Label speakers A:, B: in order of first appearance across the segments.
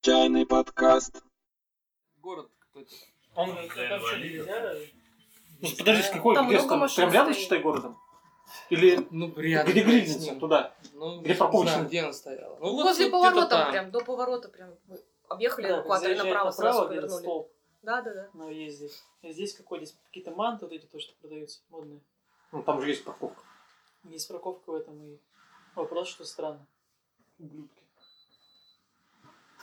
A: чайный подкаст.
B: Город какой-то.
C: Он
D: Да,
C: там что,
D: инвалид.
C: нельзя? Ну,
B: Не
C: подожди,
B: знаю.
C: какой
E: Там
C: где
E: много
C: там?
E: машин
C: Прям рядом,
E: стоит.
C: считай, городом? Или
B: Ну, рядом.
C: где
B: с
C: Грильница,
B: ним.
C: туда?
B: Ну,
C: Где
B: не
C: парковочная?
B: знаю, Где она стояла? Ну, вот
E: Возле
B: где-то
E: поворота
B: там.
E: прям, до поворота прям. Мы объехали
C: Да,
E: эвакуатор и
C: заезжает
E: направо сразу
C: где-то
E: повернули.
C: столб
E: Да, да, да.
C: на въезде. А Здесь какой? Здесь какие-то манты вот эти то, что продаются, модные.
A: Ну, там же есть парковка.
C: Есть парковка в этом и вопрос, что странно. Ублюдки.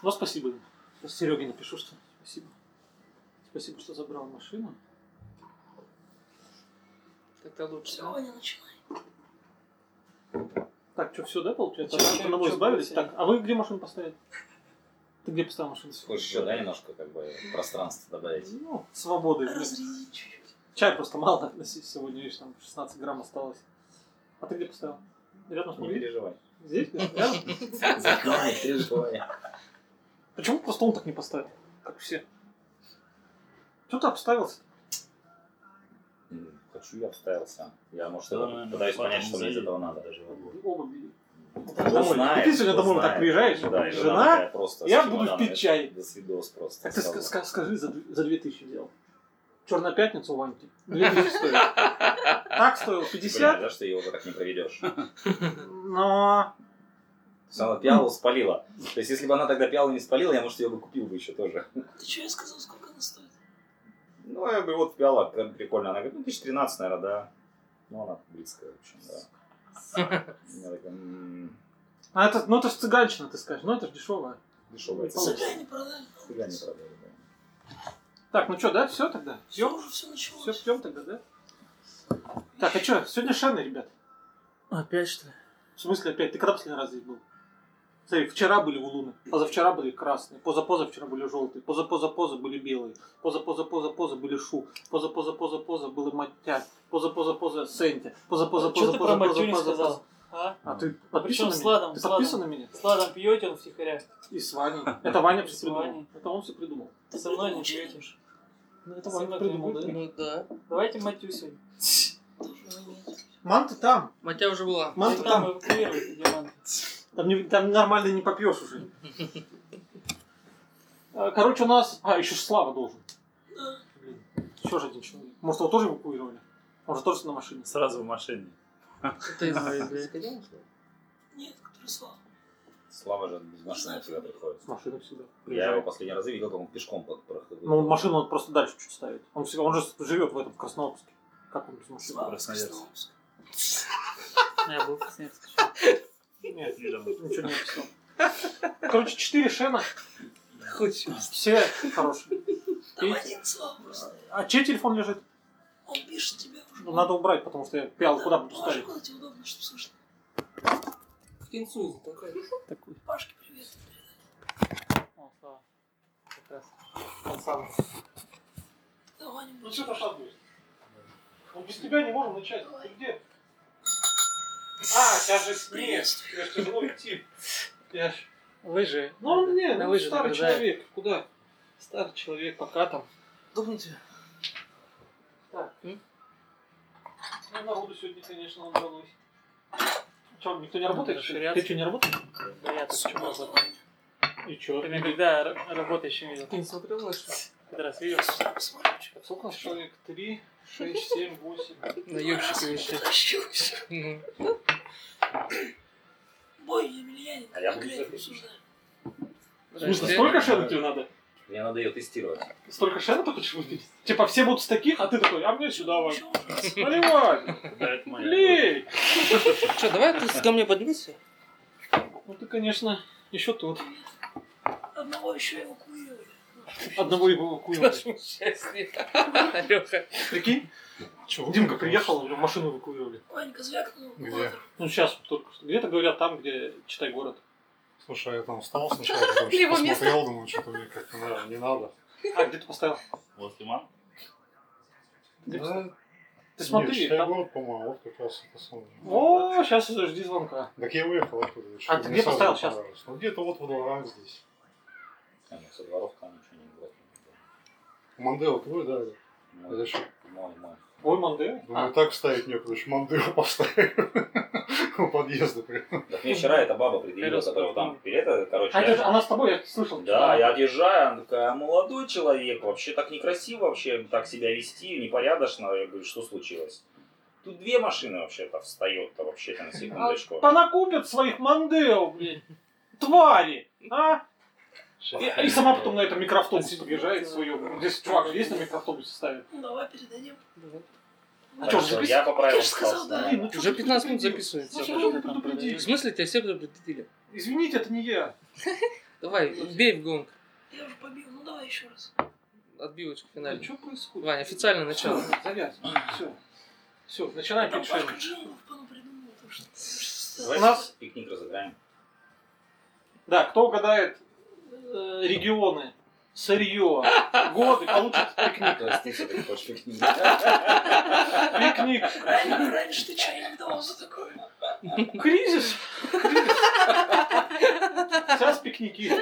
A: Ну, спасибо им. Сейчас Сереге напишу, что спасибо. Спасибо, что забрал машину.
B: Как-то лучше.
A: Так, что, все, да, получается?
C: Чё,
A: От
C: чё,
A: одного
C: чё
A: избавились.
C: получили?
A: Так, а вы где машину поставили? Ты где поставил машину?
D: Хочешь еще, да, немножко как бы пространства добавить?
A: Ну, свободы.
E: Разрядить чуть-чуть.
A: Чай просто мало относись сегодня, видишь, там 16 грамм осталось. А ты где поставил? Рядом с
D: Не
A: моей?
D: переживай.
A: Здесь? где-то? Рядом?
D: Закрывай, переживай.
A: Почему просто он так не поставил? Как все. Что ты обставился?
D: М, Хочу я вставился. Я, может,
F: Да,
D: это
F: наверное,
D: пытаюсь
F: потом
D: понять, что мне из
F: музей.
D: этого надо.
A: Оба били.
D: Кто знает,
A: Ты сегодня
D: кто
A: домой вот так
D: знает.
A: приезжаешь,
D: Да, и
A: жена,
D: такая просто
A: я
D: с
A: буду
D: чемоданом.
A: пить
D: Это
A: чай.
D: До свидос просто.
A: Так ты
D: сразу.
A: ска- ска- скажи, за, дв- за 2000 взял. Черная пятница у Ваньки. 2000 стоит. Так стоил
D: Понимаешь,
A: 50,
D: да, что ее уже так не проведешь.
A: но...
D: Сначала пиалу спалила. То есть, если бы она тогда пиалу не спалила, я, может, ее бы купил бы еще тоже.
E: Ты что я сказал, сколько она стоит?
D: Ну, я говорю, вот пиала, прям прикольно. Она говорит, ну, 2013, наверное, да. Ну, она близкая, в общем, да. Я такой, м,
A: А это, ну это ж цыганщина, ты скажешь. Ну это ж дешевая.
D: дешевая.
A: Цыгане
E: продали.
D: Цыгане продали, да.
A: Так, ну что, да, все тогда?
E: Все уже все началось.
A: Все пьем тогда, да? Так, а что, сегодня шаны, ребят?
C: Опять что ли?
A: В смысле опять? Ты когда последний раз здесь был? Смотри, вчера были улуны, позавчера были красные, позапозавчера были желтые, позапозапоза были белые, позапозапозапоза были шу, позапозапозапоза были матя, позапозапоза сентя,
C: Что ты про
A: позапозапозапоза
C: матю не сказал? А?
A: А ты подписан
C: Причём
A: на
C: с
A: меня?
C: ладом,
A: ты
C: с ладом.
A: подписан на меня?
C: С ладом пьете он втихаря.
A: И с Ваней. Это Ваня
C: С
A: все придумал.
C: Ваней.
A: Это он все придумал.
C: Со мной не пьете.
A: Ну это
C: Со мной
A: Ваня придумал,
C: кто-нибудь?
A: да?
B: Ну, да.
C: Давайте матю сегодня.
A: Мам, ты там.
B: Матя уже была.
A: Манта
C: Ты там
A: там.
C: эвакуируй, где манта.
A: Там, не- там нормально не попьешь уже. А, Короче, у нас... А, еще ж Слава должен. Блин, еще же один человек. Может, его тоже эвакуировали? Он же тоже на машине.
F: Сразу в машине.
B: Ты из
E: Нет, который слава.
D: Слава же без машины всегда приходит.
A: С машиной всегда.
D: Я его последний раз видел, как он пешком под проходил.
A: Но
F: Ну.
A: Ну, машину он просто дальше чуть ставит. Он, всегда, он же живет в этом в Краснообске. Как он без машины?
F: Красноярск.
C: Ну,
B: Я был в Красноярске.
A: Нет,
F: Видом.
A: ничего не написал. Короче, четыре шена.
B: Хоть
A: Все хорошие.
E: Там
A: И-
E: один слава просто.
A: А чей телефон лежит?
E: Он пишет тебе уже.
A: Ну, надо убрать, потому что я пиал куда буду
E: Положи,
A: ставить.
E: куда тебе удобно, чтобы слышно.
B: в Кинцузе такой.
E: Пашке привет.
C: О, слава. Как раз. Он сам.
E: Да, Ваня,
A: Ну что досадуешь? Ну без тебя не можем начать. Ты где? А, сейчас же снег. Я ж тяжело идти. Я ж...
C: Лыжи.
A: Ну он мне,
C: На
A: ну,
C: лыжи
A: старый
C: нагружает.
A: человек. Куда? Старый человек, пока там.
B: Думайте.
A: Так.
B: М?
A: Ну, народу сегодня, конечно, набралось. Че, никто не работает?
C: Надо
A: что ли?
C: расширяться.
A: Ты что, не работаешь?
C: Да я тут чего забыл.
A: И чё?
C: Ты меня когда р- работающим видел?
B: Ты не смотрел наши?
C: Когда раз видел?
A: Так, Сколько у нас человек? Три, шесть, семь, восемь.
B: На ёбщики вещи.
E: Прощусь.
B: Ну,
E: Бой Емельянин.
D: А я
E: Как
D: буду
E: я
D: записывать.
E: обсуждаю.
A: В смысле,
B: Подожди.
A: столько шеры тебе надо?
D: Мне надо ее тестировать.
A: Столько шеры ты хочешь выпить? Типа все будут с таких, а ты такой, а мне сюда вам.
E: Чё ужасно?
A: Наливай!
F: Да, это моя.
A: Лей!
B: Что, давай ты ко мне поднимись.
A: Ну ты, конечно, еще тут.
E: Одного еще эвакуировали.
A: Одного его эвакуировали.
B: Нашему счастью. Леха.
A: Прикинь? Димка приехал, у него машину эвакуировали.
E: Ванька звякнул.
F: Где?
E: куда-то.
A: Ну сейчас только что. Где-то говорят там, где читай город.
F: Слушай, а я там встал сначала, потом
E: Его посмотрел, место.
F: думаю, что-то мне как-то, наверное, не надо.
A: А, где ты поставил?
D: Вот лиман?
A: Где поставил?
F: Да,
A: Ты
F: Ну, нет,
A: смотри,
F: читай
A: там...
F: город, по-моему, вот как раз это самое.
A: О, сейчас жди звонка.
F: Так я уехал оттуда.
A: А ты где поставил щас?
F: сейчас? Ну где-то вот во дворах здесь.
D: Со дворов там ничего не было.
F: Мандел твой, да?
D: Мой,
A: А.
F: Это что?
D: мой, мой.
A: Ой, Манде.
F: Думаю, так ставить некуда, что мандыру поставили у подъезда. прям.
D: Так мне вчера эта баба предъявила, которая там перед это, короче,
A: А
D: я-
A: это же она с тобой, я слышал.
D: Да, я отъезжаю, она такая, «А, молодой человек, вообще так некрасиво вообще так себя вести, непорядочно. Я говорю, что случилось? Тут две машины вообще-то встает-то вообще-то на
A: А,
D: секундочку.
A: Понакупят своих Мандео, блин. Твари! А? И, и сама потом на этом микроавтобусе подъезжает свою. Здесь чувак же есть на микроавтобусе ставит.
E: Ну, Давай передадим.
B: Давай.
A: Ну что,
D: Хорошо,
A: запис...
D: я поправил
E: Я же сказал,
D: остался, да.
A: Блин, ну чё
B: Уже
A: ты
B: 15 минут
A: предупредил?
B: записывается.
A: Ну
B: Всё,
A: чё же ты
B: там,
A: предупредил?
B: В смысле, тебя все предупредили?
A: Извините, это не я.
B: Давай, бей в гонг.
E: Я уже побил. Ну давай еще раз.
B: Отбивочку
A: Блин,
B: финальную.
A: что происходит?
B: Вань, официальное начало.
A: Всё, Завязывай. Все. Все, начинаем
E: Там Пашка
A: пикшерить.
E: Джимов придумал. Так что...
D: Давай
A: У нас-
D: пикник разыграем.
A: Да, кто угадает э, регионы, сырье, годы, получит пикник.
D: То есть ты всё-таки хочешь пикник.
A: Пикник.
E: Раньше, раньше ты чайник давал за такое.
A: Кризис. Кризис. Сейчас пикники.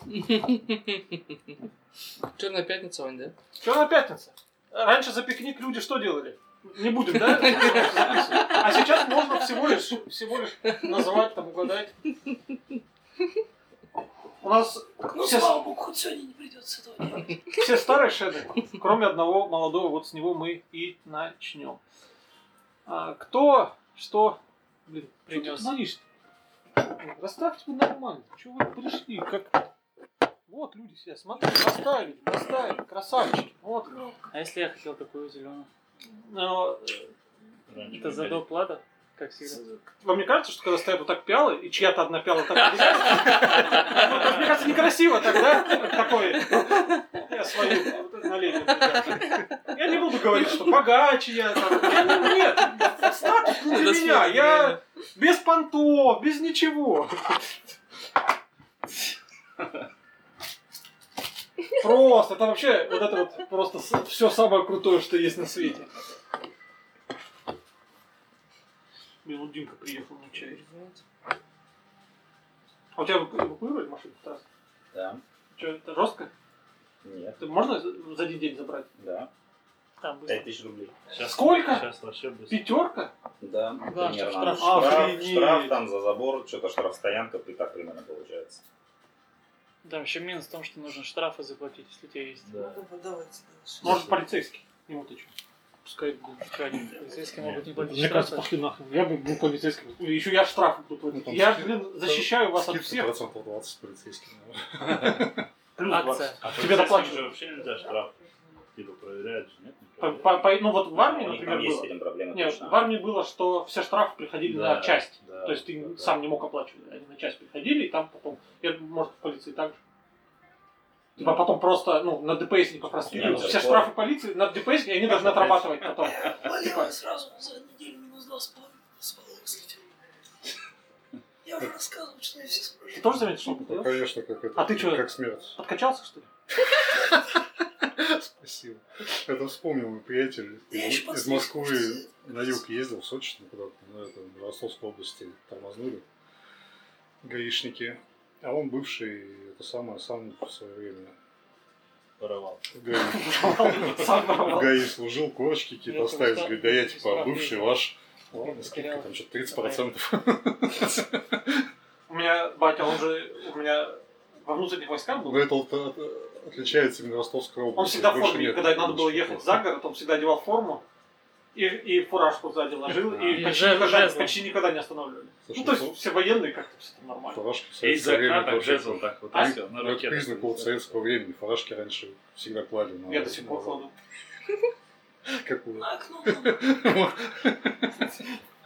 B: Черная пятница, Вань, да?
A: Что на пятница? Раньше за пикник люди что делали? Не будем, да? записывать? А сейчас можно всего лишь, всего лишь называть, там, угадать. У нас
E: Ну,
A: Сейчас.
E: слава богу, хоть сегодня не придется этого делать.
A: все старые шеды, кроме одного молодого, вот с него мы и начнем. А, кто что блин,
C: Принёс.
A: принес? Расставьте вы нормально. Чего вы пришли? Как... Вот люди себя смотрят, поставили, поставили, красавчики. Вот.
C: А если я хотел такую зеленую?
A: Но, э,
C: Это за доплата, как всегда.
A: Вам не кажется, что когда стоят вот так пиалы, и чья-то одна пиала так передается, ну, мне кажется, некрасиво тогда такое. Я свою вот налево передам. Я не буду говорить, что богаче я там. Я не- Нет, статус не для меня. Я без понтов, без ничего. Просто, это вообще, вот это вот просто все самое крутое, что есть на свете. Блин, вот Димка приехал на чай. А у тебя эваку- эвакуировали машину? Да.
D: Да.
A: Что, это жестко?
D: Нет.
A: Это можно за за один день забрать?
D: Да.
C: Там быстро.
D: Пять тысяч рублей.
G: Сейчас,
A: Сколько?
G: Сейчас вообще быстро.
A: Пятерка?
D: Да,
C: Да,
D: примерно.
A: штраф.
C: штраф,
D: штраф,
A: Охренеть.
D: штраф там за забор, что-то штрафстоянка, и так примерно получается.
C: Там еще минус в том, что нужно штрафы заплатить, если у тебя есть.
G: Да.
E: Давайте.
A: Может, полицейский? Ему ты что? Пускай будет.
C: Что они, полицейские могут не платить
A: Мне кажется,
C: штрафы.
A: пошли нахрен. Я бы был полицейским. Еще я штраф буду платить.
F: Ну, там
A: Я,
F: скид-
A: блин, защищаю вас от
F: Скидка
A: всех.
F: Процентов 20 полицейских. наверное.
A: Плюс
C: Акция.
A: 20.
G: А
A: Тебе
G: тебе
A: доплачивают.
G: же вообще нельзя штраф. Типа проверяют же, нет? не
A: По-
G: проверяют.
A: по- по- Ну, вот в армии,
D: У них там
A: например,
D: есть с
A: было.
D: этим проблемы
A: Нет,
D: точно.
A: в армии было, что все штрафы приходили на
G: Да,
A: часть.
G: да,
A: То есть ты
G: да,
A: сам
G: да.
A: не мог оплачивать, они на часть приходили, и там потом, я, думаю, может, в полиции так же. Типа потом просто, ну, на ДПСников распиливают.
D: Нет,
A: Все
D: такое.
A: штрафы полиции на ДПС, и они должны отрабатывать потом.
E: Болел я сразу за неделю минус два с половиной, с половиной слетел. Я уже рассказывал, что я все
A: Ты
E: спрашивал.
A: тоже заметил, что он
F: Ну,
A: похудел?
F: конечно, как это.
A: А ты чё?
F: Как смерть.
A: Подкачался, что ли?
F: Спасибо. Это вспомнил мой приятель
E: Я ещё
F: из, из
E: подстриг.
F: Москвы на юг ездил, в Сочи, там куда-то, на это, в Ростовской области тормознули гаишники. А он бывший, это самое, сам в свое время
G: Воровал.
F: в ГАИ,
A: Сам
F: в
A: воровал.
F: ГАИ служил, корочки какие-то
C: Ну,
F: оставить.
C: просто
F: Говорит, да я типа
C: штраф
F: бывший
C: есть.
F: ваш. Ладно,
C: Я
F: скидка
C: потерял.
F: там что-то 30%.
A: У меня батя, он же у меня во внутренних войсках
F: Но
A: был.
F: это вот от- отличается именно Ростовская область.
A: Он всегда в
F: больше
A: форме,
F: нет
A: когда
F: такого
A: надо было
F: ничего.
A: ехать за город, он всегда одевал форму. И, и фуражку сзади ложил, и
B: И
A: почти
B: жезл-
A: никогда,
B: жезл.
A: почти никогда не останавливали.
F: Слушай,
A: Ну, то есть все военные как-то все там
F: фу-
A: нормально.
F: фуражки в
G: И
F: советское
G: за
F: время
G: так
F: тоже
G: жезл так вот. и
A: А?
G: всё, на
F: Ну,
G: руке.
F: это признак вот советского времени. Фуражки раньше всегда клали на...
A: Я до сих пор
F: на-
A: кладу.
F: Какую?
E: На окно там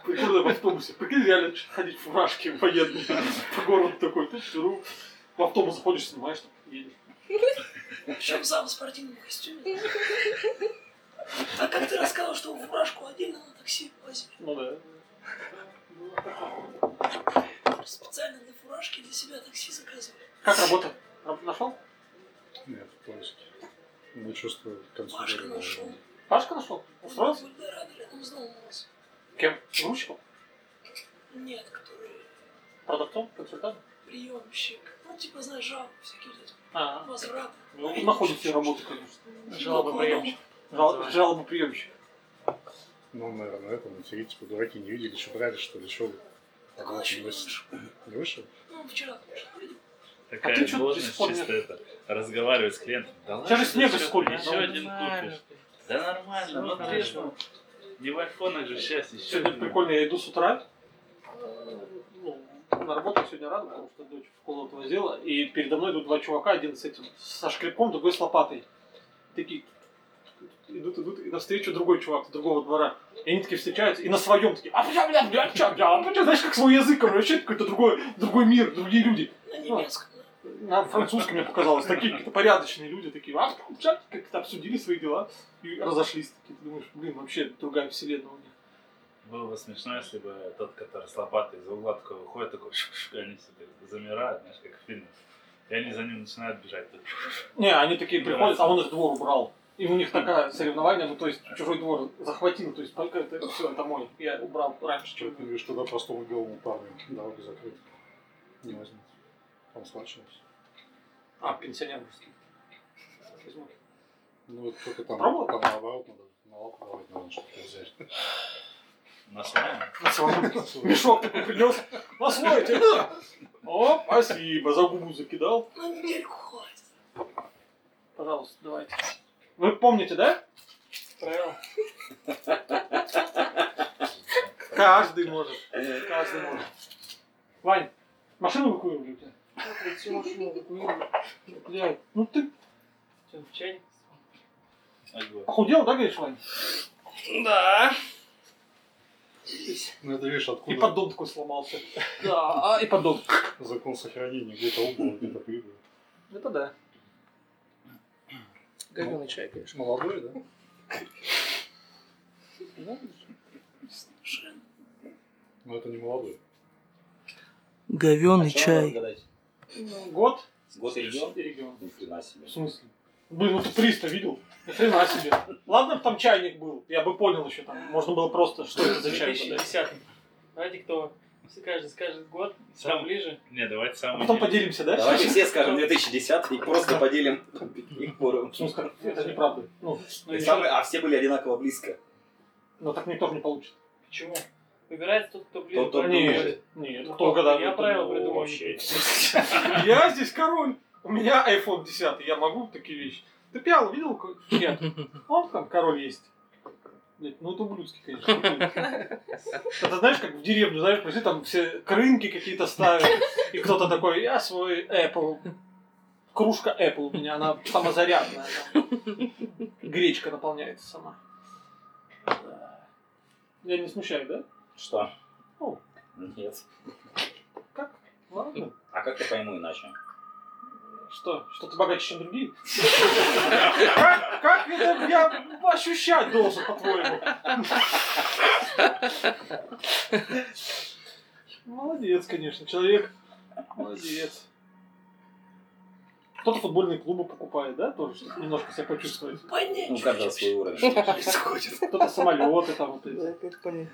A: Прикольно в автобусе. Прикинь, реально ч- ходить в фуражке военные по городу такой, ты чуру. В автобус ходишь, снимаешь, там, едешь.
E: Причем сам в спортивном костюме. А как ты рассказывал, что фуражку отдельно на такси возили?
A: Ну да.
E: Специально для фуражки для себя такси заказывали.
A: Как работа? Раб- Нашел?
F: Нет, то есть... Не чувствую к концу
E: Машка
F: года.
E: нашел.
A: Пашка нашел?
E: Он
A: Устроился?
E: в Эльдорадо рядом с домом у нас.
A: Кем? Грузчиком?
E: Нет, который...
A: Продавцом? Консультантом?
E: приемщик. Ну, типа, знаешь, жалобы всякие вот эти.
A: А,
E: Возврат. Ну,
A: ну, находит себе работу, конечно.
C: Жалобоприемщик.
A: Жал, жалобоприемщик. А
F: Ну, наверное, это на эфире, типа, дураки не видели, что брали, что ли, что вы?
E: Так он еще не
F: Относится.
E: вышел.
F: Не вышел?
E: Ну, он вчера вышел. видел?
G: Такая
A: А ты чё до
G: должность
A: сих пор не-
G: чисто это. Разговаривать с клиентом. Да
A: Сейчас же снега
G: чё ты,
A: сколько?
G: Еще один купишь. Да нормально, ну
A: Нормально.
G: ты ж, ну, не в айфонах же сейчас еще.
A: Сегодня прикольно, я иду с утра. э, Ну, на работу сегодня рано, потому что дочь в школу отвозила. И передо мной идут два чувака, один с этим, со шкребком, другой с лопатой. Такие идут, идут, и навстречу другой чувак с другого двора. И они такие встречаются, и на своем такие, а бля, бля, бля, ча, бля, а бля, знаешь, как свой язык, короче, вообще какой-то другой, другой мир, другие люди.
E: На немецком.
A: На французском, мне показалось, такие какие-то порядочные люди, такие, а, бля, как-то обсудили свои дела и разошлись. Такие, ты думаешь, блин, вообще другая вселенная у них.
G: Было бы смешно, если бы тот, который с лопатой из угла такой выходит, такой шуш, и они все так замирают, знаешь, как в фильме. И они за ним начинают бежать. Так, шуш.
A: Не, они такие приходят, а он их двор убрал. И у них такая соревнование, ну то есть чужой двор захватил, то есть только это все, это мой. Я убрал раньше, чем
F: Что ты говоришь, тогда простому белому парню дорога закрыта. Не возьмут. Он сплачивался.
A: А, пенсионер русский. Возьму.
F: Ну, это только там,
A: Пробовал?
F: там наоборот надо на лапу давать, надо что-то взять.
G: На своем.
A: На своем. Мешок такой принес. На свой тебе. на. О, спасибо, за губу закидал.
E: На недельку хватит.
A: Пожалуйста, давайте. Вы помните, да?
C: Правило.
A: Каждый может. Каждый может. Вань, машину эвакуировали у тебя?
C: Вот всю машину эвакуировали.
A: Блядь, ну ты
C: Что, в чайник?
G: Огонь.
A: похудел, да, говоришь, Вань?
E: Да.
F: Ну, это видишь,
A: И
F: откуда
A: поддон такой сломался. Да, а, и поддон.
F: закон сохранения, где-то убыл, где-то прибыл.
A: Это да. Ну.
B: Говёный чай, конечно.
F: Молодой, да?
E: Шин.
F: Но Ну, это не молодой.
D: А
C: Говёный
D: чё надо угадать?
A: Ну, Год
D: Год и регион?
A: и регион.
D: Ни хрена себе.
A: В смысле? Блин, ну ты 300 видел? Ни хрена себе. Ладно, б там чайник был. Я бы понял еще там. Можно было просто, что это за чай. подать.
C: 2010 Давайте кто? Все каждый скажет год,
G: Сам.
C: сам ближе.
G: Не, давайте
A: А
G: самый...
A: потом поделимся, да?
D: Давайте все скажем 2010 и просто поделим их уровень.
A: В смысле, это неправда. Ну,
C: Ну,
D: И
C: ещё-
D: самые- а все были одинаково близко.
A: но так никто же не получит.
C: Почему? Выбирается тот, кто ближе.
D: Тот, кто ближе.
A: Нет,
C: Ну,
A: кто угадал?
C: я
A: кто-
C: правила
D: О,
C: придумал.
D: вообще.
A: Я здесь король. У меня iPhone 10, я могу такие вещи. Ты пиал, видел? какой? Нет. Он там король есть. Блядь, ну это ублюдский, конечно. Это знаешь, как в деревню, знаешь, пришли, там все крынки какие-то ставят, и кто-то такой, я свой Apple. Кружка Apple у меня, она самозарядная. там. Гречка наполняется сама. Да. Я не смущаю, да?
D: Что?
A: О.
D: Нет.
A: Как? Ладно.
D: А как я пойму иначе?
A: Что? Что ты богаче, чем другие? Как, как это я ощущать должен, по-твоему? Молодец, конечно, человек. Молодец. Кто-то футбольные клубы покупает, да, тоже, чтобы немножко себя почувствовать.
E: Понять.
D: Ну, у
E: чё
D: каждого
E: вообще
D: свой уровень.
E: Происходит.
A: Кто-то самолеты там вот эти.
B: как понять?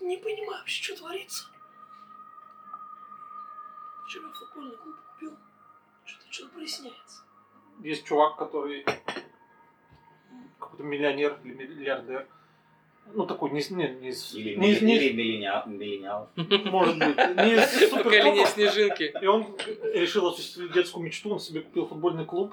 E: Не понимаю вообще, что творится. Вчера футбольный клуб купил. Что-то что-то проясняется.
A: Есть чувак, который какой-то миллионер или миллиардер. Ну, такой, не, из- не, не, из-
D: Или,
A: не из- не из-
D: или миллениал. миллениал.
A: может быть, не из
B: Пока линия
A: супертопов,
B: снежинки.
A: И он решил осуществить детскую мечту, он себе купил футбольный клуб,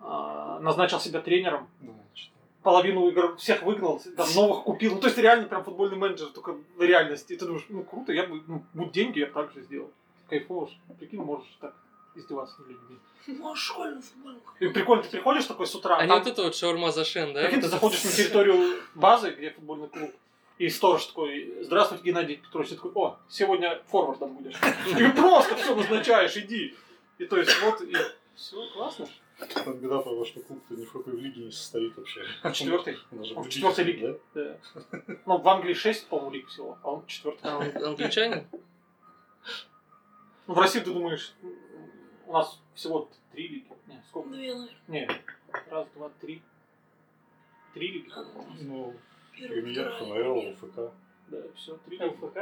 A: а, назначил себя тренером,
F: Ну, значит,
A: половину игр всех выгнал, там новых купил. Ну, то есть реально прям футбольный менеджер, только в реальности. И ты думаешь, ну круто, я бы, ну, будь деньги, я бы так же сделал. Кайфово, ж. прикинь, можешь так издеваться над людьми.
E: Ну, а школьный футбольный клуб.
A: И прикольно, ты приходишь такой с утра,
B: А не
A: там-
B: вот это вот шаурма за шен, да? Вот
A: Прикинь, ты
B: это
A: заходишь на территорию базы, где футбольный клуб, и сторож такой, здравствуйте, Геннадий Петрович, Я такой, о, сегодня форвардом будешь. И просто все назначаешь, иди. И то есть вот, и все, классно.
F: Там беда того, что клуб-то ни в какой в лиге не состоит вообще.
A: Он четвертый.
F: Он даже
A: Он в
F: в
A: четвертой
F: лиге,
A: лиге. Да. Ну, в Англии 6, по-моему, лиг всего, а он четвертый.
B: А он англичанин?
A: Ну, в России, ты думаешь, у нас всего три лиги. Не, сколько?
E: Две, наверное.
A: Не, раз, два, три. Три лиги.
F: да? Ну,
E: Первая,
F: премьер,
E: вторая,
F: ФНЛ,
E: премьер.
F: ЛФК.
A: Да, все, три лиги.
C: ЛФК.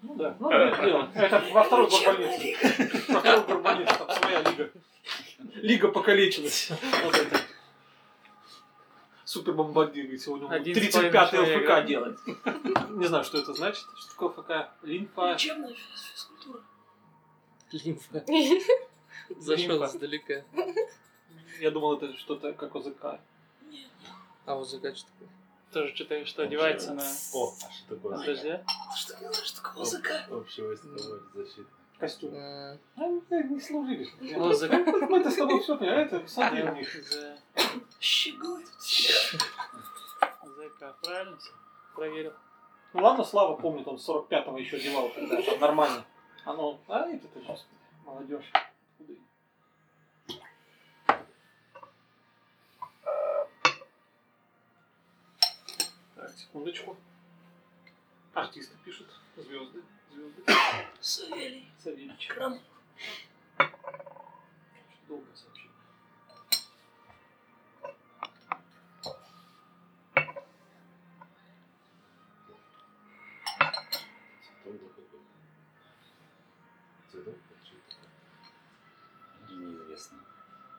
A: Ну да. Ну, это дело. Это во второй горбольнице. Во второй горбольнице там своя лига. Лига покалечилась. Вот это. Супер бомбардир сегодня.
C: Один с
A: 35
C: половиной человек.
A: ЛФК делает. Не знаю, что это значит. Что такое ФК? Лимфа.
E: Лечебная физ- физкультура.
B: Лимфа.
H: Лимфа.
B: Зашел
A: Лимфа.
B: издалека.
A: Я думал, это что-то как ОЗК.
E: Нет.
B: А вот закачет такой.
C: Тоже читаю, что одевается на...
G: О, а что такое?
C: с дождя.
E: Что мне нужно такого языка?
G: Общевойсковой защиты.
A: Костюм.
B: А,
A: А, не не служили.
C: Ну, за...
A: Мы это с тобой все, это смотри у них.
C: за...
E: Щегой тут
C: ЗК, правильно всё? Проверил.
A: Ну ладно, Слава помнит, он с 45-го еще девал тогда, там нормально. Оно, а это ты, господи, молодежь. Так, секундочку. Артисты пишут, звезды, звезды.
E: Савелий.
A: Савельич.
E: Крам.
A: Долгое сообщение.
G: Цветок какой-то. Цветок? Что это?
D: Неизвестно.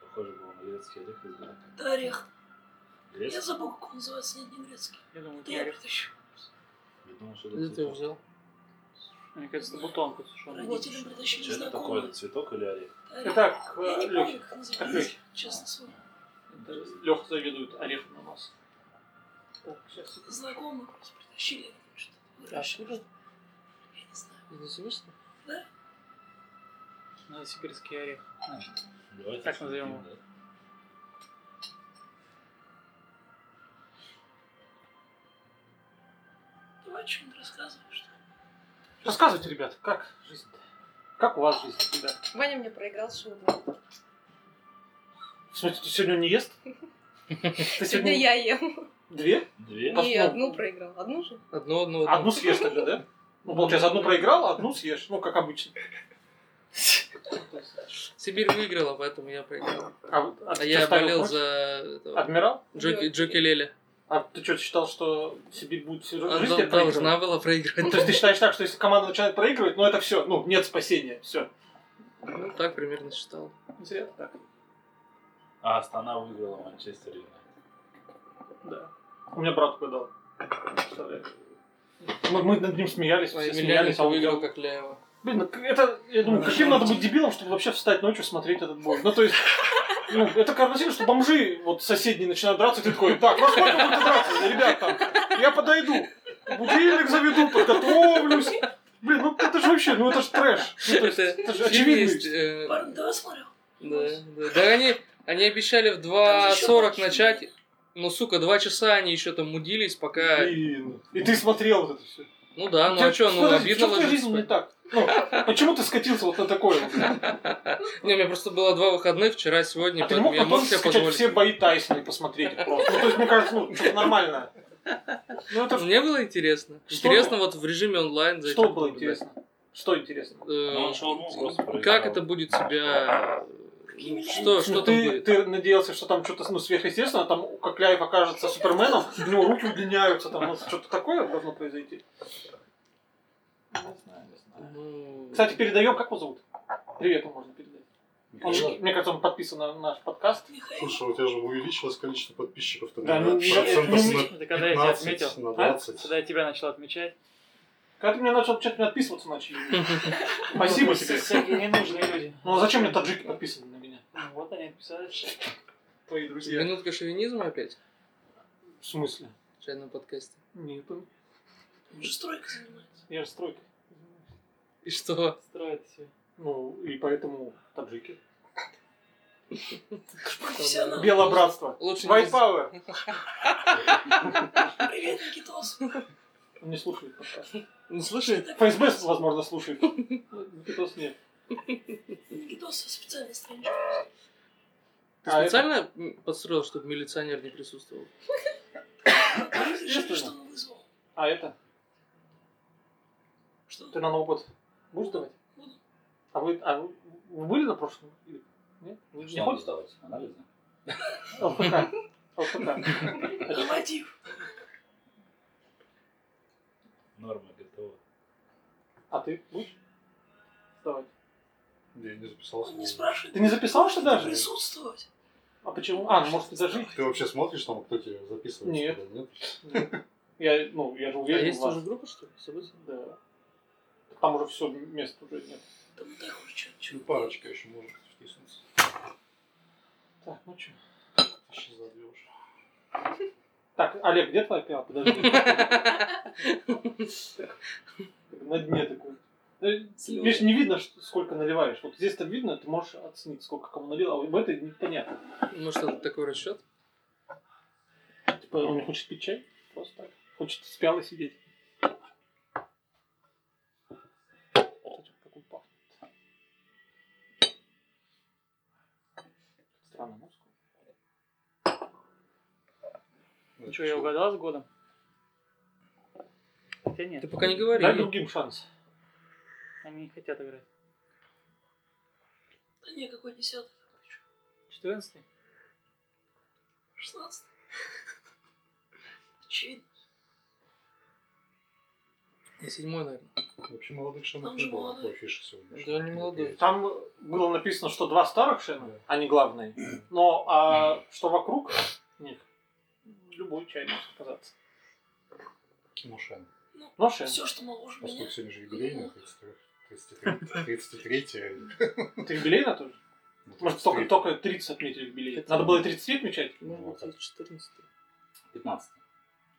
G: Похоже было на грецкий орех из грека.
E: Да, орех.
G: Грецкий?
E: Я забыл, как он называется, нет, не грецкий.
C: Я думаю,
E: Да я
C: это...
E: притащу.
G: Я думал, что
B: Где
G: это
B: ты его взял?
G: цветок.
C: Мне кажется, бутонку сушеную.
E: Родителям притащили
G: Что это такое?
E: знакомые.
G: Цветок или орех?
A: Итак,
E: Я не помню,
A: Лехи.
E: как
A: Лёхи.
E: называется, честно слово.
A: Леха завидует орехом на нас.
C: Так, сейчас.
E: Знакомые просто притащили, они там что-то выращивали.
B: Откуда?
E: Я не знаю.
B: Новосибирске?
C: Новосибирский орех.
G: Давайте
C: Так назовем
G: цветки, да.
E: Давай о чем-то рассказываешь.
A: Рассказывайте, ребят, как жизнь Как у вас жизнь, ребят?
H: Ваня мне проиграл шубу.
A: В смысле, ты сегодня не ест? Ты
H: Сегодня я ем.
A: Две?
G: Две?
A: Пос-
H: Не, одну проиграл. Одну же?
B: Одно, одно, одно.
A: Одну съешь тогда, да? Ну, получается, одну проиграл, а одну съешь. Ну, как обычно.
B: Сибирь выиграла, поэтому я проиграл.
A: А, вы- а
B: А
A: ты
B: я
A: чё ставил
B: болел
A: против?
B: за этого,
A: Адмирал?
B: Джоки, Джоки Леля.
A: А ты что, считал, что Сибирь будет всю
B: Она
A: жизнь тебя
B: должна
A: проигрывать?
B: была проиграть.
A: Ну, то есть ты считаешь так, что если команда начинает проигрывать, ну это все, ну нет спасения, все.
B: Ну, так примерно считал.
A: Зря ты так.
G: А Астана выиграла Манчестер Юнайтед.
A: Да. У меня брат угадал. Представляешь? Мы, мы над ним смеялись, все
B: Если
A: смеялись, а он
B: выиграл
A: делал.
B: как Ляева.
A: Блин, ну, это, я думаю, каким надо быть дебилом, чтобы вообще встать ночью смотреть этот бой? Ну, то есть, ну, это картина, что бомжи вот соседние начинают драться, и ты такой, так, во сколько будете драться, ребят, там, я подойду, будильник заведу, подготовлюсь. Блин, ну это же вообще, ну это же трэш. Ну, то есть,
B: Это
A: это же
B: фильм
A: очевидно.
B: есть, э,
E: Парни, давай смотрел.
B: Да, да. Да они, они обещали в
E: Там же ещё
B: 2.40
E: больше.
B: начать. Ну, сука, два часа они еще там мудились, пока...
A: Блин. И ты смотрел вот это все.
B: Ну да, ну а что, ну обидно
A: в твоей
B: ложиться
A: жизни не
B: спать.
A: так? Ну, почему ты скатился вот на такое? вот?
B: Не, у меня просто было два выходных, вчера, сегодня,
A: А ты не
B: поэтому
A: мог
B: я мог
A: потом
B: себе
A: скачать
B: позволить.
A: все бои Тайсона и посмотреть просто? Ну, то есть, мне кажется, ну, что-то нормально. Ну, это ж
B: Мне было интересно.
A: Что
B: интересно вот в режиме онлайн. за
A: Что
B: этим
A: было
B: наблюдать.
A: интересно? Что интересно?
B: Э,
G: Но он шаурму просто проиграл.
B: Как это будет себя... ну, Что, что
A: Ну,
B: там
A: ты,
B: будет?
A: ты надеялся, что там что-то ну, сверхъестественное, а там Кокляев окажется Суперменом, у него руки удлиняются, там ну, что-то такое должно произойти.
B: Ну,
A: Кстати, передаем, как его зовут? Привет, ему можно передать. Он же,
F: Михаил,
A: мне кажется, он подписан на наш подкаст.
E: Михаил,
F: Слушай, а у тебя же увеличилось количество подписчиков. Ты,
A: Да,
F: наверное,
A: ну, не-
F: процентов
A: не-
F: на
C: Это когда я тебя
F: 15,
C: отметил.
F: на
A: а?
F: 20.
C: Когда я тебя начал отмечать.
A: Когда ты мне начал что-то мне отписываться начали. Спасибо
C: Вот,
A: тебе.
C: Всякие ненужные люди.
A: Ну а зачем мне таджики подписаны на меня?
C: Ну, Вот они отписались.
A: Твои друзья.
B: минутка шовинизма опять?
A: В смысле?
B: В чайном подкасте.
A: Нет,
E: он же стройкой занимается.
A: я же стройка.
B: И что?
C: Строят все.
A: Ну, и поэтому таджики.
E: Профессионал.
A: Белое братство.
B: Лучше не
A: White
B: з-
A: Power.
E: Привет, Никитос.
A: Он не слушает подкаст.
B: Ну, слушай,
A: ФСБ, возможно, слушает. Никитос нет.
E: Никитос специальный страничка.
B: ты
A: А
B: специально м, подстроил, чтобы милиционер не присутствовал?
E: Решили,
A: Естественно.
E: что он вызвал.
A: А это?
E: Что?
A: Ты на Новый год будешь давать?
E: Буду.
A: А вы, а вы, вы были на прошлом? Или Нет? Вы не
D: Что надо
A: ходите?
D: сдавать? Анализы?
A: ЛФК. ЛФК.
E: Норматив.
G: Норма готова.
A: А ты будешь? Давай.
F: Я не записался.
E: Он не спрашивает.
A: Ты не записался
E: надо
A: даже?
E: Присутствовать.
A: А почему? А, ну может ты зажить?
F: Ты вообще смотришь там, кто тебя записывает?
A: Нет.
F: сюда, нет?
A: Я, ну, я же
B: А
A: уверен
B: есть
A: в вас.
B: тоже группа, что ли? События?
A: Да. Там уже все, мест уже нет.
E: Да ну дай хоть что-то.
F: Ну, парочка еще может втиснуться.
A: Так, ну что?
F: Сейчас забьешь.
A: Так, Олег, где твоя пила? Подожди. На дне такой. Э,
B: Слева.
A: Видишь, не видно, что- сколько наливаешь. Вот здесь-то видно, ты можешь оценить, сколько кому налил, а вот в этой непонятно.
B: Ну что, такой расчет?
A: Типа, он не хочет пить чай? Просто так. Хочет с пиалой сидеть. Кстати, как он пахнет. Странно, ну, сколько?
C: Ну что, я угадал с годом? Хотя нет,
B: Ты пока не говори.
A: Дай другим шанс.
C: они не хотят играть.
E: Да не, какой десятый?
C: 14
E: Шестнадцатый? Очевидно.
B: Я седьмой, наверное.
F: Вообще молодых шанов
E: Он
F: не
E: же
F: было
E: молодой.
F: по афише сегодня.
B: Да он не молодой.
A: Там было написано, что два старых шена,
F: Да.
A: они главные. Но а что вокруг них, любой чай может оказаться.
F: Ну, шен.
A: Но шен.
E: Все, что моложе меня.
F: Поскольку сегодня же юбилейная, 33-я.
A: Ты юбилейно тоже? Может, только, только 30 отметили юбилей. Надо было и 30 отмечать? Ну,
B: Может
F: Вот
B: быть, и 14
D: 15.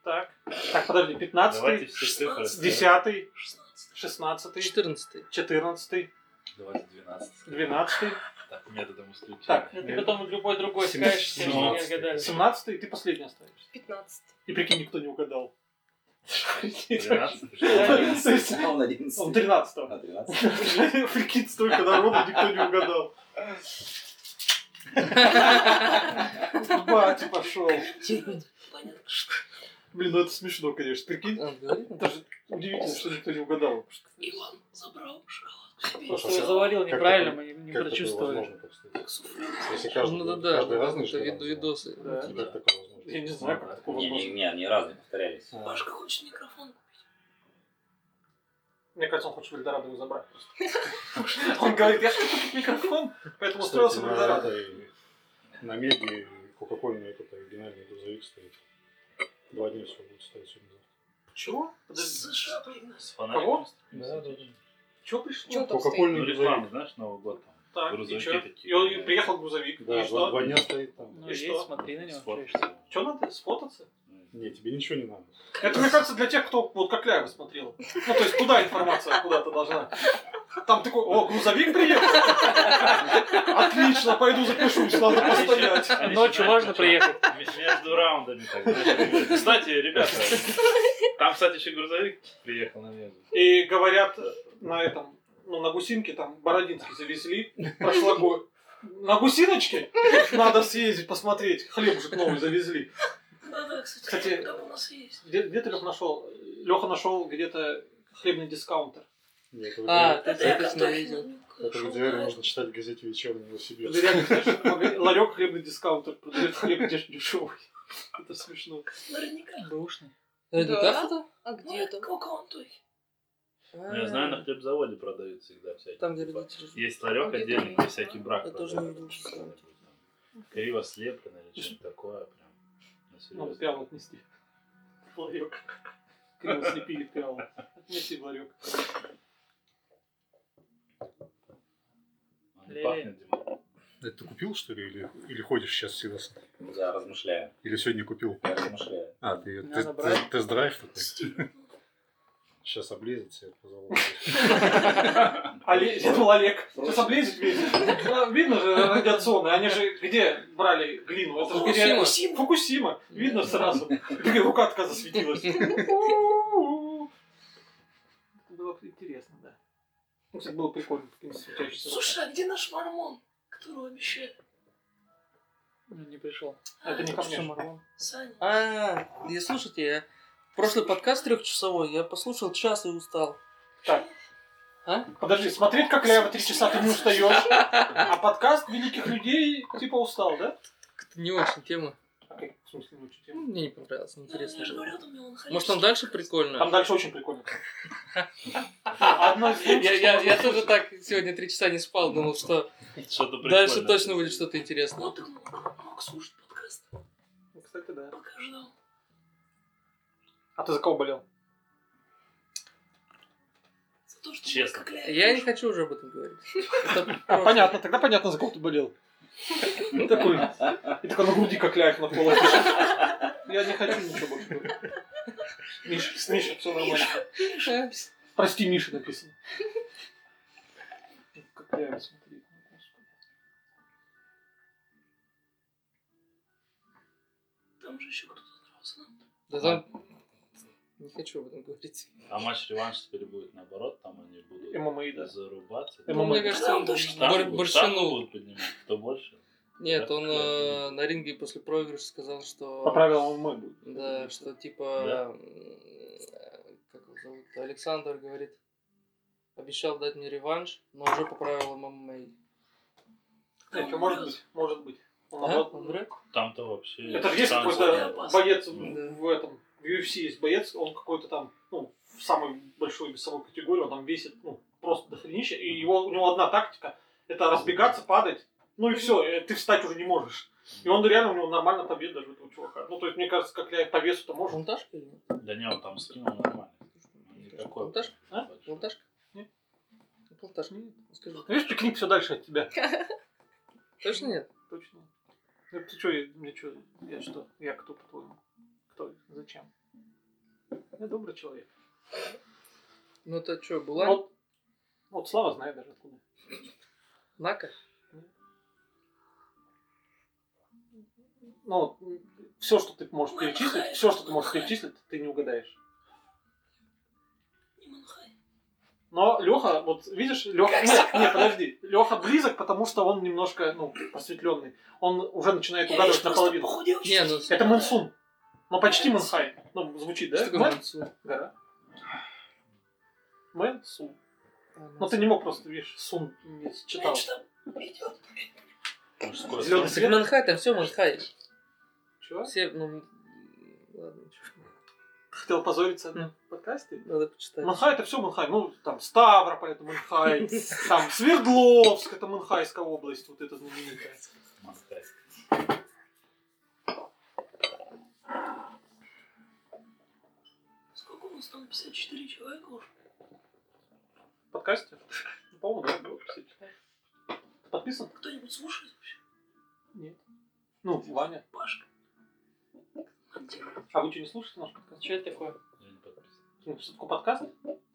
A: Так. Так, подожди, 15
G: Давайте все цифры.
A: 10
E: Шестнадцатый.
A: 16
B: 14
A: 14
G: Давайте 12.
A: 12
G: Так, методом исключения.
A: Так,
C: Ты
F: Нет.
C: потом любой другой
F: Семнадцать.
C: скажешь, все что не
G: Семнадцать.
C: отгадали.
A: 17 и ты последний останешься.
H: 15.
A: И прикинь, никто не угадал.
G: 13.
D: Он 11.
A: Он 13
D: А, 13.
A: Прикинь, столько народу никто не угадал. Бати пошел.
E: Понятно, что.
A: Блин, ну это смешно, конечно. Прикинь,
B: Он говорит?
A: это же удивительно, что никто не угадал.
E: Иван забрал шоколадку себе.
C: Просто я заварил
F: Как
C: неправильно,
F: такое-
C: мы не
F: Как такое
C: прочувствовали.
F: возможно, так сказать?
E: Как суфлер.
F: Если каждый,
B: Ну да, да,
F: каждый
B: вот
F: разный
B: это
F: шаран
B: вид-
F: сделал.
B: видосы.
A: Да.
F: Ну, Как такое возможно? А,
A: Я не знаю, как такое
D: Не, не,
A: возможно.
D: не, они разные повторялись.
E: Пашка хочет микрофон.
A: Мне кажется, он хочет в Эльдорадо его забрать. Он говорит, я хочу купить микрофон, поэтому устроился в
F: Кстати, на
A: Эльдорадо.
F: этой- На меди кока-кольный этот оригинальный грузовик стоит. Два дня всего будет стоять сегодня.
A: Чего?
E: С
A: Подожди.
E: США пригнать.
G: С фонариком.
A: Кого?
G: Да, да,
A: Чего
H: Чё
A: пришло?
H: там
F: Кока-кольный
H: стоит?
G: Ну,
F: грузовик.
G: реклама, знаешь, Новый год там.
A: Так, и
G: Грузовики
A: чё?
G: такие.
A: И он- и приехал грузовик,
F: Да,
A: и
F: два, два
A: что?
F: дня стоит там.
C: Ну,
A: И
C: есть,
A: что?
C: смотри на него. что
G: Сфоткать
C: еще.
G: его.
A: Что надо? Сфотаться?
F: Не, тебе ничего не надо.
A: Это, мне кажется, для тех, кто вот как Ляева смотрел. Ну, то есть, куда информация куда-то должна? Там такой, о, грузовик приехал. Отлично, пойду запишусь, надо постоять.
G: Они
C: Ночью
G: считают,
C: можно
G: причём,
C: приехать?
G: м- Между раундами так. знаешь, Кстати, ребята, там, кстати, еще грузовик приехал на меду.
A: И говорят на этом, ну, на гусинке там Бородинский завезли, прошла го- На гусиночке надо съездить, посмотреть. Хлебушек новый завезли.
E: Да-да, кстати,
A: Кстати,
E: там у нас есть.
A: Где, где ты Леха нашел? Леха нашел где-то хлебный дискаунтер.
F: Не, это в
B: А,
F: идеале-
B: ты
E: я
B: точно
E: Картохина,
B: видел.
E: ну-ка,
F: это в
E: шел,
F: идеале
E: да.
F: можно читать в газете «Вечерний
A: Это
F: Новосибирск».
A: реально, знаешь, магазин- ларек хлебный дискаунтер продает хлеб деш- дешевый. Это смешно.
E: Наверняка.
C: Бэушный.
B: Это
H: Да.
B: так это?
H: А
E: Ну,
H: где
E: это
H: там?
E: Коко Антохи.
G: Ну, Я знаю, на хлебзаводе продают всегда всякие.
B: А. Там, где
G: типа,
B: родители живут.
G: Есть ларек
H: Где-то
G: отдельный, где
H: есть,
G: всякий
H: да.
G: брак
B: Я тоже не
G: продают,
B: видела, что
G: что-нибудь там. Криво слеплено или что-нибудь такое прям. Ну,
A: Надо
G: серьезно.
A: пиал отнести. Ларек. Криво слепили пиал. Отнеси в ларек.
G: Он не пахнет, Дима.
F: Это ты купил, что ли, или, или ходишь сейчас всегда? с-
D: Я размышляю.
F: Или сегодня купил?
D: Я размышляю.
F: А, ты,
C: Надо
F: ты-
C: брать.
F: ты- тест-драйв такой?
E: Стиль.
F: Сейчас облезет себе, пожалуй.
A: Оле- Я думал, Олег. Сейчас облезет весь. Ну, Видно же радиационные. Они же где брали глину? Это же где-
B: Фукусима.
A: Фукусима. Видно сразу. Блин, Рука отказа засветилась. Это было интересно, да. Ну, кстати, было прикольно. такими светящимися
E: Слушай, а где наш мормон, которого обещали?
C: Ну, не пришел.
A: руками. Это не ко мне.
B: Что,
A: же.
B: Марвел?
E: А, Саня.
B: А, я слушайте, я прошлый подкаст трехчасовой, я послушал час и устал.
A: Подожди, смотреть, как Ляева три часа, ты не устаешь. А подкаст великих людей типа устал, да?
B: Как-то не очень тема.
A: Как- в смысле, ну, что
B: Ну,
A: тема?
B: Мне не понравилось,
E: Ну, я
B: неинтересно
E: же
B: было.
E: говорю, там меланхолично.
B: Может, там дальше
A: Там
B: прикольно?
A: дальше очень прикольно. А, Одно из лучших,
B: Я, я,
A: что
B: я
A: можно
B: тоже
A: услышать.
B: так сегодня три часа не спал, думал, что
G: Что-то прикольное.
B: дальше точно будет что-то интересное.
E: Вот так мог, мог слушать подкаст,
A: Ну, Кстати, да.
E: пока ждал.
A: А ты за кого болел?
E: За то, что
G: Честно.
E: как ляг.
B: Я не хочу уже об этом говорить. Это
A: А,
B: прошлое.
A: понятно, тогда понятно, за кого ты болел.
G: Ну,
A: И такой, и такой на груди как ляг на пол. Я не хочу ничего больше говорить. Миша, Миша, все нормально. Прости, Миша написано. Как я его смотреть? ну, господи.
E: Там же еще кто-то дрался.
B: Да там... Не хочу об этом говорить.
G: А матч-реванш теперь будет наоборот, там они будут
A: ММА, да.
G: зарубаться.
B: Ну, мне кажется, он
E: Да, точно.
G: Ставку-
B: бор-
G: ставку
B: борщанул.
G: будут поднимать, кто больше.
B: Нет,
G: Да?
B: он э, на ринге после проигрыша сказал, что...
A: По правилам ММА будет.
B: Да, что
G: Да.
B: типа... э, Как его зовут? Александр говорит, обещал дать мне реванш, но уже по правилам ММА.
A: Знаете, Э, может быть, может быть. Он наоборот-
B: Он врет?
G: Там-то вообще...
A: Это же есть
G: шансы-
A: какой-то боец
B: Да.
A: в в этом, в UFC есть боец, он какой-то там, ну, в самой большой весовой категории, он там весит, ну, просто до хренища, и его, у него одна тактика, это разбегаться, падать, ну и все, ты встать уже не можешь. И он реально, у него нормально победа даже у этого чувака. Ну, то есть, мне кажется, как я по весу-то можно.
B: Монтажка или нет?
G: Да не, он там скинул нормально. Он не такой.
B: Монтаж?
A: А?
G: большой.
B: Полташка? Ну,
A: Нет.
B: Полташка? Скажи,
A: Видишь, прикинь все дальше от тебя.
B: точно нет?
A: Точно. Ну, ты что, мне что, я что, я кто, по-твоему? Кто, зачем? Я добрый человек.
B: Ну это что, была?
A: Вот, вот Слава знает даже откуда.
B: Нака?
A: ну, все, что ты можешь
E: Махай.
A: перечислить, все, что ты можешь перечислить, ты не угадаешь.
E: Не Манхай.
A: Но Леха, вот видишь, Леха, нет, нет, подожди, Леха близок, потому что он немножко, ну, просветленный. Он уже начинает
E: Я видишь,
A: угадывать
E: просто
A: наполовину.
E: похудел
B: Не, ну...
E: чуть-чуть.
A: Это Мунсун. Ну, почти Мунхай. Ну, звучит, да?
B: Что такое
A: Мэн-
B: Мунсу?
A: Гора. Мэнсун.
B: А,
A: Но ты не мог просто, видишь, Сун не читал.
E: Значит, там идет.
G: Мужской
A: Зелёный
B: Так Манхай, там все Манхай.
A: Чего?
B: Все, ну... м, Ладно, ничего.
A: Хотел позориться на
B: М.
A: подкасте?
B: Надо почитать.
A: Манхай это все Манхай. Ну, там Ставрополь это Манхай, там Свердловск это Манхайская область, вот это знаменитая.
G: Москва.
E: Сколько у нас там? 54 человека уже.
A: подкасте? Ну, По-моему, да, было 54. Подписан?
E: Кто-нибудь слушает вообще?
A: Нет. Ну, Ваня.
E: Пашка.
A: А вы что, не слушаете наш подкаст?
C: Что это такое?
G: Я не подписан.
A: Ну, Что такое подкаст?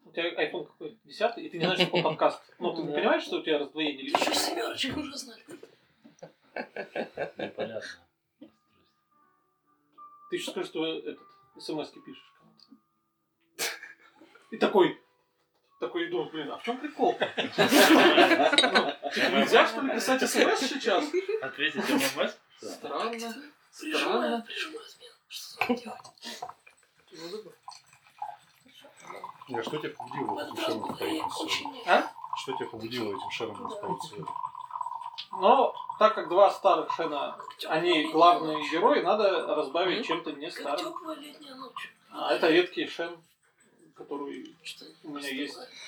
A: У тебя iPhone какой? Десятый? И ты не знаешь, что такое подкаст. Ну, ты не понимаешь, что у тебя раздвоение
E: Ты
A: личности?
E: еще семерочек уже знали.
G: Непонятно.
A: Ты еще скажешь, что этот, смс пишешь кому-то. И такой, такой и думаешь, блин, а в чем прикол? типа, Нельзя, что ли, писать смс сейчас?
G: Ответить ММС?
A: Странно.
E: Прижимаю, прижимаю смену. Что надо делать?
F: Не, а что тебя
E: В
F: побудило этим
E: этот раз
F: шаром
E: был
F: расправиться
E: я
F: сегодня?
E: очень не-
B: А?
F: Что тебя побудило этим шаром расправиться сегодня?
A: Но так как два старых шена
E: как тёплая
A: Они
E: летняя
A: главные
E: ночь.
A: герои, надо разбавить чем-то не
E: Как
A: старым.
E: теплая летняя ночь.
A: А это редкий шен, который
E: Что
A: у меня есть.
E: остывает.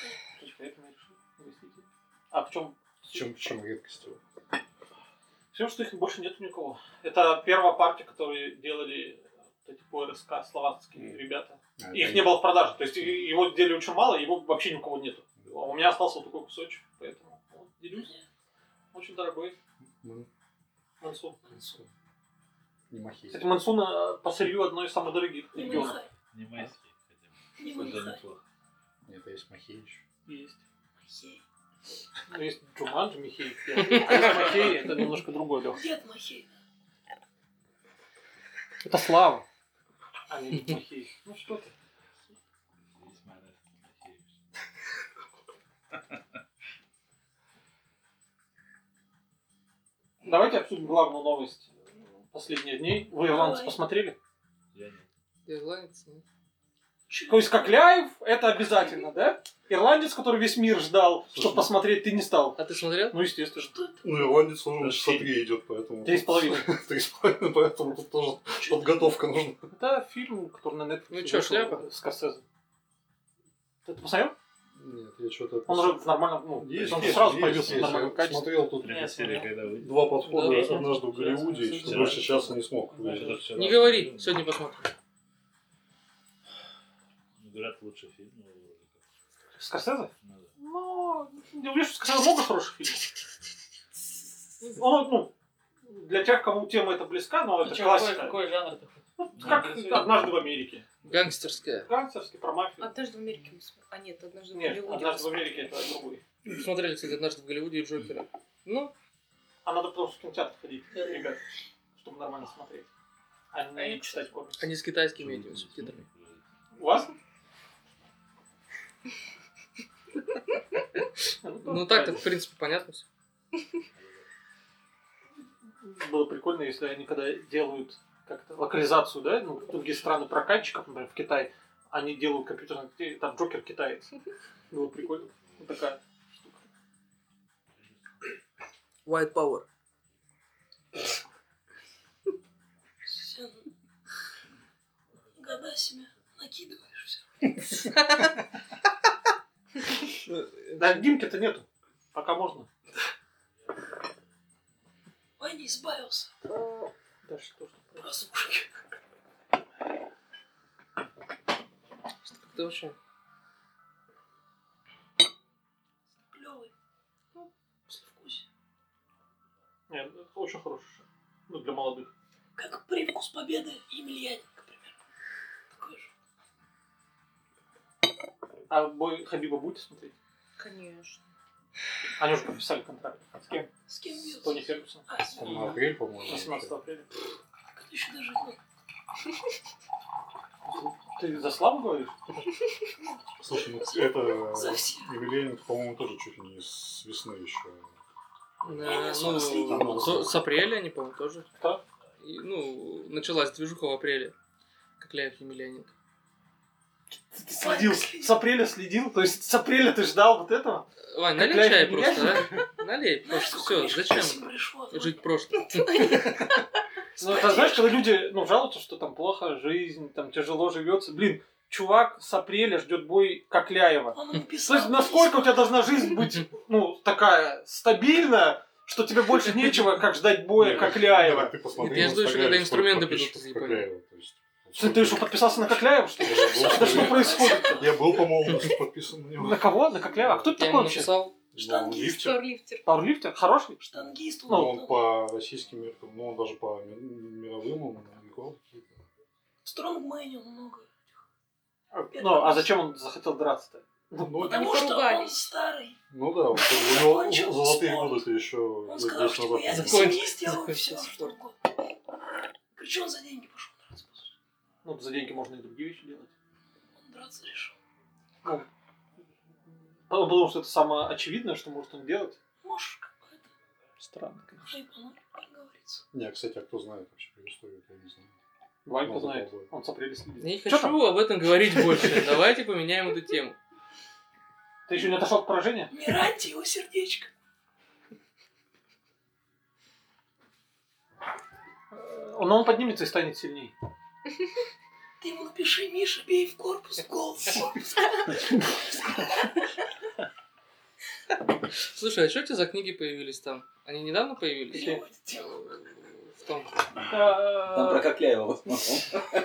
A: Точка, поэтому я решил угостить их. А в чем?
F: В чем, в чем редкость его?
A: Все, что их больше нет у никого. Это первая партия, которую делали вот эти по РСК словацкие
F: Мгм.
A: ребята.
F: А,
A: Их
F: это-
A: не было в продаже. То есть и- его делили очень мало, его вообще ни у кого нету. А у меня остался вот такой кусочек, поэтому вот, делюсь. Очень дорогой
F: Ну,
A: Мансун.
F: не махи.
A: Кстати, Мансун э, по сырью одно из самых дорогих
E: Не
A: регионов.
E: манихай.
G: Не майский, хотя
E: Не
G: бы. Уже
E: манихай.
G: неплохо.
F: Нет, а есть махеич.
A: Есть.
E: Махей.
A: Ну, есть Джуманджи, Михей. Конечно, Михей это немножко другой, Лех.
E: Дед Махей.
A: Это Слава. А не Михей. Ну что ты?
G: Здесь майонез не махеешь.
A: Давайте обсудим главную новость последних дней. Вы
E: Давай.
A: ирландцы посмотрели?
G: Я не...
B: Ты ирландец, нет?
A: То есть Кокляев это обязательно, да? Ирландец, который весь мир ждал, чтобы посмотреть, ты не стал.
B: А ты смотрел?
A: Ну, естественно.
E: Что это?
F: Ну, ирландец, он
G: Да,
F: часа
G: фильм.
F: три идет, поэтому...
A: Три с половиной.
F: Три с половиной, поэтому тут тоже подготовка нужна.
A: Это фильм, который на Netflix.
B: Ну чё,
A: вышел,
B: шляпа?
A: Скорсезе. Ты это посмотрел?
F: Нет, я что-то...
A: Он уже в нормальном, ну,
F: Есть,
A: он
F: есть,
A: сразу
F: есть,
A: появился в
F: есть.
A: нормальном
F: Я
A: качестве.
F: Смотрел тут
G: Третья
C: Нет,
G: серия,
C: смотрел.
G: когда выйдет.
F: два подхода
B: Да,
F: однажды в Голливуде, и что
G: Вчера.
F: больше часа не смог.
G: Это вчера.
B: Не говори, сегодня посмотрим.
G: Говорят, лучший фильм. ну, вроде как.
A: Скорсезе?
G: Ну да.
A: Ну, не удивлюсь, что Скорсезе много хороших фильмов. Он, ну, для тех, кому тема это близка, но это
C: Ты Ну, чё, какой,
A: классика. Ну,
C: какой жанр ты хочешь?
A: Как однажды в Америке.
B: Гангстерская.
A: Гангстерский, про мафию.
H: Однажды в Америке мы смотрели. А нет, однажды в
A: Нет,
H: Голливуде.
A: однажды в
H: мы
A: Америке это
H: смотрели.
A: другой.
B: Смотрели, кстати, однажды в Голливуде и Джокера. Ну,
A: А надо просто в кинотеатр ходить, ребят, чтобы нормально смотреть. А не читать комиксы.
B: они с китайскими этими субтитрами.
A: У вас?
B: Ну так-то, в принципе, понятно все.
A: Было прикольно, если они когда делают как-то локализацию, да, ну, в другие страны прокатчиков, например, в Китай, они делают компьютерный, где там Джокер китаец. Было прикольно. Вот такая штука.
B: White Power.
E: Все. Года себя накидываешь все.
A: Да, Димки-то нету. Пока можно.
E: Ваня избавился
A: Да что ж.
E: от просушки.
B: Как-то вообще. э,
E: Клевый. Ну, послевкусие.
A: Нет, это очень хороший. Ну, для молодых.
E: Как привкус победы Емельяненко, например. Такой же.
A: А бой Хабиба будете смотреть?
H: Конечно.
A: Они уже подписали контракт. С кем?
E: С кем
A: С
E: бился?
A: Тони Фергюсоном.
E: А, с
F: Там на апрель, по-моему.
A: 18 апреля.
E: как это еще даже было?
A: Ты за славу говоришь?
F: Слушай, ну это...
E: За всех.
F: Емельяненко, по-моему, тоже чуть ли не с весны еще.
B: На- ну,
F: Там
B: с, с апреля, они, по-моему, тоже.
A: Кто?
B: И, ну, началась движуха в апреле. Кокляев Емельяненко.
A: Ты следил. С апреля следил? То есть с апреля ты ждал вот этого?
B: Вань, налей
A: Кокляев
B: чай просто, а? Налей,
E: Знаешь,
B: просто
E: сколько
B: все,
E: мне
B: зачем
E: писем пришло от
B: жить прошлым?
A: Ну, это знаешь, когда люди ну, жалуются, что там плохо жизнь, там тяжело живется. Блин, чувак с апреля ждет бой Кокляева.
E: Он ему
A: То
E: писал.
A: есть насколько у тебя должна жизнь быть, ну, такая стабильная, что тебе больше нечего, как ждать боя
F: Нет,
A: Кокляева.
F: ну, Ты посмотри
B: Нет, я
F: в
B: жду еще,
F: Инстаграме,
B: когда
F: сколько
B: инструменты
F: подписчиков
B: придут из Японии.
F: Кокляева, то есть.
A: Ты, ты что, подписался на Кокляева, что ли? Да что происходит
F: Я был, по-моему, даже подписан на него.
A: На кого? На Кокляева? А кто это
B: Я
A: такой
B: ему
A: вообще?
B: написал,
F: Ну, лифтер.
H: Старлифтер.
A: Пауэрлифтер? Хороший?
E: Штангист
A: Ну,
F: Ну,
E: он
F: он по российским меркам, ну, он даже по ми- мировым, он играл какие-то.
E: В Стронгмэне он много.
A: Ну, а зачем он захотел драться-то?
F: Ну,
E: Потому что он
H: поругались.
E: старый.
F: ну да, вот у
E: Он чё,
F: него золотые
E: спорт?
F: годы-то еще
E: Он
F: лет
E: сказал,
F: 10
E: что я
F: назад.
E: за
B: Закончил.
E: семьи сделаю все,
B: Закончил
E: что
B: спорт.
E: угодно. Причем за деньги пошел драться. по сути.
A: Ну, за деньги можно и другие вещи делать.
E: Он драться решил.
A: Потому потому Ну, что это самое очевидное, что может он делать.
E: Можешь как бы это
B: странно, конечно.
E: хайпануть, как говорится.
F: Не, кстати, а кто знает вообще предысторию, я не знаю.
A: Ванька
F: Надо
A: знает.
F: попробовать.
A: Он с апреля следит.
B: Не
A: Чё
B: хочу
A: там?
B: об этом говорить больше. Давайте поменяем эту тему.
A: Ты еще не отошел от поражения?
E: Не раньте его сердечко.
A: Э, Но он поднимется и станет сильнее.
E: Ты ему напиши, Миша, бей в корпус, в голову, в корпус.
B: Слушай, а что у тебя за книги появились там? Они недавно появились?
E: Переводите.
B: В том.
A: Э,
D: Кокляева в основном.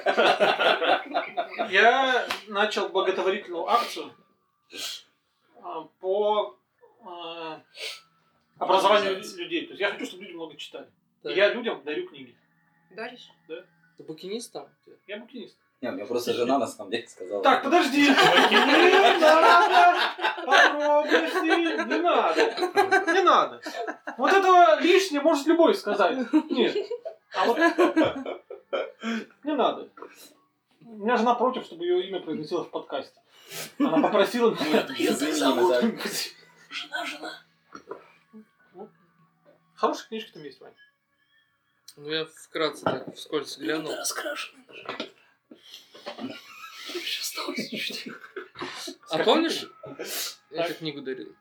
A: Я начал благотворительную акцию э, по э, образованию лю- людей. То есть я хочу, чтобы люди много читали. И
B: Так.
A: Я людям дарю книги.
H: Даришь?
B: Ты букинист там?
A: Я букинист.
I: Не, мне просто жена на самом деле сказала.
A: Так, подожди. Не надо. Подробности. Не надо. Не надо. Вот этого лишнее может любой сказать. Нет. А вот... Не надо. У меня жена против, чтобы ее имя произносилось в подкасте. Она попросила меня.
E: Ее так
I: Извини,
E: зовут.
I: да.
E: Жена, жена.
A: Хорошие книжки там есть, Вань.
B: Ну я вкратце так вскользь А
E: Ну,
B: глянул.
E: да, раскрашенная. Сейчас Осталось чуть-чуть.
B: А помнишь? Я еще книгу дарил.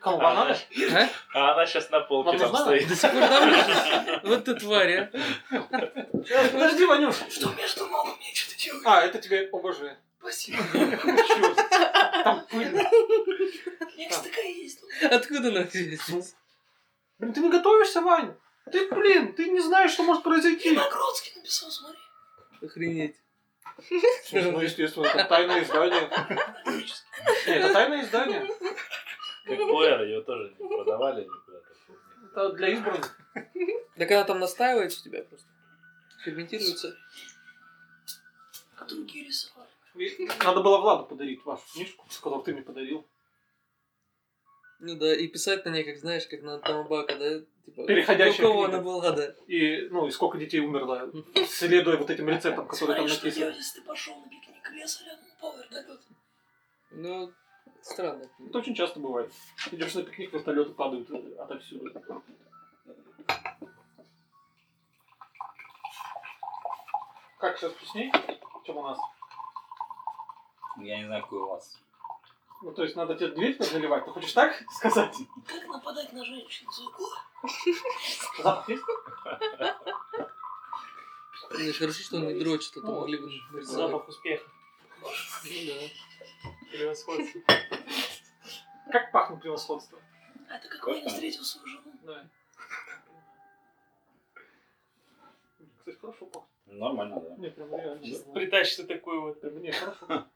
A: Кому
G: А,
A: бананы?
G: знаешь,
B: А?
G: А она сейчас на полке
A: Вам
G: там
A: нужна?
G: стоит.
B: До сих пор давлю. Ну, Вот ты тварь, а.
A: Э, Подожди, Ванюш.
E: Что между ног мне что-то делает?
A: А, это тебе ОБЖ.
E: Спасибо.
A: Чё? Там пыль.
E: Книгс такая есть. ну.
B: Откуда она у тебя здесь?
A: Блин, ты не готовишься, Вань? Ты, блин, ты не знаешь, что может произойти.
E: Виногродский написал, смотри.
B: Охренеть.
A: Слушай, ну, естественно, это тайное издание. Не, это тайное издание.
G: Как Пуэр, ее тоже не продавали никуда. как помню.
A: Это для избранных.
B: Да когда там настаивается у тебя просто. Ферментируется.
E: А другие рисовали.
A: И Надо было Владу подарить вашу книжку, которую ты мне подарил.
B: Ну да, и писать на ней, как знаешь, как на Тамабака, да? Типа,
A: Переходящая
B: у кого
A: книга.
B: она была, да.
A: И, ну, и сколько детей умерло, следуя вот этим рецептам, которые А там
E: Смотри, что
A: написаны.
E: делать, если ты пошел на пикник леса, рядом Пауэр дает.
B: Ну, странно.
A: Это очень часто бывает. Идешь на пикник, вертолеты падают отовсюду. Как сейчас вкуснее, чем у нас?
I: Я не знаю, какой у вас.
A: Ну, то есть надо тебе дверь тут заливать. Ты хочешь так сказать?
E: Как нападать на женщин за угла?
A: Запах есть?
B: Знаешь, хорошо, что он не дрочит, а то
A: Ну,
B: могли бы нарисовать.
C: Запах успеха.
B: Ну да.
C: Превосходство.
A: Как пахнет превосходство?
E: А это как Ваня встретил свою жену.
A: Да. Кстати, хорошо пахнет.
D: Нормально, да.
A: Мне прям реально.
C: Сейчас
A: нормально.
C: притащится такой вот.
A: Прям Мне хорошо.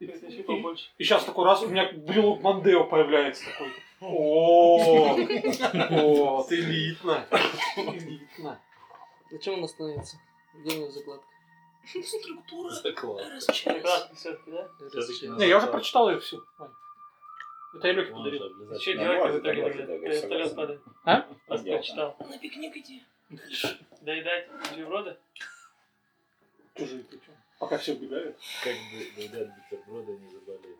A: И,
C: Притащи
A: и-
C: побольше.
A: И сейчас такой раз у меня брелок Мандео появляется такой. О, вот, элитно. Элитно.
B: На чем он остановится? Где у него закладка?
E: Структура
G: Заклад.
E: РСЧС.
C: Прикладки все-таки, да?
G: Всё-таки
A: Не, я уже прочитал ее всю. Вань. Это я Лёхе
G: Можно
A: подарил.
G: облизать.
C: Что
D: Да,
C: делать в
D: ладно,
C: итоге,
D: давай,
C: когда
D: давай,
C: вертолет
D: согласен.
C: падает?
A: А?
C: Раз
D: Дело.
C: прочитал.
E: На пикник иди.
C: Доедать бутерброды?
A: Чужие причем. Пока все убегают.
G: Как бы едят бутерброды, не заболеть.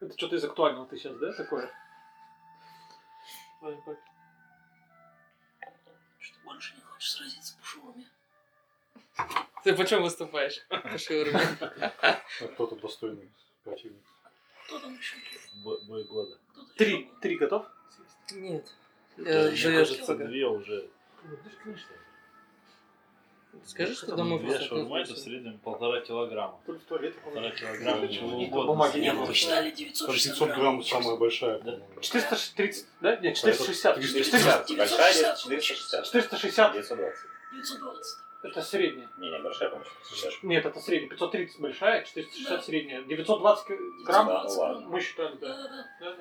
A: Это что-то из актуального ты сейчас, да, такое?
C: Лайфхак.
E: Что больше не хочешь сразиться с пушурами.
B: Ты почем выступаешь? Пошевырни.
F: А кто-то достойный противник.
E: Кто там еще?
G: Бо- Бой года.
E: Кто-то
A: Три.
E: еще был?
A: Три готов?
B: Нет. Э,
G: Да,
B: Я
G: мне
B: заезжу
G: кажется,
B: пока.
G: две уже.
A: Ну,
B: Скажи, что
G: Там
B: домой
G: Две
B: просто
G: шаурма это в
B: отправишься.
G: среднем полтора килограмма.
A: Только в туалет. а
G: Полтора килограмма
F: Там
G: чего
A: бумаги
G: угодно.
A: не
E: Не,
A: было.
E: мы посчитали
A: Ну,
E: 960
F: 500 грамм самая большая,
G: Да.
F: по-моему.
A: 430, да?
D: Ну,
A: Нет, 460.
D: 460.
A: 460.
D: Большая
E: 960.
D: 460.
A: 460
D: 920.
E: 920.
A: это средняя.
D: Не, не, большая, по-моему, 460.
A: Нет, это средняя. 530 большая, 460 средняя. 920 к- грамм
E: 920
D: ладно.
E: грамм.
A: мы считали, да.
E: Да-да-да.
A: Да,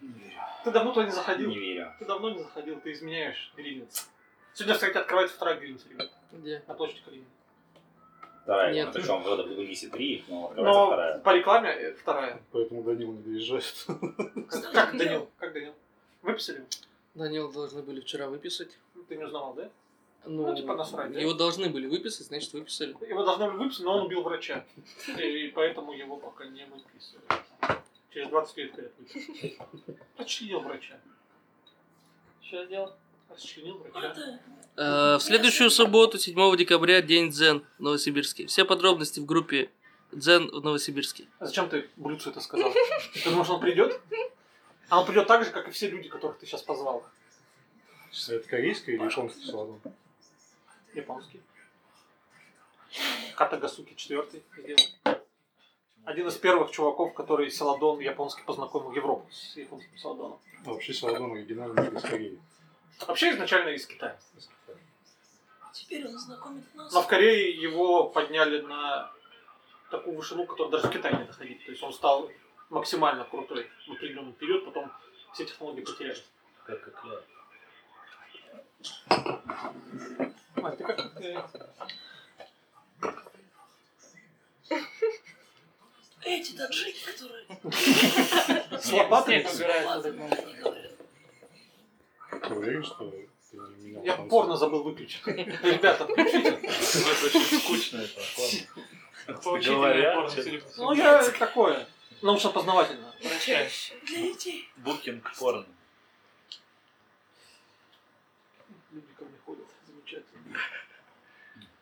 A: да. Ты давно туда не заходил.
D: Не верю.
A: Ты давно не заходил, ты изменяешь грильниц. Сегодня, кстати, открывается вторая грильница, ребят,
B: Где?
A: на площади Калинина.
D: Вторая,
B: Нет.
D: ну, причем года в Тунисе три, их, но открывается
A: Но
D: вторая.
A: по рекламе э, вторая.
F: Поэтому Данил не доезжает.
A: Как, как Данил? Как Данил? Выписали? его?
B: Данила должны были вчера выписать.
A: Ты не узнавал, да?
B: Ну,
A: Ну, типа насрать, да?
B: его должны были выписать, значит, выписали.
A: Его должны были выписать, но он убил врача. И поэтому его пока не выписывают. Через 20 лет говорят, выпишут. Расчленил врача.
C: Что сделал?
A: Расчленил врача.
E: Это
B: Э, В следующую субботу, 7 декабря, день Дзен в Новосибирске. Все подробности в группе Дзен в Новосибирске.
A: А зачем ты Блюцу это сказал? Ты думаешь, он придет? А он придет так же, как и все люди, которых ты сейчас позвал.
F: Это корейская или японская салон?
A: Японский. Катагасуки четвертый. Один из первых чуваков, который Селадон японский познакомил Европу с японским Селадоном.
F: А вообще салон оригинальный из Кореи.
A: Вообще изначально из Китая.
E: А теперь он знакомит нас.
A: Но в Корее его подняли на такую вышину, которая даже в Китае не доходит. То есть он стал максимально крутой в определенный период, потом все технологии потерялись.
G: Как как я.
A: А, ты как? э,
E: Эти таджики, которые...
A: С лопатой?
C: Снег убирают под окном.
E: Они говорят,
F: Ты уверен, что ты не менял
A: Я
F: концепт?
A: порно забыл выключить. Ребята, включите.
G: Это очень скучно это. ладно.
C: Поучительное
G: Говорят,
C: порно,
G: что-
C: судя по всему.
A: Ну, я такое. Научно-познавательно.
C: Прощай.
E: Для детей.
G: Букинг порно.
A: Люди ко мне ходят. Замечательно.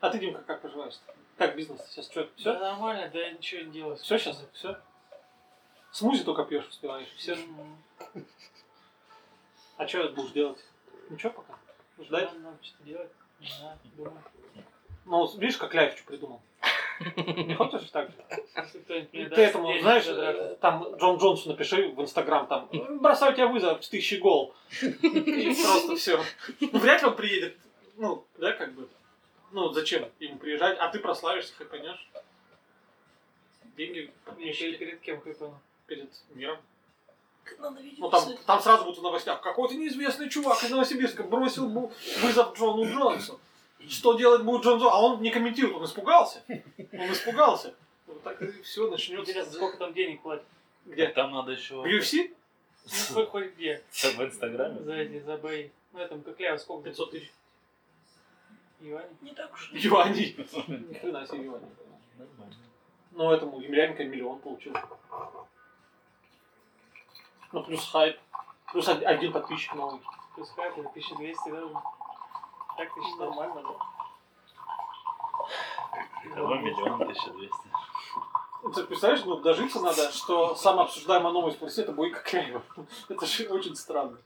A: А ты, Димка, как поживаешь? Как бизнес сейчас? Что,
C: Все
A: все?
C: нормально, да я ничего не делаю.
A: Все сейчас? Все? Смузи только пьешь, успеваешь. Все.
C: Мгм.
A: А что будешь делать? Ничего пока? Ждать?
C: Надо, надо что-то делать. Не знаю, думаю.
A: Ну, видишь, как Ляевич придумал. Не хочешь так же?
C: Если кто-нибудь мне
A: Ты
C: даст
A: этому,
C: денег,
A: знаешь,
C: то да.
A: э, там Джон Джонсу напиши в Инстаграм, там, бросаю тебя вызов в тысячи гол. И просто все. Ну, вряд ли он приедет. Ну, да, как бы. Ну, зачем ему приезжать? А ты прославишься, хайпанешь. Деньги
C: Мне перед, перед кем хайпану?
A: перед миром.
E: Надо видеть.
A: Ну, там, там сразу будут в новостях. Какой-то неизвестный чувак из Новосибирска бросил бу- вызов Джону Джонсу. Что делать будет Джон Джонс? А он не комментирует, он испугался. Он испугался. Вот так и все
C: Интересно,
A: начнется.
C: сколько там денег платят?
A: Где?
G: А Там надо еще...
A: В UFC?
C: Ну, хоть- хоть где.
G: В Инстаграме?
C: За эти, за бои. Ну, я там кокляю, сколько?
A: 500 тысяч.
C: юаней.
E: Не так уж. и-
A: Юаней. Ни хрена себе юаней.
G: Нормально.
A: Ну, этому Емельяненко миллион получил. Ну, плюс хайп. Плюс од- один подписчик новый.
C: Плюс хайп, это 1200 даже. Так ты считал?
A: Нормально, да?
G: Итого миллион тысяча двести.
A: Ну, Ты представляешь, ну, дожиться надо, что самая обсуждаемая новость в России это будет Кокляева. Это же очень странно.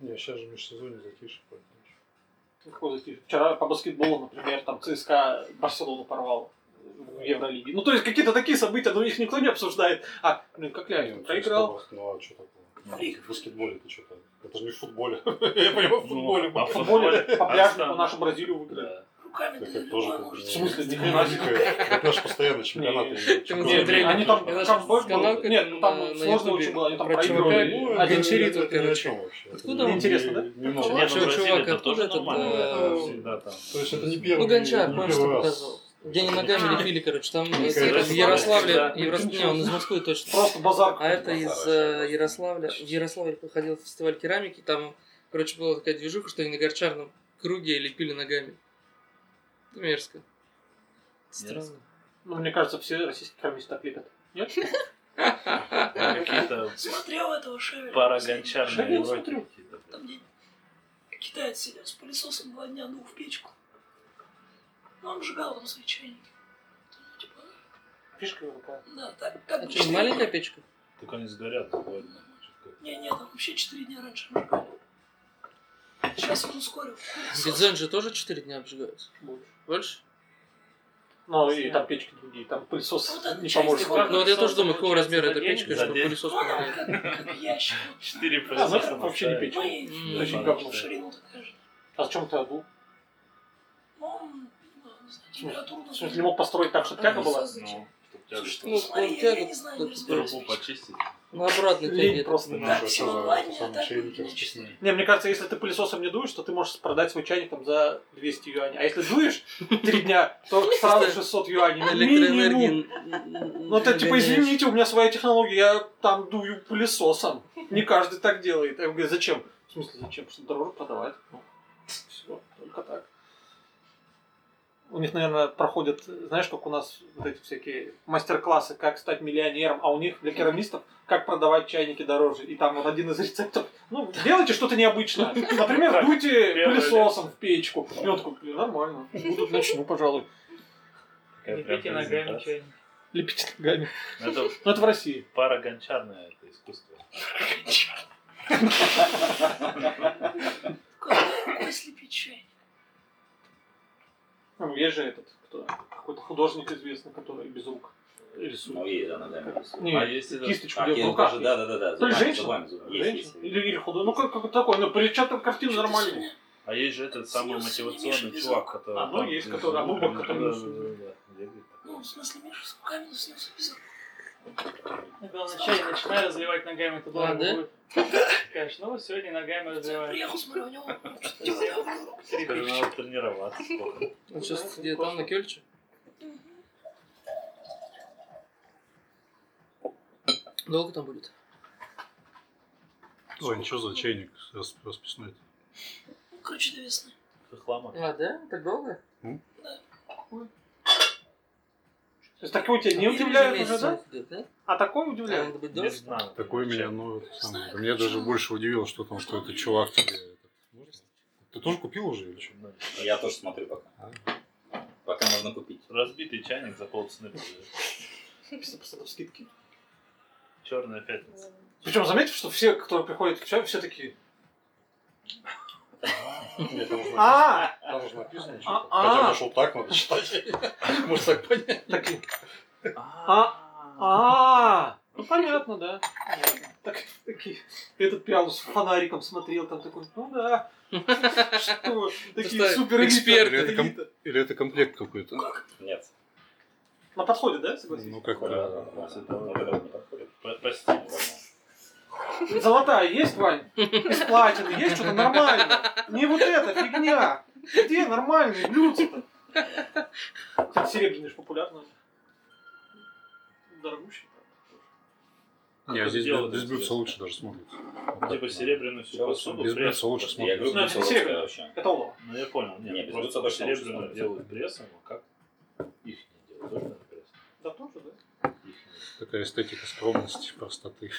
F: Не, сейчас же межсезонье затишье. поэтому ничего.
A: Какой затишье. Вчера по баскетболу, например, там ЦСКА Барселону порвал в Евролиге. Ну, то есть какие-то такие события, но их никто не обсуждает. А, блин,
F: Не,
A: Кокляев
F: ну,
A: проиграл.
F: просто, Ну а что такого?
E: Фрик.
F: В баскетболе это что-то. Это же не в футболе. Я понимаю, в футболе.
G: а
A: В
G: в
F: мы-
A: футболе
G: футболе
A: по пляжнику
G: Арсенал.
A: нашу Бразилию выиграли.
G: Да.
E: Руками
F: Так
E: ты
F: это тоже
E: любой
F: как бы-
E: можешь.
A: В смысле, ни
F: Ну,
A: хрена себе.
F: дикое. Это же постоянно чемпионаты.
A: Нет,
B: Андрей,
A: они там
B: это же
A: Камбодж был.
B: канал, как
A: Нет, ну, там
B: на- на
A: сложно
B: Ютубе.
A: очень было, они там
B: Про чувака,
A: проигрывали.
B: ну,
F: это-
B: один
F: это-
B: чирит,
F: это ни о
B: короче.
F: чем вообще. Это
B: Откуда
F: не-
B: он?
A: Интересно, да?
F: немного.
B: Нет, ну,
G: Чувак,
B: чувак,
G: это тоже
B: откуда этот,
G: нормально,
B: э,
G: это всегда там.
F: То есть это не первый
B: Ну, Гончар,
F: не
B: помнишь,
F: первый
B: ты
F: раз.
B: показывал? Где они ногами
H: А.
B: лепили, короче, там
H: Ну,
B: это,
H: Ярославль,
B: в Ярославле,
G: да.
B: Еврос- не, он из Москвы точно.
A: Просто базар.
B: А это
A: какой-то.
B: из э, Ярославля. В Ярославле проходил фестиваль керамики, там, короче, была такая движуха, что они на горчарном круге лепили ногами. Это мерзко. Странно.
A: Ну, мне кажется, все российские кармисты так лепят. Нет?
G: Какие-то
E: Смотрел этого Шевеля.
G: пара
A: Шаг
G: гончарные
A: я
G: уроки
A: смотрю.
G: какие-то. блин.
E: Там где китаец сидел с пылесосом два дня, дул в печку. Ну, он жигал там свои чайники. Ну, типа,
A: Фишка его такая.
E: да, так, как
B: А
E: бы
B: что,
E: четыре-
B: маленькая печка?
G: Так они сгорят буквально.
E: Не, не, там вообще четыре дня раньше обжигали. Сейчас он ускорил.
B: Бидзен же тоже 4 дня обжигаются.
A: Больше.
B: Больше?
A: Ну, и там печки другие, там пылесос
E: Вот это
A: не
E: часть
A: поможет.
E: его-
B: Ну вот я тоже думаю, какого размера
C: За
B: эта
C: день?
B: печка,
G: За
B: чтобы
G: день?
B: пылесос
E: Ну, она
B: помогает.
E: как, как ящик.
G: Четыре
A: А,
G: пылесоса
A: знаешь, вообще не
G: наставить.
A: печка.
E: Мы
A: Очень
G: Да,
A: говно.
E: в ширину такая же.
A: А зачем ты обул?
E: Ну, он, ну, не знаю, температуру...
A: В смысле, не мог построить так, чтобы тяга была?
G: Ну, чтоб тяга
E: Слушай,
G: была.
E: ну,
B: Ну,
E: смотри,
B: он
E: я, я
B: тянет
E: не знаю,
B: тут
E: не разбираюсь.
G: Трубу почистить.
B: На обратной
A: Лень
B: тяге.
A: просто.
F: Ну, а что
E: всего
F: за-
E: два
F: за
E: дня,
F: самые
E: так
F: чайники
E: будет
F: расписные?
A: Не, мне кажется, если ты пылесосом не дуешь, то ты можешь продать свой чайник там за 200 юаней. А если дуешь три дня, то сразу 600 юаней.
B: Электроэнергии.
A: Минимум.
B: н- н- н-
A: Ну, это типа,
B: нагоняешь.
A: извините, у меня своя технология, я там дую пылесосом. Не каждый так делает. Я говорю, зачем? В смысле, зачем? Чтобы дороже продавать. Ну, все, только так. У них, наверное, проходят, знаешь, как у нас вот эти всякие мастер-классы, как стать миллионером, а у них для керамистов, как продавать чайники дороже. И там вот один из рецептов, ну, делайте что-то необычное. Например, дуйте
G: Первое
A: пылесосом в печку. И он такой, «Блин, нормально, буду, начну, пожалуй.
G: Такая
C: Не
G: прям
C: пейте ногами
G: презентация.
C: чайник.
A: Лепите ногами.
G: Ну, Это
A: Ну, это в России.
G: пара гончарная, это искусство.
E: Какой рукой слепить чайник?
A: Ну, есть же этот, кто, какой-то художник известный, который без рук рисует.
I: Ну, есть, да, ногами рисует.
A: Не,
G: А есть это...
A: кисточку
I: А,
A: делает в
I: Кен
A: руках.
I: тоже, да, да, да, да.
A: То есть
I: зубами-
A: женщина?
I: зубами, зубами. Есть,
A: Женщина?
I: есть, есть.
A: Или, или художник. Ну, как, как такой, ну, причем картина
E: Чё ты
A: нормальная.
E: сегодня?
G: А есть же этот самый
E: Слушай, Миша,
G: мотивационный
E: без
G: чувак,
E: рук.
G: который...
A: А, ну,
G: там
A: есть,
G: без
A: который
G: рук,
A: обувок,
G: да,
A: который
G: да,
A: носит.
G: да, да, бегает.
E: Ну, в смысле, Миша с руками, но с ним записал.
C: Ну, главное, чай начинай разливать ногами, это дорого
B: да?
C: будет. Конечно, ну вот сегодня ногами
E: Я
C: разливаю.
E: приехал, смотрю, у него ну, что-то делает.
C: Три
G: Скажи,
C: тысячи.
G: надо тренироваться. сколько.
B: Он Ну, сейчас где там, на Кёльче? Долго там будет?
F: Ой, ничего за чайник рас- расписной.
E: Ну, короче, довесно.
G: Хлама.
B: А, да? Так долго?
A: То есть такой тебя не
B: Ну,
A: удивляет
B: месяц
A: уже, да?
B: идет, да?
A: А такой
B: А,
A: удивляет.
B: Надо быть
G: Без
B: дорого.
G: дна.
F: Такое меня, ну, это самое. Да Меня даже больше удивило, что там, что это чувак тебе. этот, можно? Ты тоже купил уже или что?
D: Я тоже смотрю пока.
F: А?
I: Пока можно купить.
G: Разбитый чайник за полцены продают.
A: 50% скидки.
G: Черная пятница.
A: Причем заметив, что все, кто приходит к чаю, все такие.
F: Нет, там уже написано-
A: А,
F: там уже написано
A: А,
F: что-то.
A: а.
F: Хотя нашел так, надо читать. Может так понять.
A: такие. А, ну понятно, да. Понятно. Так, такие. Этот прям с фонариком смотрел, там такой, ну да. Что? Такие
B: Просто
A: супер элита,
B: эксперты.
A: элита.
F: Или это ком- Или это комплект какой-то?
D: Нет.
A: На подходе, да, согласись?
F: Ну как
D: Да,
F: да.
D: да, да. Вот это вот не подходит.
G: П- Прости.
A: Золотая есть, Вань? Из платины есть что-то нормальное? Не вот эта фигня. Где нормальные блюдца-то? Кстати, серебряный же популярный. Дорогущий.
F: Не, здесь
G: Дело
F: без
G: здесь
F: блюдца
G: есть.
F: лучше даже смотрится.
G: Типа серебряную всю
D: Всё,
G: посуду.
F: без
G: пресс-
F: мяса лучше
G: Я
F: смотрится.
D: Я говорю,
A: Ну, это
D: без
A: серебряно.
D: золота вообще.
A: Это улов.
G: Ну я понял, нет,
D: Не, без
G: просто
D: золота точно лучше
G: серебряную
D: смотрится.
G: делают прессом, а как их не делают, тоже надо прессом.
A: Да тоже, да?
G: Их не-
F: Такая эстетика скромности, простоты.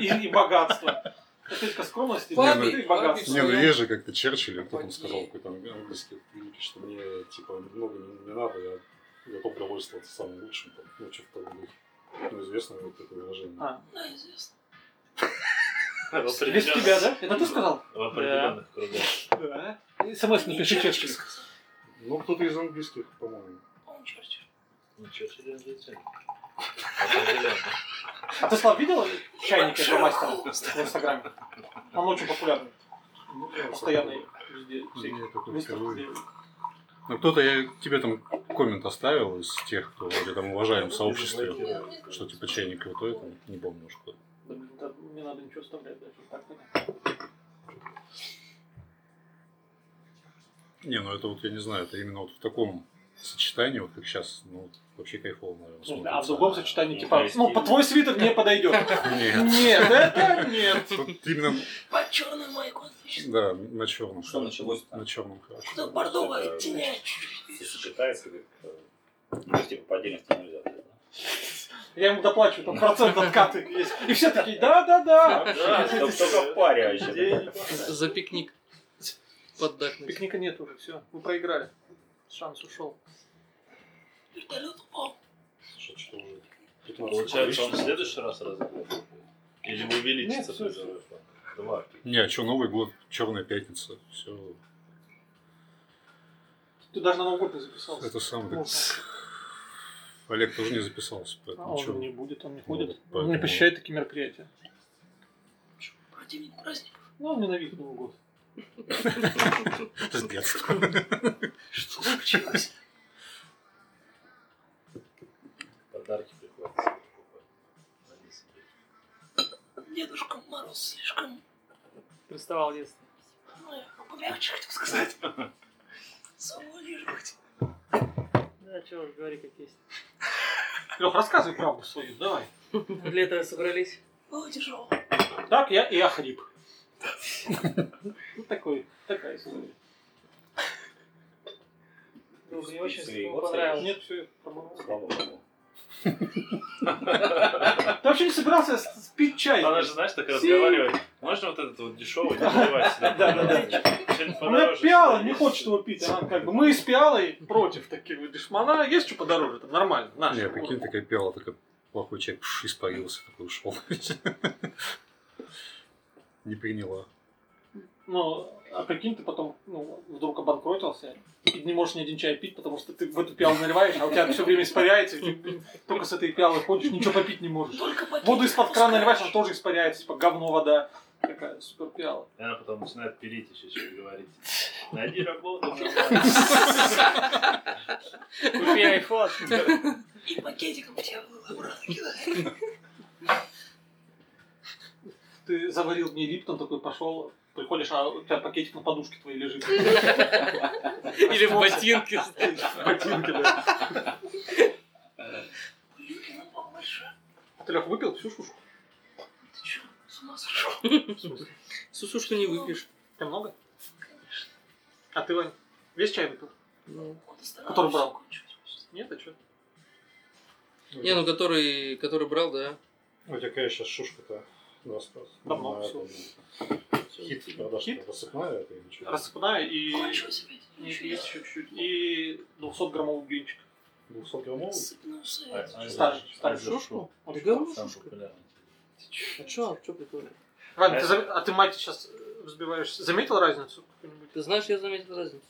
A: И, и богатство. Эстетика скромности,
B: Папе,
A: бедноты и
B: папе
A: богатство.
F: Не, ну
B: Всё.
F: есть же как-то Черчилль, кто там сказал,
B: Окей.
F: какой-то английский великий, что мне типа много не, не надо, я готов довольствоваться самым лучшим, там, ну, что в том духе. Ну, известно вот это выражение.
A: А,
E: Да, известно.
G: В
A: без
G: определенных-
A: тебя, да? Это ты сказал?
G: В определенных кругах.
A: Да. СМС напиши Черчилль.
F: Ну, кто-то из английских, по-моему.
E: По-моему, Черчилль.
G: Ну что, серьезно, зачем? Определенно.
A: А ты, Слав, видел чайники этого мастера в Инстаграме? Он очень популярный.
F: Ну, я
A: Постоянно везде.
F: Мне
A: всяких
F: это только
A: выставках
F: впервые.
A: делают.
F: Ну, кто-то, я тебе там коммент оставил из тех, кто вроде там уважаем в сообществе, что типа чайник крутой, там, не помню уж кто.
A: Да, да, Не надо ничего вставлять даже. Так, понятно.
F: Не, ну это вот, я не знаю, это именно вот в таком сочетании, вот как сейчас, ну, вообще кайфово, наверное, смотрится.
A: А в другом сочетании
D: Ну,
A: типа, ну, по твой свитер не подойдет.
F: Нет.
A: Нет, это нет.
F: Тут именно,
E: Под черную майку отлично.
F: да, на черном.
D: Что началось-то?
F: На черном хорошо.
E: Тут бордовая
D: Это-
E: теняет.
D: Все сочетается как-то. Ну, типа по отдельности нельзя. да?
A: Я ему доплачиваю, там процент откаты есть. И все такие, да-да-да.
D: Да, чтоб только в паре вообще.
B: За пикник. Поддакнуть.
A: Пикника нет уже, все. Мы проиграли. Шанс ушел.
E: Вертолет упал.
F: Что, что уже?
G: Получается, он в следующий раз разыграет? Или увеличится
A: Нет, всё,
G: призовой фонд? Два.
F: Не, а что, Новый год, Черная пятница, все.
A: Ты даже на новогодний записался.
F: Это сам
A: Ну,
F: так. Олег тоже не записался,
A: А
F: поэтому
A: он
F: чё?
A: не будет, он не
F: Ну,
A: ходит. Он не
F: поэтому-
A: посещает такие мероприятия.
E: Противник праздник.
A: Ну, он ненавидит Новый год.
F: С детства.
E: Что случилось?
G: Подарки приходится покупать. Они себе.
E: Дедушка Мороз слишком...
C: Приставал детство.
E: Ну, я помягче хотел сказать. Самолеживать.
C: Да, чего уж говори, как есть.
A: Лех, рассказывай правду свою, давай.
C: Для этого собрались.
E: Было тяжело.
A: Так, я и охрип. Ну, такой, такая история.
C: Ну, не очень
D: Спицы и
C: ему
D: вот
C: понравилось.
A: Нет, все, промолчал.
D: Слава богу.
A: Ты вообще не собирался с- с- пить чай?
G: Она же, знаешь, так
A: Си.
G: разговаривает. Можно вот этот вот дешевый не наливать сюда?
A: Да, да, да.
G: Что-нибудь
A: Она
G: подороже
A: пиала,
G: сюда
A: не
G: есть?
A: хочет его пить. Она как бы, мы с пиалой против таких вот дешмана. Есть что подороже, там нормально. Наш.
F: Не, а прикинь, такая пела, такая плохой чай, пш, испарился, такой ушел. Не приняла.
A: Ну, а прикинь, ты потом ну, вдруг обанкротился и не можешь ни один чай пить, потому что ты в эту пиалу наливаешь, а у тебя все время испаряется, и ты блин, только с этой пиалой ходишь, ничего попить не можешь.
E: Только пакет
A: Воду из-под крана наливаешь, а она
E: отпускаешь.
A: тоже испаряется, типа говно вода. Такая супер пиала.
G: И она потом начинает перить еще, что говорить. Найди работу.
C: Купи айфон.
E: И пакетиком тебя было обратно кидать.
A: Ты заварил мне липтон, такой пошел, приходишь, а у тебя пакетик на подушке твоей лежит.
B: Или в ботинке.
A: В ботинке, да.
E: Юки нам побольше.
A: Ты, Лех, выпил всю шушку?
E: Ты чё, с ума сошел?
B: Сусу, что не выпьешь.
A: Ты много? А ты, Вань, весь чай выпил?
B: Ну.
E: Он старался
A: Который брал.
E: кончить.
A: Нет, а что? ну,
B: Не, ну который, который брал, да.
F: Ну, какая сейчас шушка-то? Рассказ.
A: Давно
F: Ну,
A: всё.
F: это, ну, Хит продаж
A: Хит?
F: рассыпная, это или что?
A: Рассыпная и...
E: Ничего себе.
A: и-
E: ничего
A: и
E: себе.
A: чуть-чуть. И 200 граммовый блинчик.
F: 200 граммов?
E: Сыпную
B: А,
E: сыр.
A: Ставишь, ставишь
G: Айзер
A: шушку.
C: А
A: очень
G: Самый
C: какая шушка?
G: популярный.
C: А чё, а чё прикольно?
A: Вань, ты зам- а ты мать сейчас взбиваешь. Заметил разницу? какую-нибудь?
B: Ты знаешь, я заметил разницу.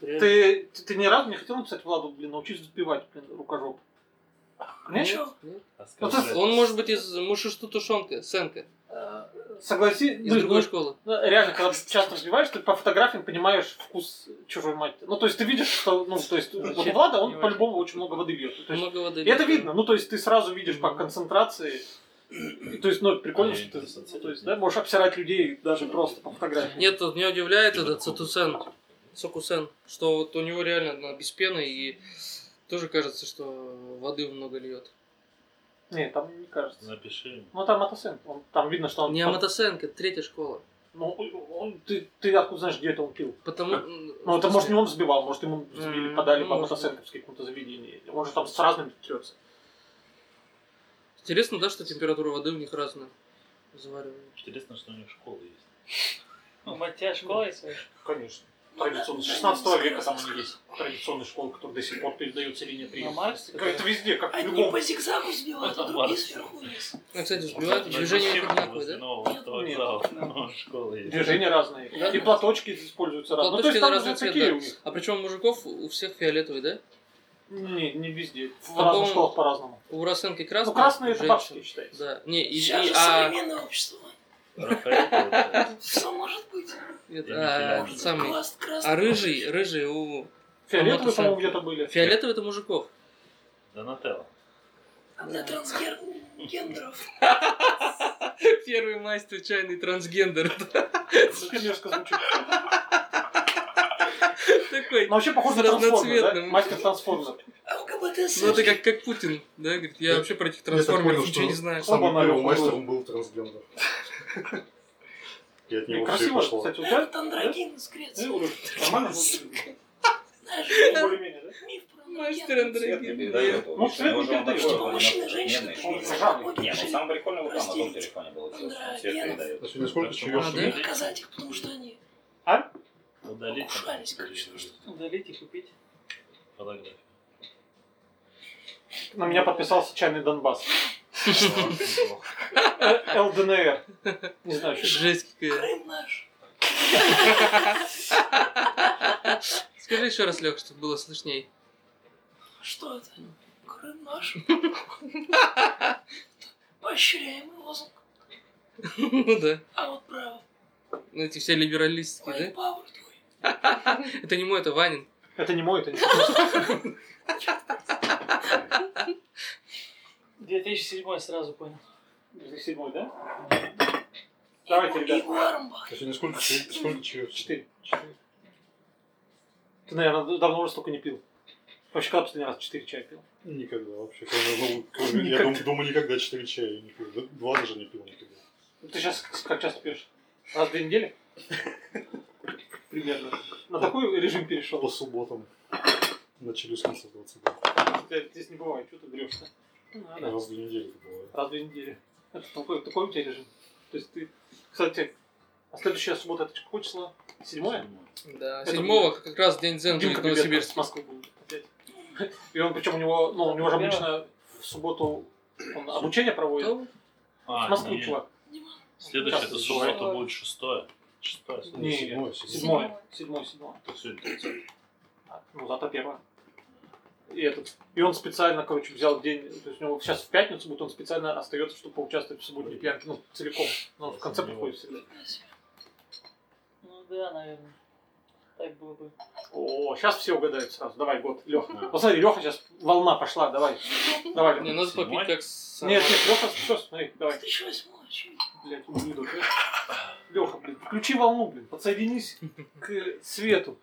B: Реально.
A: Ты, ты, ты ни разу не хотел написать Владу, блин, научись взбивать, блин, рукожоп. Нет?
E: Ничего.
G: А Рассказывай.
B: Он может быть из Мушишту Тушонка, Сенка,
A: Э, Согласи,
B: из
A: блин,
B: другой
A: ну,
B: школы.
A: ну, реально, когда часто взбиваешь, ты по фотографиям понимаешь вкус чужой матери. Ну, то есть ты видишь, что, ну, то есть вот у Влада, он по-любому очень много воды бьет. То есть
B: Много воды.
A: И это видно, ну то есть ты сразу видишь по концентрации. И, То есть, ну, прикольно,
G: Я
A: что ты
G: не знаю.
A: ну, то есть, да, можешь обсирать людей даже просто по фотографии.
B: Нет, вот меня удивляет этот Сатусен, Сокусен, что вот у него реально она без пены и тоже кажется, что воды много льет.
A: Нет, там не кажется.
G: Напиши ему.
A: Ну там Матасен, он, там видно, что он.
B: Не а
A: там-
B: Аматасенко, третья школа.
A: Ну, он, ты, ты откуда знаешь, где это он пил?
B: Потому...
A: Ну, это, может, не он взбивал, может, ему взбили,
B: М,
A: подали
B: ну,
A: по
B: может быть.
A: Матасенковски какому-то заведению. Он же там с разными трется.
B: Интересно, да, что температура воды у них разная. Заваривают.
G: Интересно, что у них школа есть.
C: Ну, мать, тебя школа есть вообще?
A: Конечно. Традиционно, с 16 века там они есть. Традиционные школы, которые до сих пор передаются линия
C: Нормально.
A: преемственности. Как Это везде, как в
E: Одни
A: любом.
E: по зигзагу сбивают, а другие сверху вниз.
B: А, кстати, взбивают, движение
G: Зачем
B: вокруг одинаковое,
G: возле
B: да?
G: Нового вокзала? Новая школа есть.
A: Движения разные.
B: Да.
A: И платочки используются разные. Ну, то
B: Платочки
A: есть
B: на
A: там уже
B: разный цвет,
A: такие
B: да.
A: у них.
B: А причем у мужиков у всех фиолетовый, да?
A: Не, не везде. В
B: Потом-
A: разных школах по-разному.
B: У Росенко красный.
A: ну, красные
B: у
A: это
B: женщин.
A: бабские считается.
B: Да. Не, и,
E: Сейчас
B: и-
E: же
B: а,
E: современное общество.
G: Рафаэль, получается.
E: Все может быть.
B: это,
G: Я не
B: а,
G: фиолетовый.
B: самый.
E: Класс, красный.
B: А рыжий, рыжий у... А
A: Фиолетовые,
B: вот
A: по-моему,
B: уже.
A: где-то были.
B: Фиолетовый это мужиков.
G: Донателло.
E: Одна трансгендеров.
B: Первый мастер чайный трансгендер.
A: Это мерзко звучит.
B: Такой.
A: Ну, вообще похоже на
B: С
A: трансформер, да?
B: разноцветным.
A: Мастер трансформер.
E: ЛГБТ
B: Ну это как, как Путин, да? Говорит, я вообще про этих трансформеров
F: понял,
B: ничего
F: что-
B: не знаю.
A: Оба
F: Самым
A: наверху
F: первым
A: были.
F: мастером был трансгендер. И от
A: И
F: него все
A: красиво,
F: пошло.
A: кстати, у тебя?
E: Андрогин из Греции.
A: Ну, Нормально звучит?
E: Знаешь,
A: Более-менее, да?
E: миф про
B: Мастер
E: андрогин.
I: Свет не
B: Андрей.
I: дает.
A: Ну, свет не передает.
E: Типа мужчина и женщина.
I: Нет,
E: такие,
A: школа.
E: знаешь, вот
I: ну
E: решили
I: самое прикольное вот там на том
E: Простите.
I: телефоне было. чё, что Свет не
F: А
I: дает.
F: сегодня сколько
G: Так что
F: чаёшек?
G: можно-
E: Наказать их, потому что они...
G: Удалить.
E: Покушались, конечно, что-
C: Удалить и купить.
G: Фотографию.
A: На меня подписался чайный Донбасс.
G: Неплохо.
A: Э, ЛДНР. Не знаю, что.
B: Жесть какая.
E: Крым наш.
B: Скажи еще раз, Лех, чтобы было слышней.
E: Что это? Крым наш. Поощряемый лозунг.
B: Ну да.
E: А вот право.
B: Ну эти все либералистские,
E: White
B: да?
E: power, твой.
B: Это не мой, это Ванин.
A: Это не мой, это не
C: 2007 сразу понял.
A: 2007, да? Давайте,
E: Его-
A: ребят.
E: Его Армбах.
F: А сегодня сколько чаё- сколько чаёшек?
A: Четыре. Ты, наверное, давно уже столько не пил. Вообще, когда последний раз четыре чая пил?
F: Никогда вообще. Кроме, ну, кроме- я дум- думаю, никогда 4 чая не пил. Да, Два даже не пил никогда.
A: Ну, Ты сейчас как часто пьешь? Раз в две недели? Примерно. На такой режим
F: По
A: перешел.
F: субботам на челюскинцев 22.
A: Тебя Здесь не бывает, что ты врешь-то? А,
F: Раз в две недели это бывает.
A: Раз в две недели. Это такой, такой у тебя режим. То есть ты... Кстати, а следующая суббота это какое число? Седьмое?
G: Ну,
B: Да.
A: Это
B: Седьмого как раз день дзен будет
A: Димка
B: в
A: Биберт
B: Новосибирске.
A: с Москвы будет опять. И он, причем у него, ну, у него же обычно в субботу он обучение проводит.
B: Кто?
A: В
G: А,
A: Москве,
G: не.
A: чувак.
E: Диман.
G: Следующее, это
A: Сейчас,
G: суббота
C: шестое.
G: будет шестое. Шестое.
A: Не,
G: следующее.
F: седьмое,
A: Седьмое. Седьмое, седьмое.
G: Это сегодня тридцатое.
A: А, Ну, зато первое. И этот. И он специально, короче, взял день. То есть у него сейчас в пятницу будет, он специально остается, чтобы поучаствовать в субботней пьянке. Ну, целиком. Но он в конце приходит всегда.
C: Ну да, наверное. Так было бы.
A: О, сейчас все угадают сразу. Давай, год. Леха. Посмотри, Леха сейчас волна пошла. Давай. Давай,
B: Не,
A: Леха.
B: надо попить
G: Седьмой?
B: как
A: Нет, нет, Леха, все, смотри, давай.
E: 2008 очевидно.
A: Блять, уйду. Леха, блин, включи волну, блин, подсоединись к свету.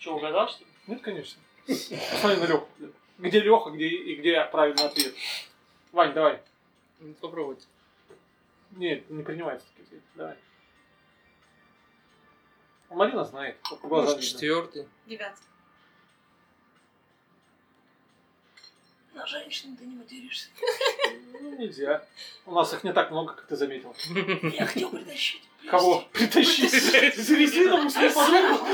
C: Че, угадал, что ли?
A: Нет, конечно. Посмотри на Леху. Где Леха, где и где правильный ответ. Вань, давай.
B: Надо попробовать.
A: Нет, не принимается такие ответы. Давай. Марина знает, как по глазам
B: Может,
A: видно.
B: четвертый.
H: Девятый.
E: На женщин ты не материшься.
A: Ну, Нельзя. У нас их не так много, как ты заметил.
E: Я хотел притащить.
A: Кого? Притащить. С резиновым свою подругу.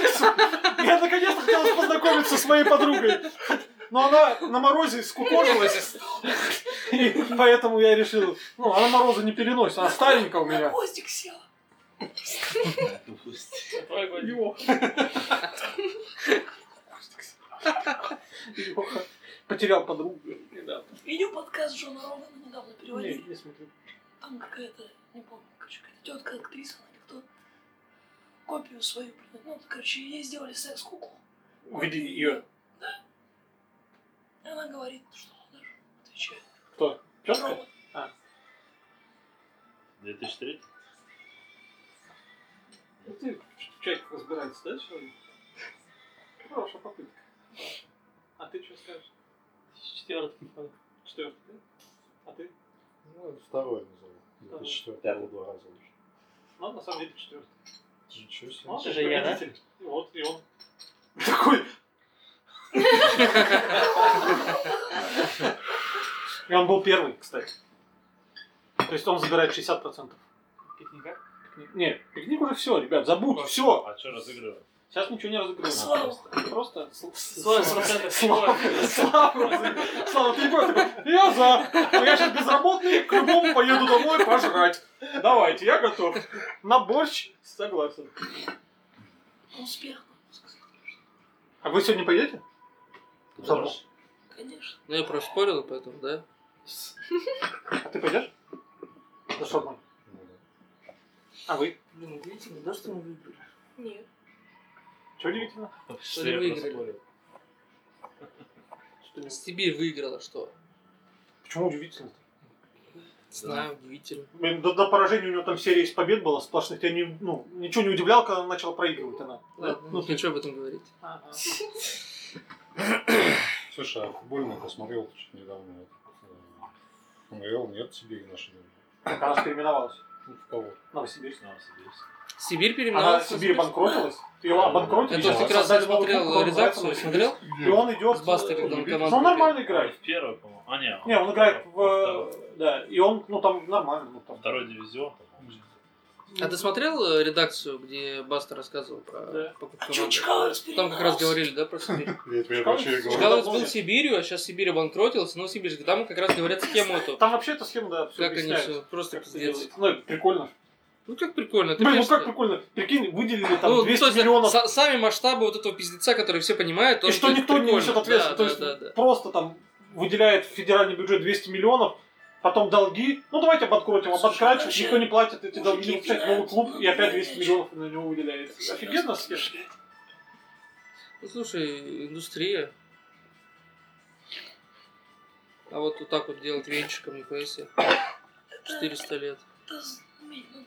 A: Я наконец-то хотел познакомиться с моей подругой. Но она на морозе скукожилась. И поэтому я решил, ну, она мороза не переносит, она старенькая у
E: На
A: меня.
E: гвоздик села.
A: Его. Его. Потерял подругу. Да.
E: Видел подкаст Джона Рогана недавно
A: Не,
E: переводили.
A: не смотрю.
E: Там какая-то, не помню, короче, какая-то тетка, актриса, она или кто, копию свою, блин, ну, короче, ей сделали секс-куклу.
A: Види ее.
E: Да. И она говорит, что он даже отвечает.
A: Кто? Тетка?
E: Робот.
G: 2003?
A: Ну, Ты в чайках разбирается, да, человек? Хорошая попытка. А ты что скажешь? Четвертый. Четвертый, да? А ты?
F: Ну, второй назову.
A: Второй.
F: 2004
D: Пятый.
F: два раза лучше.
A: Ну, на самом деле, четвертый.
F: Ничего себе.
A: Ну,
C: Это же я, да?
A: победитель. И Вот, и он. Такой. И он был первый, кстати. То есть он забирает 60%.
C: Пикника.
A: Пикник- Не, пикник уже все, ребят, забудь, все.
G: А что разыгрываем?
A: Сейчас ничего не
B: Ну,
A: разыгрываем.
E: Слава.
A: Просто сл-
C: Слава, Слава,
A: Слава, Слава, Слава, ты такой, я за. Но я сейчас безработный, к любому поеду домой пожрать. Давайте, я готов. На борщ согласен.
E: Успех, надо сказать.
A: А вы сегодня поедете?
G: Куда?
E: Конечно.
B: Ну, я проспорил, и поэтому, да?
A: А ты пойдешь? За шормой.
F: Ну, да.
A: А вы?
B: Блин, удивительно, да, что мы выиграли?
H: Нет.
A: Чего удивительно?
B: Что ли выиграли?
A: Что не-
B: Тебе выиграла что?
A: Почему удивительно?
B: Не Знаю, удивительно.
A: Блин, до, до поражения у него там серия из побед была сплошных. Тебя не, ну, ничего не удивлял, когда она начала проигрывать она.
B: Ладно,
A: Ну,
B: не хочу об этом говорить.
A: ага.
F: Слушай, а футбольный посмотрел чуть недавно. Говорил, нет тебе и наши люди.
A: Так она же переименовалась.
F: Ну, в кого?
A: Новосибирск.
B: Сибирь
A: А Она в
B: переименовалась.
A: Сибирь обанкротилась. Ее
B: Я
A: обанкротили.
F: Видел,
B: тоже как раз смотрел редакцию, смотрел?
A: И он идет...
B: С Бастером там команда.
A: Ну, он нормально играет.
G: В первый, по-моему. А, не.
A: Не, он играет в...
G: во второй.
A: э, Да, и он, ну, там нормально. Ну, там.
G: Второй дивизион, по-моему.
B: А ты смотрел э, редакцию, где Баста рассказывал про
A: Да.
B: покупку
E: А чё,
B: команды?
E: Чкаловец
B: Там как раз
E: переименовался?
B: говорили, да, про Сибирь?
F: Я тебе про чей
A: Шкаф?
F: говорю.
B: Чкаловец был Сибирью, а сейчас Сибирь обанкротилась, но Сибирь, там как раз говорят схему эту.
A: Там вообще эта схема, да, все
B: Как они
A: объясняется.
B: все, просто
A: Как это
B: пиздец.
A: делается. Ну, это прикольно.
B: Ну как прикольно, ты
A: Блин, ну
B: понимаешь,
A: как
B: что-
A: прикольно. Прикинь, выделили там
B: Ну,
A: 200
B: то есть,
A: миллионов.
B: са- сами масштабы вот этого пиздеца, который все понимают,
A: И что никто не несет ответственности. то есть
B: Да, да, да.
A: просто там выделяет в федеральный бюджет 200 миллионов, потом долги. Ну давайте обанкротим,
E: Слушай,
A: обанкротим,
E: вообще,
A: никто не платит эти
E: мужики,
A: долги, кстати,
E: да,
A: новый клуб, и
E: ну,
A: опять
E: да,
A: 200
E: да,
A: миллионов на него выделяется.
E: Серьёзно,
A: Офигенно,
E: слушай.
A: Саш.
B: Ну, слушай, индустрия. А вот вот так вот делать венчиком, нихуя себе. 400 лет.
E: Это з- ми- ну,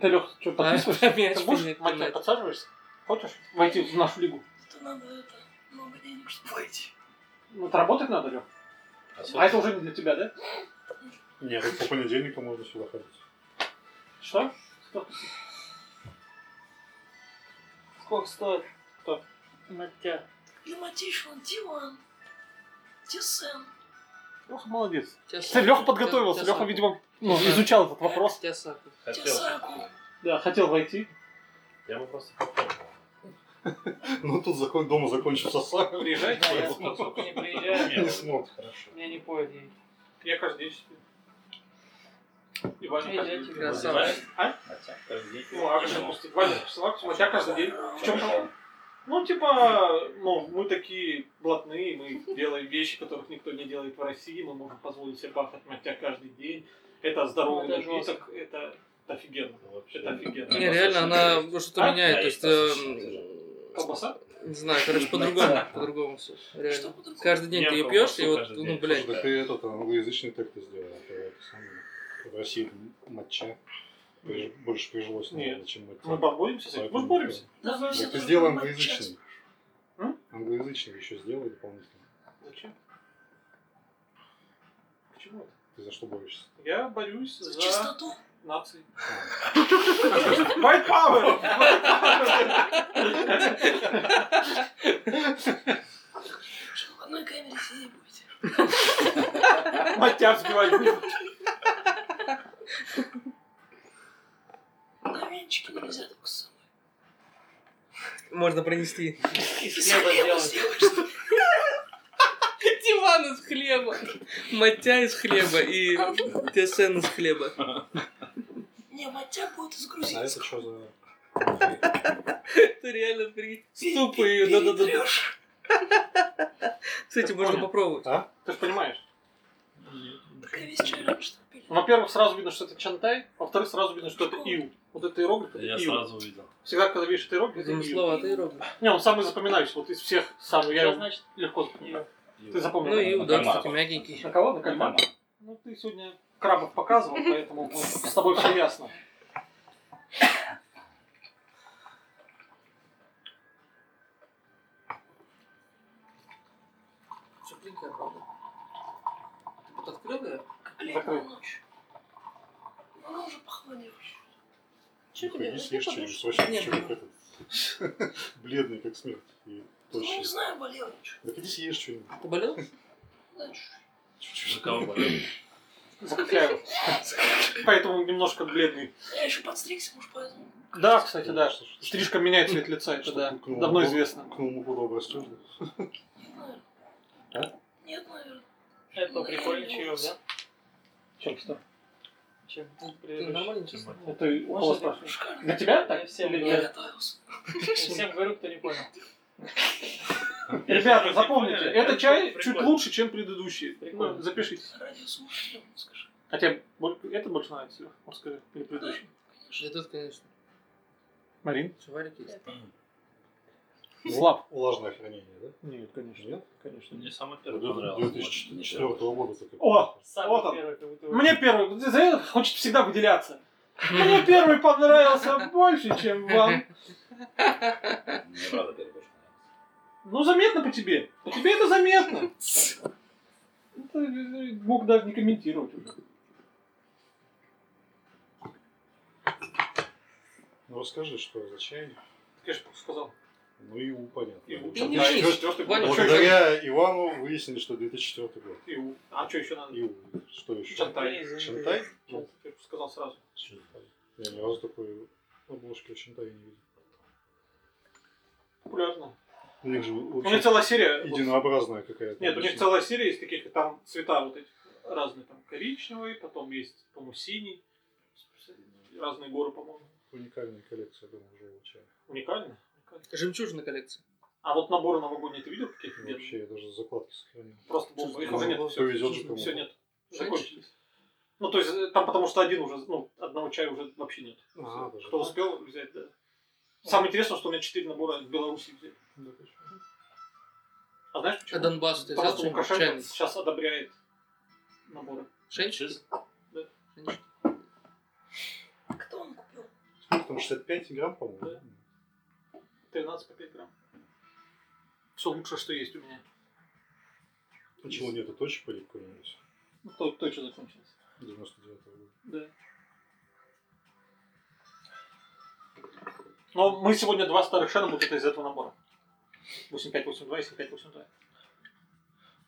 A: Ты, Лех, что,
B: А,
A: подписываешься?
B: мяч пинать,
A: Ты будешь, мать, тебя,
B: пинать.
A: подсаживаешься? Хочешь войти в нашу лигу?
E: Это надо это, много денег, чтобы войти.
A: Ну, это работать надо, Лех. А это уже не для тебя, да?
F: Нет, по понедельникам можно сюда ходить.
A: Что?
C: Сколько стоит?
A: Кто?
C: Матя.
E: Климатич, вон, диван. Тесен.
A: Леха молодец.
B: Тебя
A: Кстати,
B: сахар-
A: Леха подготовился.
B: тебя
A: Леха,
B: сахар-
A: видимо, ну, изучал этот вопрос.
B: тебя сахар.
G: Хотел.
E: Тесаку.
A: Да, хотел войти.
G: Я бы просто попробовал.
F: Ну, тут закон дома закончился сам.
A: Приезжай,
C: Да, я сколько не приезжаю,
F: Не смог.
G: Хорошо.
C: меня не поют. и-
A: Я каждый день считаю. И Ваня
C: Приезжайте,
A: каждый день.
B: Красава.
A: А?
D: Хотя, каждый день.
A: Ну, а что, просто Ваня писал, а я каждый день. В чем
D: Хорошо.
A: Ну, типа, ну, мы такие блатные, мы делаем вещи, которых никто не делает в России, мы можем позволить себе бахать матя каждый день. Это здоровый
C: Ну, это
A: напиток, это офигенно.
G: Ну, вообще,
A: Это офигенно.
B: Не, реально, она ну, что-то
A: А?
B: меняет,
D: Да,
B: то есть...
D: есть
B: эм,
A: Колбаса?
B: Не знаю, короче, по-другому, по-другому все.
E: Что
B: Реально.
E: по-другому?
B: Э, Каждый день ты ее
G: Мелкого
B: пьешь, и
G: колбасу
B: вот,
G: каждый
B: ну,
G: день.
B: блядь.
F: Слушай, так ты этот э, англоязычный тег ты сделал. это это самое. В России матча приж- больше прижилось, наверное,
A: Нет. Ну,
F: чем мы.
A: Мы поборемся с этим? Мы боремся.
E: Да, мы все
F: Так ты
E: должны
F: сделай
E: понимать
F: англоязычный.
A: М?
F: Англоязычный еще сделай дополнительно.
A: Зачем? Почему это?
F: Ты за что борешься?
A: Я борюсь
E: час. За
A: за
E: чистоту.
A: нации.
F: А,
A: White power! White power!
E: Что в одной камере сидеть будете.
A: Матя взбивать будем.
B: можно пронести.
C: Из
E: Из
C: хлеба
E: хлеба
C: сделать.
E: сделаешь.
B: Диван из хлеба. Матя из хлеба и ТСН из хлеба.
E: Не, матя будет из
F: А это
E: грузинского.
F: что за...
B: Это реально при... Ступы ее, да-да-да.
E: Перетрешь.
B: Кстати, можно попробовать.
F: А?
A: Ты же понимаешь?
E: Так я весь чай рано что пили.
A: Во-первых, сразу видно, что это чантай, во-вторых, сразу видно, что это ил. Вот это иероглиф, это
G: Я
A: ил.
G: сразу увидел.
A: Всегда, когда видишь этот иероглиф, это ил.
B: Замысловатые иероглифы.
A: Не, он самый запоминающий, вот из всех самый, я
C: Что
A: его
C: значит?
A: легко запоминаю. Ты запомнил?
B: Ну и удар,
D: Кальмар.
B: кстати, мягенький.
A: На кого? На кальмара.
D: Кальмар.
A: Ну, ты сегодня крабов показывал, поэтому ну, с тобой все ясно.
B: Тепленькая, правда? Ты подкрыл ее?
E: Как летняя
A: Закрой.
E: ночь. Она уже похолодевшая.
H: Что тебе? ну,
F: Не съешь
H: Возьми подушку.
F: что-нибудь, вообще
B: Нет.
F: человек этот. Бледный, как смерть. И
E: Ну, не
F: тощий.
E: знаю, болел ничего.
F: Да иди съешь что-нибудь.
B: Ты болел?
E: Знаешь,
G: За кого болел?
A: Закопляю. Поэтому немножко бледный.
E: я еще подстригся, может, поэтому.
A: Да, кстати, да.
F: Что- что-
A: Стрижка меняет цвет лица, это
F: что
A: да.
F: к Новому
A: Давно
F: году-
A: известно.
F: К Новому году обрастешь. да?
E: Нет, наверное.
F: А?
E: Нет, наверное.
C: Это поприкольнее, чем его, да?
A: Чем что?
C: Чем тут
B: Ты
C: предыдущий.
B: нормально, честно?
A: Это у кого
C: Может,
A: спрашиваешь?
E: Шикарно.
A: Для тебя
C: Я
A: так?
C: всем
A: Или-
E: Я готовился.
C: Я Всем говорю, кто не понял.
A: Ребята, запомните, это чай
G: Прикольно.
A: чуть лучше, чем предыдущий.
C: Прикольно.
A: Ну, запишитесь.
E: Радиослушателям, скажи.
A: А тебе боль- это больше нравится, Лёх? Вот скажи, или предыдущий?
B: Да тут, конечно,
A: Марин?
B: чуварики есть.
A: Злав.
F: Влажное хранение, да?
A: Нет, конечно.
F: Нет?
A: Конечно.
G: Мне самый первый
F: Ну,
G: понравился.
F: 2004 года. такой.
A: О!
C: Самый
A: Вот он.
C: первый, как будто бы.
A: Мне первый. Зря хочет всегда выделяться. Мне первый понравился больше, чем вам.
D: Мне правда передушка.
A: Ну, заметно по тебе. По тебе это заметно. Это, э, мог даже не комментировать уже.
F: Ну расскажи, что за чай.
A: Конечно, сказал.
F: Ну и у понятно.
A: Иу.
B: Да не
A: Да,
B: лезь.
A: четвертый
B: Ваня,
A: год.
F: Благодаря Ивану выяснили, что 2004 год.
A: Иу. А что еще надо?
F: Иу. Что еще?
A: Чантай.
C: Блин,
F: Шантай?
A: Ну, я сказал сразу.
F: Я ни разу такой обложки у Шантая не видел.
A: Популярно.
F: У них Ну, же
A: У
F: очень
A: них целая серия.
F: единообразная какая-то.
A: Нет, у них
F: обычно.
A: целая серия есть таких, там цвета вот эти разные, там коричневый, потом есть, по-моему, синий, разные горы, по-моему.
F: Уникальная коллекция, я думаю, уже у чая.
A: Уникально. уникально.
B: Жемчужина коллекция.
A: А вот наборы новогодние ты видел каких-то? Нет.
F: Вообще, я даже закладки сохранил.
A: Просто бомба. Их уже
F: Ну,
A: нет.
F: повезет же
A: Все,
F: кому-то.
A: все нет. Закончились. Ну, то есть, э, там потому что один уже, ну, одного чая уже вообще нет.
F: А,
A: Всё.
F: даже
A: Кто
F: так?
A: успел взять, да. Самое интересное, что у меня четыре набора из Беларуси взяли.
F: Да, точно.
A: А знаешь
B: А
A: почему?
B: Донбассу ты
A: Потому что
B: взял
A: Лукашенко
B: чайный.
A: сейчас одобряет наборы.
B: Шенчик?
E: А Кто он купил?
F: Сколько там, 65 грамм, по-моему?
A: Да.
F: да?
A: 13 по 5 грамм. Все лучшее, что есть у меня.
F: Почему Ну, нет? Это очень полит какой-нибудь.
A: Ну, то, то, что закончилось.
F: 99 года.
A: Да. Но мы сегодня два старых шена будут это из этого набора. 8582 и 7582.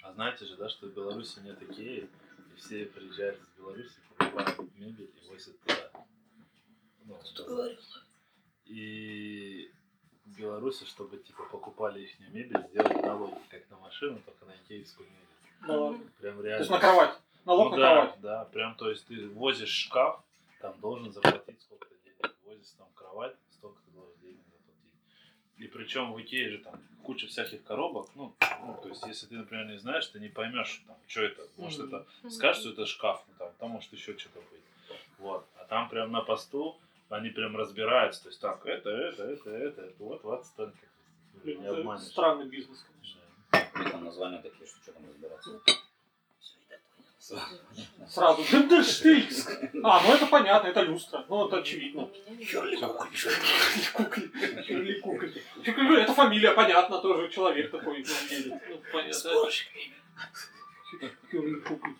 G: А знаете же, да, что в Беларуси нет Икеи, и все приезжают из Беларуси, покупают мебель и возят туда. Ну,
E: Кто
G: назад.
E: говорил?
G: и белорусы, чтобы типа покупали их мебель, сделали налоги как на машину, только на икеевскую мебель.
A: Да ладно.
G: Прям
A: То
G: реально.
A: есть на кровать. Налог на
G: Ну да,
A: кровать.
G: Да, прям, то есть ты возишь шкаф, там должен заплатить сколько-то денег, возишь там кровать, столько ты должен денег заплатить. И причем в Икее же там куча всяких коробок, ну, ну, то есть если ты, например, не знаешь, ты не поймешь, там, что это, может это Скажешь, что это шкаф, ну, там, там может еще что-то быть. Вот. А там прям на посту они прям разбираются. То есть так, это, это, это, это, это, вот, вот столько.
A: Блин,
G: Не
A: это
G: обманешь.
A: странный бизнес, конечно.
G: Да.
D: У них там названия такие, что что там разбираться.
E: Все, и так понял.
A: Сразу. Дендерштильск! А, ну это понятно, это люстра. Ну, это очевидно.
E: Херли куколь, чё?
A: Кукли. Или кукли. Я говорю, Это фамилия, понятно, тоже человек такой ну, едет. Ну, понятно.
E: Спорщик.
A: Или кукли.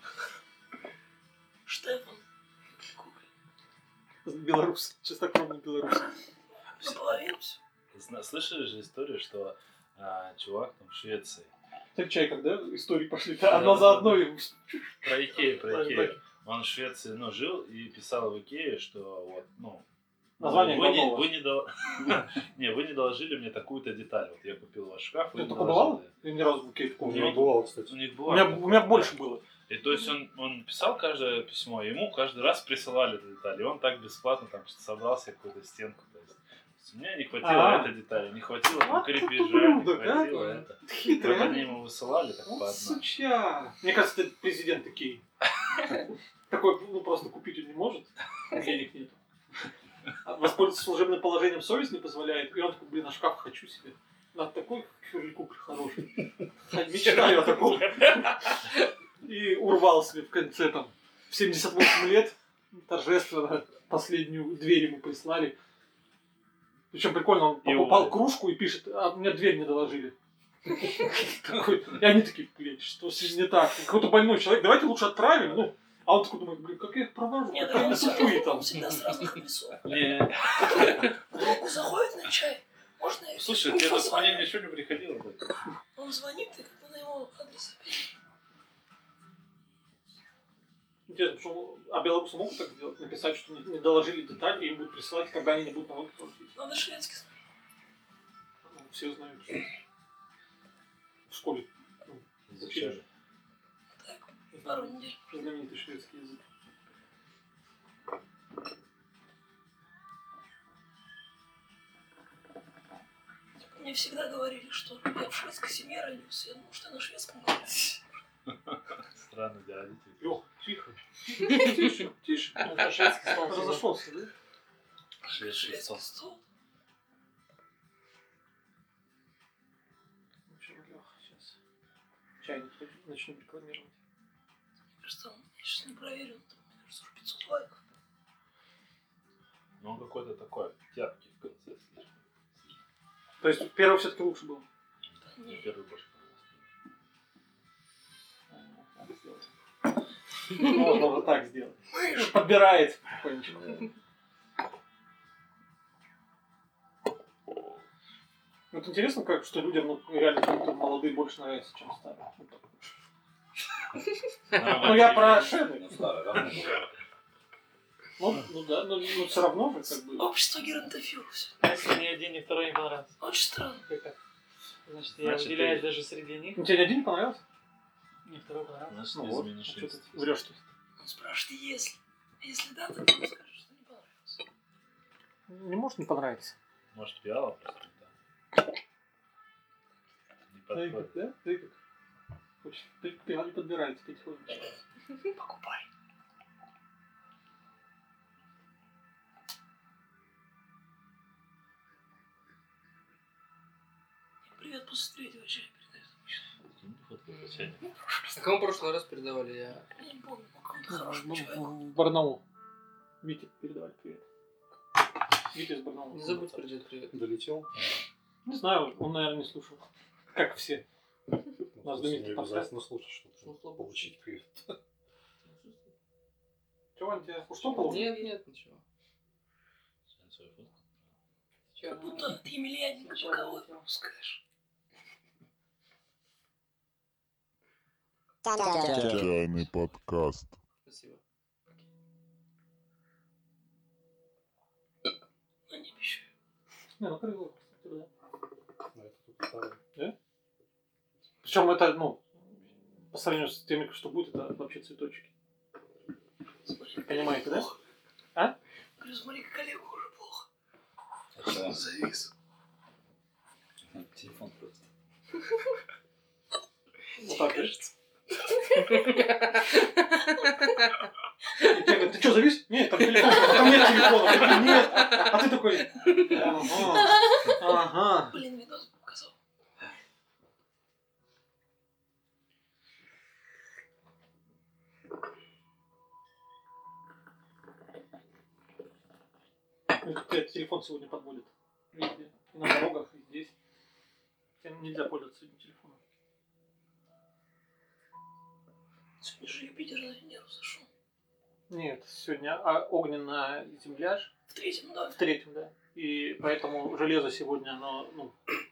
E: Штефан.
A: Белорус. Чистокровный белорус.
E: Наполовину всё.
G: Зна- Слышали же историю, что а, чувак там в Швеции.
A: Так чай, когда истории пошли одна за одной.
G: Про Икею, про
A: Ой,
G: Икею. Он в Швеции, ну, жил и писал в Икее, что вот, ну,
A: Название
G: вы, не,
A: говно у
G: вы,
A: вас.
G: не дол- не, вы не доложили мне такую-то деталь. Вот я купил ваш шкаф.
A: Ты
G: не
A: только
G: доложили.
A: бывал? Я ни разу в букете
G: У
F: У
A: помню.
G: меня
F: меня
A: не
G: был.
A: был.
F: бывало,
G: У
F: кстати.
G: них
A: Ну, У
G: была
A: меня,
G: такая
A: у меня
G: деталь.
A: больше было.
G: И то есть он, он писал каждое письмо, ему каждый раз присылали эту деталь, и он так бесплатно там собрал себе какую-то стенку. То есть, то есть у меня не хватило
A: А.
G: этой детали, не хватило там,
A: Вот
G: крепежа, не
A: ублюдок, а?
G: хватило это. И вот они ему высылали так по
A: Вот
G: одной.
A: суча. Мне кажется, этот президент такие. Такой, ну просто купить он не может, денег нет. А Воспользоваться служебным положением совесть не позволяет. И он такой, блин, а шкаф хочу себе. Надо такой кюрликук хороший. А, Мечтаю о таком. И урвал себе в конце там в 78 лет торжественно последнюю дверь ему прислали. Причем прикольно, он
G: И
A: покупал
G: уволили.
A: кружку и пишет, а мне дверь не доложили. Такой, И они такие, блядь, что с ним не так? Какой-то больной человек, давайте лучше отправим. Ну, а он такой думает, блин, как я их провожу?
E: Нет,
A: Как
E: он
A: они тупые
E: всегда-
A: там.
E: он всегда с разных адресов.
G: Не,
E: Вдруг заходит на чай, можно я
G: слушай, тебе тут
E: позвоню?
G: мне ничего не приходило. блядь.
E: Он звонит, и как бы на его адрес.
A: Интересно, почему, а белорусы могут так делать? Написать, что не не доложили детали, и им будут присылать, когда они не будут налоги платить.
E: Надо шведский знать.
A: Ну, Все знают. что В школе ну,
G: Зачем?
E: Так, пару недель.
A: знаменитый шведский язык.
E: Мне всегда говорили, что я в шведской семье родился. Я думал, что я на шведском говорю.
G: Странно для родителей.
A: Лех, тихо. Тише, тише.
C: Это шведский стол.
A: Разошелся, да?
G: Шведский
E: Шведский
G: стол.
E: стол.
A: В общем, Лех, сейчас. Чайник начнем рекламировать.
E: Мне кажется, он- я сейчас не проверю, но там, мне кажется, уже 500 лайков.
G: Ну, он какой-то такой, тяпкий в конце. слишком.
A: То есть первый все-таки лучше был.
G: Мне первый больше понравился.
A: Можно вот так сделать. Подбирает потихонечку. Вот интересно, как, что людям ну, реально как-то молодые больше нравятся, чем старые. Ну я про шины.
D: Ну, старый, давно было.
A: Ну, ну да, но все равно же как бы.
E: Общество геронтофилов. всё.
C: Если ни один, ни второй не понравился.
E: Очень странно.
C: Как так? Значит, я
G: Значит,
C: выделяюсь
G: ты-
C: даже среди них.
A: Ну, тебе ни один не понравился?
C: Ни второй понравился.
G: Значит,
A: Ну
G: не
A: вот,
G: изменишь
A: а чё ты
G: инстинкт.
A: врёшь-то?
E: Он спрашивает, если. А Если да, то ты скажешь, что не понравилось.
A: Не может не понравиться.
G: Может, пиала просто не та. Не
A: Да, и
G: подходит.
A: как, да? Да и как. Очень- Ты пиал не подбираете потихонечку.
E: Покупай. Привет после третьего чая передаю.
G: Кинь фотку в чайник.
B: А кому в прошлый раз передавали? Я...
E: Я не помню, но какому-то хорошему
A: Ну,
E: человеку.
A: в Барнаул. Вите передавали привет. Витя из Барнаула.
B: Не забудь передать привет.
F: Долетел.
A: Не знаю, он, наверное, не слушал. Как все.
F: Ну,
A: знаменитый
F: не обязательно слушать,
A: Ну,
F: чтобы получить привет.
A: Чего он тебя что получил?
B: Нет, нет, ничего.
G: Скинь свою фотку.
E: Как
A: ну,
E: будто ты Емельяненко по кого пускаешь.
I: Чайный подкаст.
B: Спасибо.
E: Но не обещаю.
A: Не, ну крыло. кстати, да.
F: Но это только старый.
A: Причем это, ну, по сравнению с теми, что будет, это вообще цветочки.
E: Смотри, как
A: Понимаете, да?
E: плохо.
A: А?
E: Говорю, смотри, как Олегу уже плохо.
D: Чё?
E: Завис.
A: Ну,
D: Телефон просто.
A: Вот так. да?
E: Кажется.
A: И тебе говорят, ты что, завис? Нет, там телефон. Там нет телефона. Я говорю, Нет. А ты такой, ага, ага.
E: Блин, видос показал.
A: Тебя телефон сегодня подводит. Везде. И на дорогах, и здесь. Тебе нельзя пользоваться этим телефоном.
E: Сегодня же Юпитер на Венеру зашел.
A: Нет, сегодня а, огненная земля ж,
E: В третьем, да.
A: в третьем, да. И поэтому железо сегодня, оно, ну,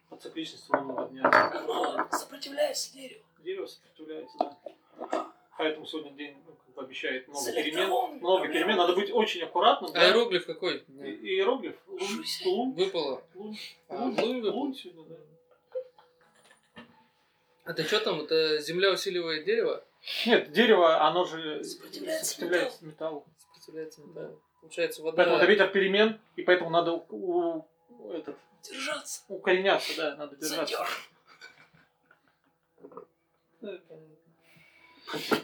A: по
E: Ну,
A: цикличности лунного дня.
E: Оно сопротивляется дереву.
A: Дерево сопротивляется, да. Поэтому сегодня день ну, как бы обещает
E: С
A: много перемен.
E: электроволн-
A: Много перемен. Надо быть очень аккуратным. да.
B: Аэроглиф какой?
A: И- Иероглиф. Лун.
E: Жусь.
A: Лун.
B: Выпало.
A: Лун.
B: А, Лун выпал.
A: Лун сегодня, да.
B: А ты что там? Это земля усиливает дерево?
A: Нет, дерево, оно же
E: Сопротивляется
A: сопротивляется металлу.
B: Сопротивляется металлу. Получается, вода...
A: Поэтому это ветер перемен, и поэтому надо у- у- этот,
E: Держаться.
A: укореняться, да, надо держаться.
E: Задер.
A: Э, Ты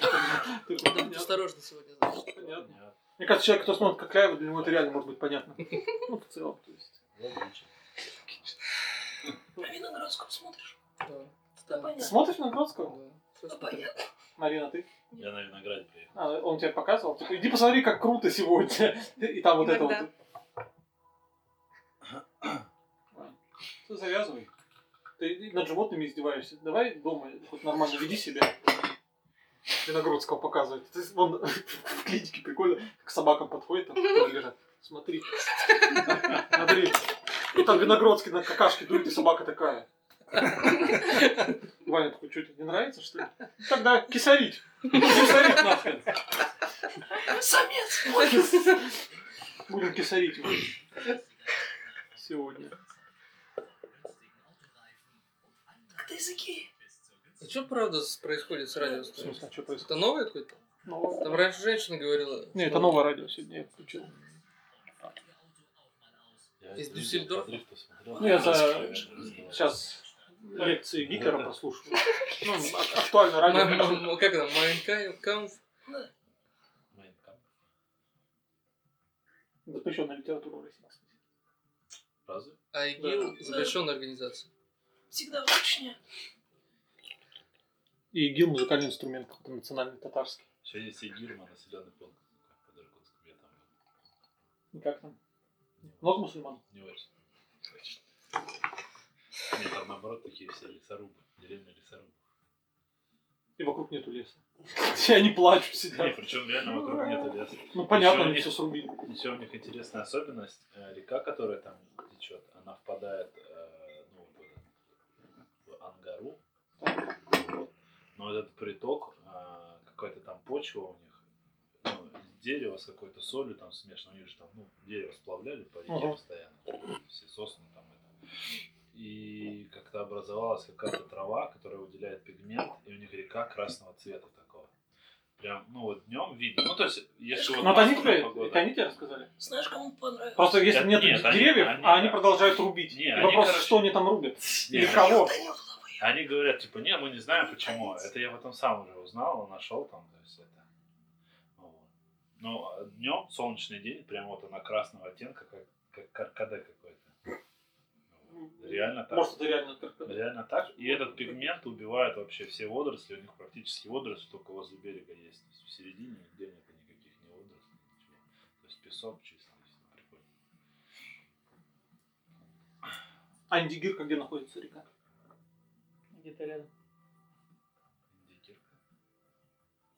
B: Надо быть
A: понятно,
B: осторожно сегодня. значит.
A: понятно.
G: Понятно.
A: Мне кажется, человек, кто смотрит Кокляева, для него это реально может быть понятно. Ну, в целом, то есть.
G: Логично.
E: На Виноградскую смотришь. а
B: Да.
E: Да,
B: Да.
A: Ты
E: понятно.
A: смотришь на Бродского?
B: Да.
E: Да, понятно.
A: Марина, ты?
G: Я на винограде приехал.
A: А, он тебе показывал? Такой, иди посмотри, как круто сегодня. И там вот это
H: Иногда.
A: вот. Ладно. Ты завязывай. Ты над животными издеваешься. Давай дома хоть нормально веди себя. Виноградского показывает. Ты с- вон в клинике прикольно, как собакам подходит, там которые лежат. Смотри. Смотри. И там Виноградский на какашке дует, и собака такая. Ваня такой, что тебе не нравится, что ли? Тогда кисарить. Кисарить нахрен.
E: Самец.
A: Будем кисарить его. Сегодня.
E: Как на языке.
B: А что правда с- происходит с радио?
A: В смысле, а что происходит?
B: Это новое какое-то?
A: Новое.
B: Там раньше женщина говорила.
A: Не, это
B: что-
A: новое радио сегодня я включил.
G: Я
B: Из
G: это
B: Дюссельдорфа?
G: видел, подрыв посмотрел.
A: Ну, я за-
G: Разговаривал.
A: Сейчас лекции Гитлера прослушиваю. Ну, ак- актуально радио.
B: М-
A: включил.
B: м- м- Как там? Майнкамф?
G: Майн Кампф.
A: Запрещенная литература в России. кстати.
G: Разве?
B: А ИГИЛ
A: Да.
B: запрещенная организация.
E: Всегда вручня.
A: И ИГИЛ музыкальный инструмент какой-то национальный татарский.
G: Сегодня есть Гирма, населенный пункт. Под Иркутском. Я там
A: И как там? Много мусульман?
G: был. Не очень. Точно. Нет, там наоборот такие все лесорубы. Деревня лесорубы.
A: И вокруг нету леса. Все они плачут,
G: Не,
A: сидят.
G: причем реально вокруг нету леса.
A: Ну, понятно,
G: Ещё
A: они
G: они-
A: все срубили.
G: Еще у них интересная особенность. Э, Река, которая там течет, она впадает э, ну, вот в, этот, в Ангару. Вот. Но этот приток, э, какая-то там почва у них, ну, дерево с какой-то солью там смешано. У них же там ну, дерево сплавляли по реке
A: Ага.
G: постоянно. Все сосны там это. И как-то образовалась какая-то трава, которая выделяет пигмент, и у них река красного цвета такого. Прям, ну вот днем видно. Ну, то есть, если вот
A: Ну, это они
G: пасмурная
A: тебе,
G: погода-
A: это они тебе рассказали?
E: Знаешь, кому понравилось?
A: Просто если
G: Да
A: нет
G: нет, они-
A: деревьев,
G: они-
A: а они продолжают рубить.
G: Не,
A: И
G: они,
A: вопрос,
G: короче-
A: что они там рубят?
G: Не,
A: Или
G: они-
A: кого?
E: Да нет, туда поехал.
G: Они говорят, типа, не, мы не знаем почему. Это я потом сам уже узнал, нашел там, то есть это. Вот. Но днем солнечный день, прям вот она красного оттенка, как, как каркаде какой-то. Вот. Реально так.
A: Может, это реально как-то...
G: Реально так. И этот пигмент убивает вообще все водоросли. У них практически водоросли только возле берега есть. То есть в середине нигде нет никаких ни водорослей, ничего. То есть песок чистый. всё прикольно.
A: Андигирка, где находится река?
C: Где-то рядом.
G: Индикирка.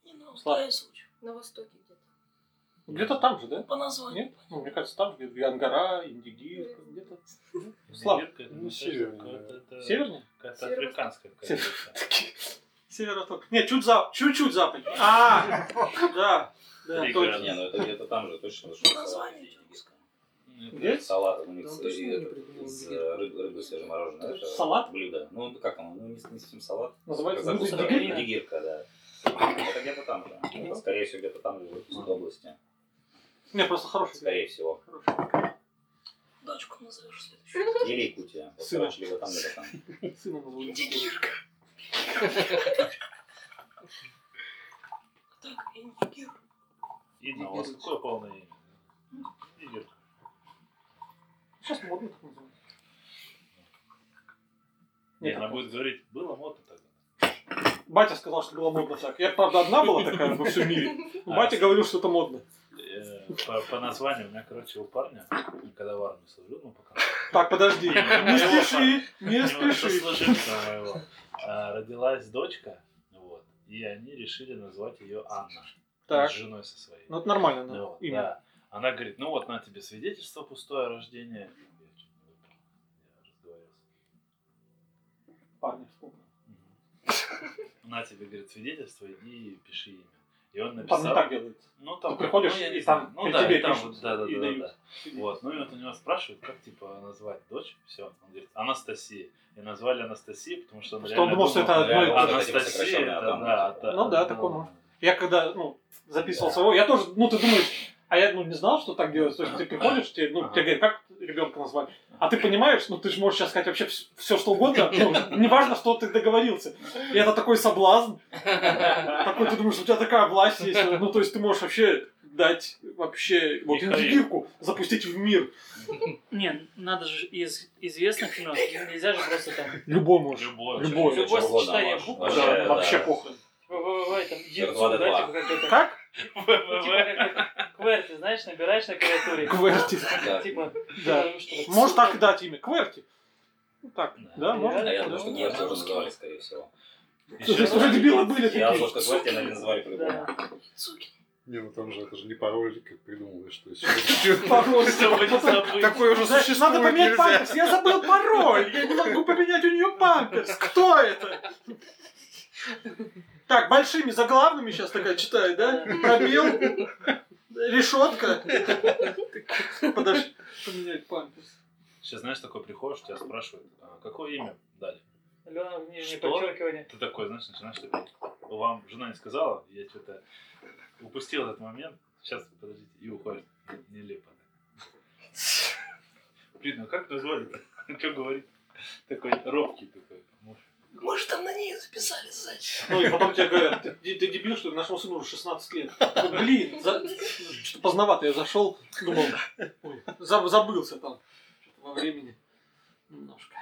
E: Не, ну,
A: Слава.
E: крайний случай.
H: На востоке где-то.
A: Где-то там же, да?
E: По названию.
A: Нет? Ну, мне кажется, там же, где Ангара, Индигирка, где-то. Слав,
G: Индигирка, это,
F: ну,
G: мне кажется,
F: севернее.
G: какая-то- это-
A: Севернее?
G: Какая-то африканская
A: Северо-
G: какая-то.
A: Северо-восток. Нет, чуть зап... чуть-чуть западнее. А, да. Да,
G: Три
A: точно.
D: Не, ну это где-то там же точно. потому что
E: Название
D: салат
E: чего?
D: индийское.
A: Где?
D: Салат у
B: Да
D: них
B: он
D: с-
B: точно
D: и
B: не
D: этот,
B: придумал
D: из
B: где.
D: э, рыб- рыбы свежемороженой. это
A: Салат?
D: Блюдо. Ну как оно? Ну не с- не с ним салат.
A: Называется
D: Закуска.
A: «Музыка дегиря».
D: Дигирка, да. Это где-то там же. Это, скорее всего, где-то там же, в Иркутской области.
A: Не, просто хороший.
D: Скорее всего.
E: Дочку назовешь следующую.
D: Или Якутия. Вот,
A: Сына.
D: короче, либо там, либо там.
A: Сына назову.
E: Индигирка. Так, индигир.
G: Инна, Ну, а у вас
B: Игорь.
G: какое полное имя? Игорь.
A: Сейчас модно так называют.
G: Не,
A: Нет,
G: она
A: так.
G: будет говорить, было модно тогда.
A: Батя сказал, что было модно так. Я, правда, одна была такая во всем мире. Но Батя говорил, что это модно.
G: Э, По, по названию у меня, короче, у парня, когда в армии служил, ну пока.
A: Так, подожди. Не спеши, не
G: него
A: спеши.
G: сослуживца моего, а, родилась дочка, вот, и они решили назвать ее Анна.
A: Так,
G: С женой со своей.
A: ну это нормально
G: Ну,
A: ну,
G: вот,
A: имя.
G: да. Она говорит, ну вот, на тебе свидетельство пустое о рождении. Я чуть не выпал. Я разговаривался.
A: Парни, вспомнил.
G: Мгм. на тебе, говорит, свидетельство, иди и пиши имя. И он написал.
A: Там не так делается.
G: Ну, там,
A: Ты приходишь,
G: ну, я не
A: и там
G: знаю. ну,
A: при
G: да,
A: тебе
G: и там,
A: пишут,
G: вот, да, да,
A: и
G: да,
A: дают.
G: да, Вот, ну и вот у него спрашивают, как, типа, назвать дочь, все, он говорит, Анастасия. И назвали Анастасия, потому что он
A: Что
G: реально
A: он думал, что это одно и
D: реально
A: то
D: вот
A: же. типа,
D: эти вот
G: Анастасия,
D: сокращенные
G: это,
D: Адама,
G: да,
D: типа.
G: да.
A: Ну да, такое может. Я когда, ну, записывал своего, я тоже, ну, ты думаешь, а я, ну, не знал, что так делается. То есть ты приходишь, тебе, ну,
G: Ага.
A: тебе говорят, как ребенка назвать? А ты понимаешь, ну, ты же можешь сейчас сказать вообще все, что угодно, ну, неважно, что ты договорился. И это такой соблазн, такой ты думаешь, у тебя такая власть есть, ну, то есть ты можешь вообще дать вообще вот
G: Михаил.
A: индигирку запустить в мир
C: Не, надо же из известных имен, нельзя же просто там...
A: любому.
G: Любое.
A: Любое.
G: вообще,
C: Любое
D: чего угодно
C: сочетание
D: можешь.
C: букв,
A: Да,
D: Вообще,
C: да,
D: да.
A: вообще похрен.
C: Типа ВВВ,
D: Два
C: там, яйцо,
D: до
C: да,
D: два.
C: типа какое-то...
A: Как?
C: Ну, типа как квер, ты знаешь, набираешь на клавиатуре.
A: Кверти.
D: Да.
C: Типа,
A: Да.
C: ну, что,
A: Можешь так и дать имя. Кверти. Ну, так,
G: Да.
A: да, можно.
D: А я думаю,
A: Да.
D: что
E: Нет,
D: Кварти уже
E: русский.
D: называли, скорее всего.
A: То есть уже дебилы были
D: Я
A: такие.
D: слышал, что Кварти, наверное, называли по-любому.
C: Да.
E: Суки.
F: Не, ну там же это же не пароль, как придумываешь. То есть, чё-
A: Пароль.
G: Чтобы не забыть.
F: Такое уже
A: Знаешь,
F: существует.
A: надо поменять
F: нельзя.
A: памперс. Я забыл пароль. Я не могу поменять у нее памперс. Кто это? Так, большими заглавными сейчас такая читаю, да? Пробел. Решетка. Подожди. Поменять памперс.
G: Сейчас, знаешь, такой приходишь, тебя спрашивают, а, какое имя дали?
C: Алена в нижнее
G: Что?
C: подчеркивание.
G: Ты такой, знаешь, начинаешь типа, Вам жена не сказала, я что-то упустил этот момент. Сейчас, подождите, и уходит. Нелепо. Блин, ну как назвали-то? Что говорить? Такой робкий такой. муж.
E: Мы же там на ней записали, значит.
A: Ну и потом тебе говорят, ты, ты дебил, что ли? Нашему сыну уже 16 лет. Ну, Блин, за- что-то поздновато я зашел. Думал, ой, заб- забылся там. Что-то во времени. Немножко.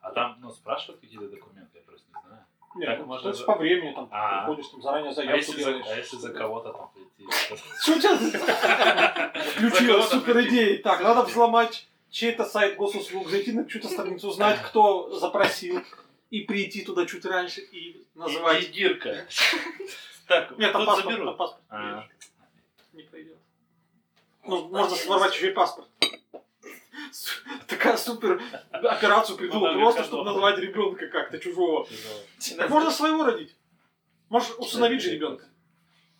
G: А там, ну, спрашивают какие-то документы, я просто не знаю.
A: Нет,
G: Так
A: ну,
G: можно
A: то есть
G: за-
A: по времени там
G: А.
A: приходишь, там заранее
G: А
A: заявку
G: если за,
A: делаешь.
G: а если за кого-то там прийти?
A: Что у тебя за- включила
G: За кого-то
A: супер идеи? Так, надо взломать чей-то сайт госуслуг, зайти на чью-то страницу, узнать, кто запросил, и прийти туда чуть раньше и называть.
G: Гирка. Так,
A: Нет, там
G: тут
A: паспорт, там
G: заберут.
A: паспорт.
G: А.
A: Не пройдет. Ну, можно своровать еще и паспорт. Су- Такая супер операцию придумал,
G: Ну, да,
A: просто
G: мне
A: чтобы
G: кажется.
A: назвать ребенка как-то чужого.
G: Тяжело.
A: Так можно своего родить. Можешь усыновить
G: Э,
A: же ребенка.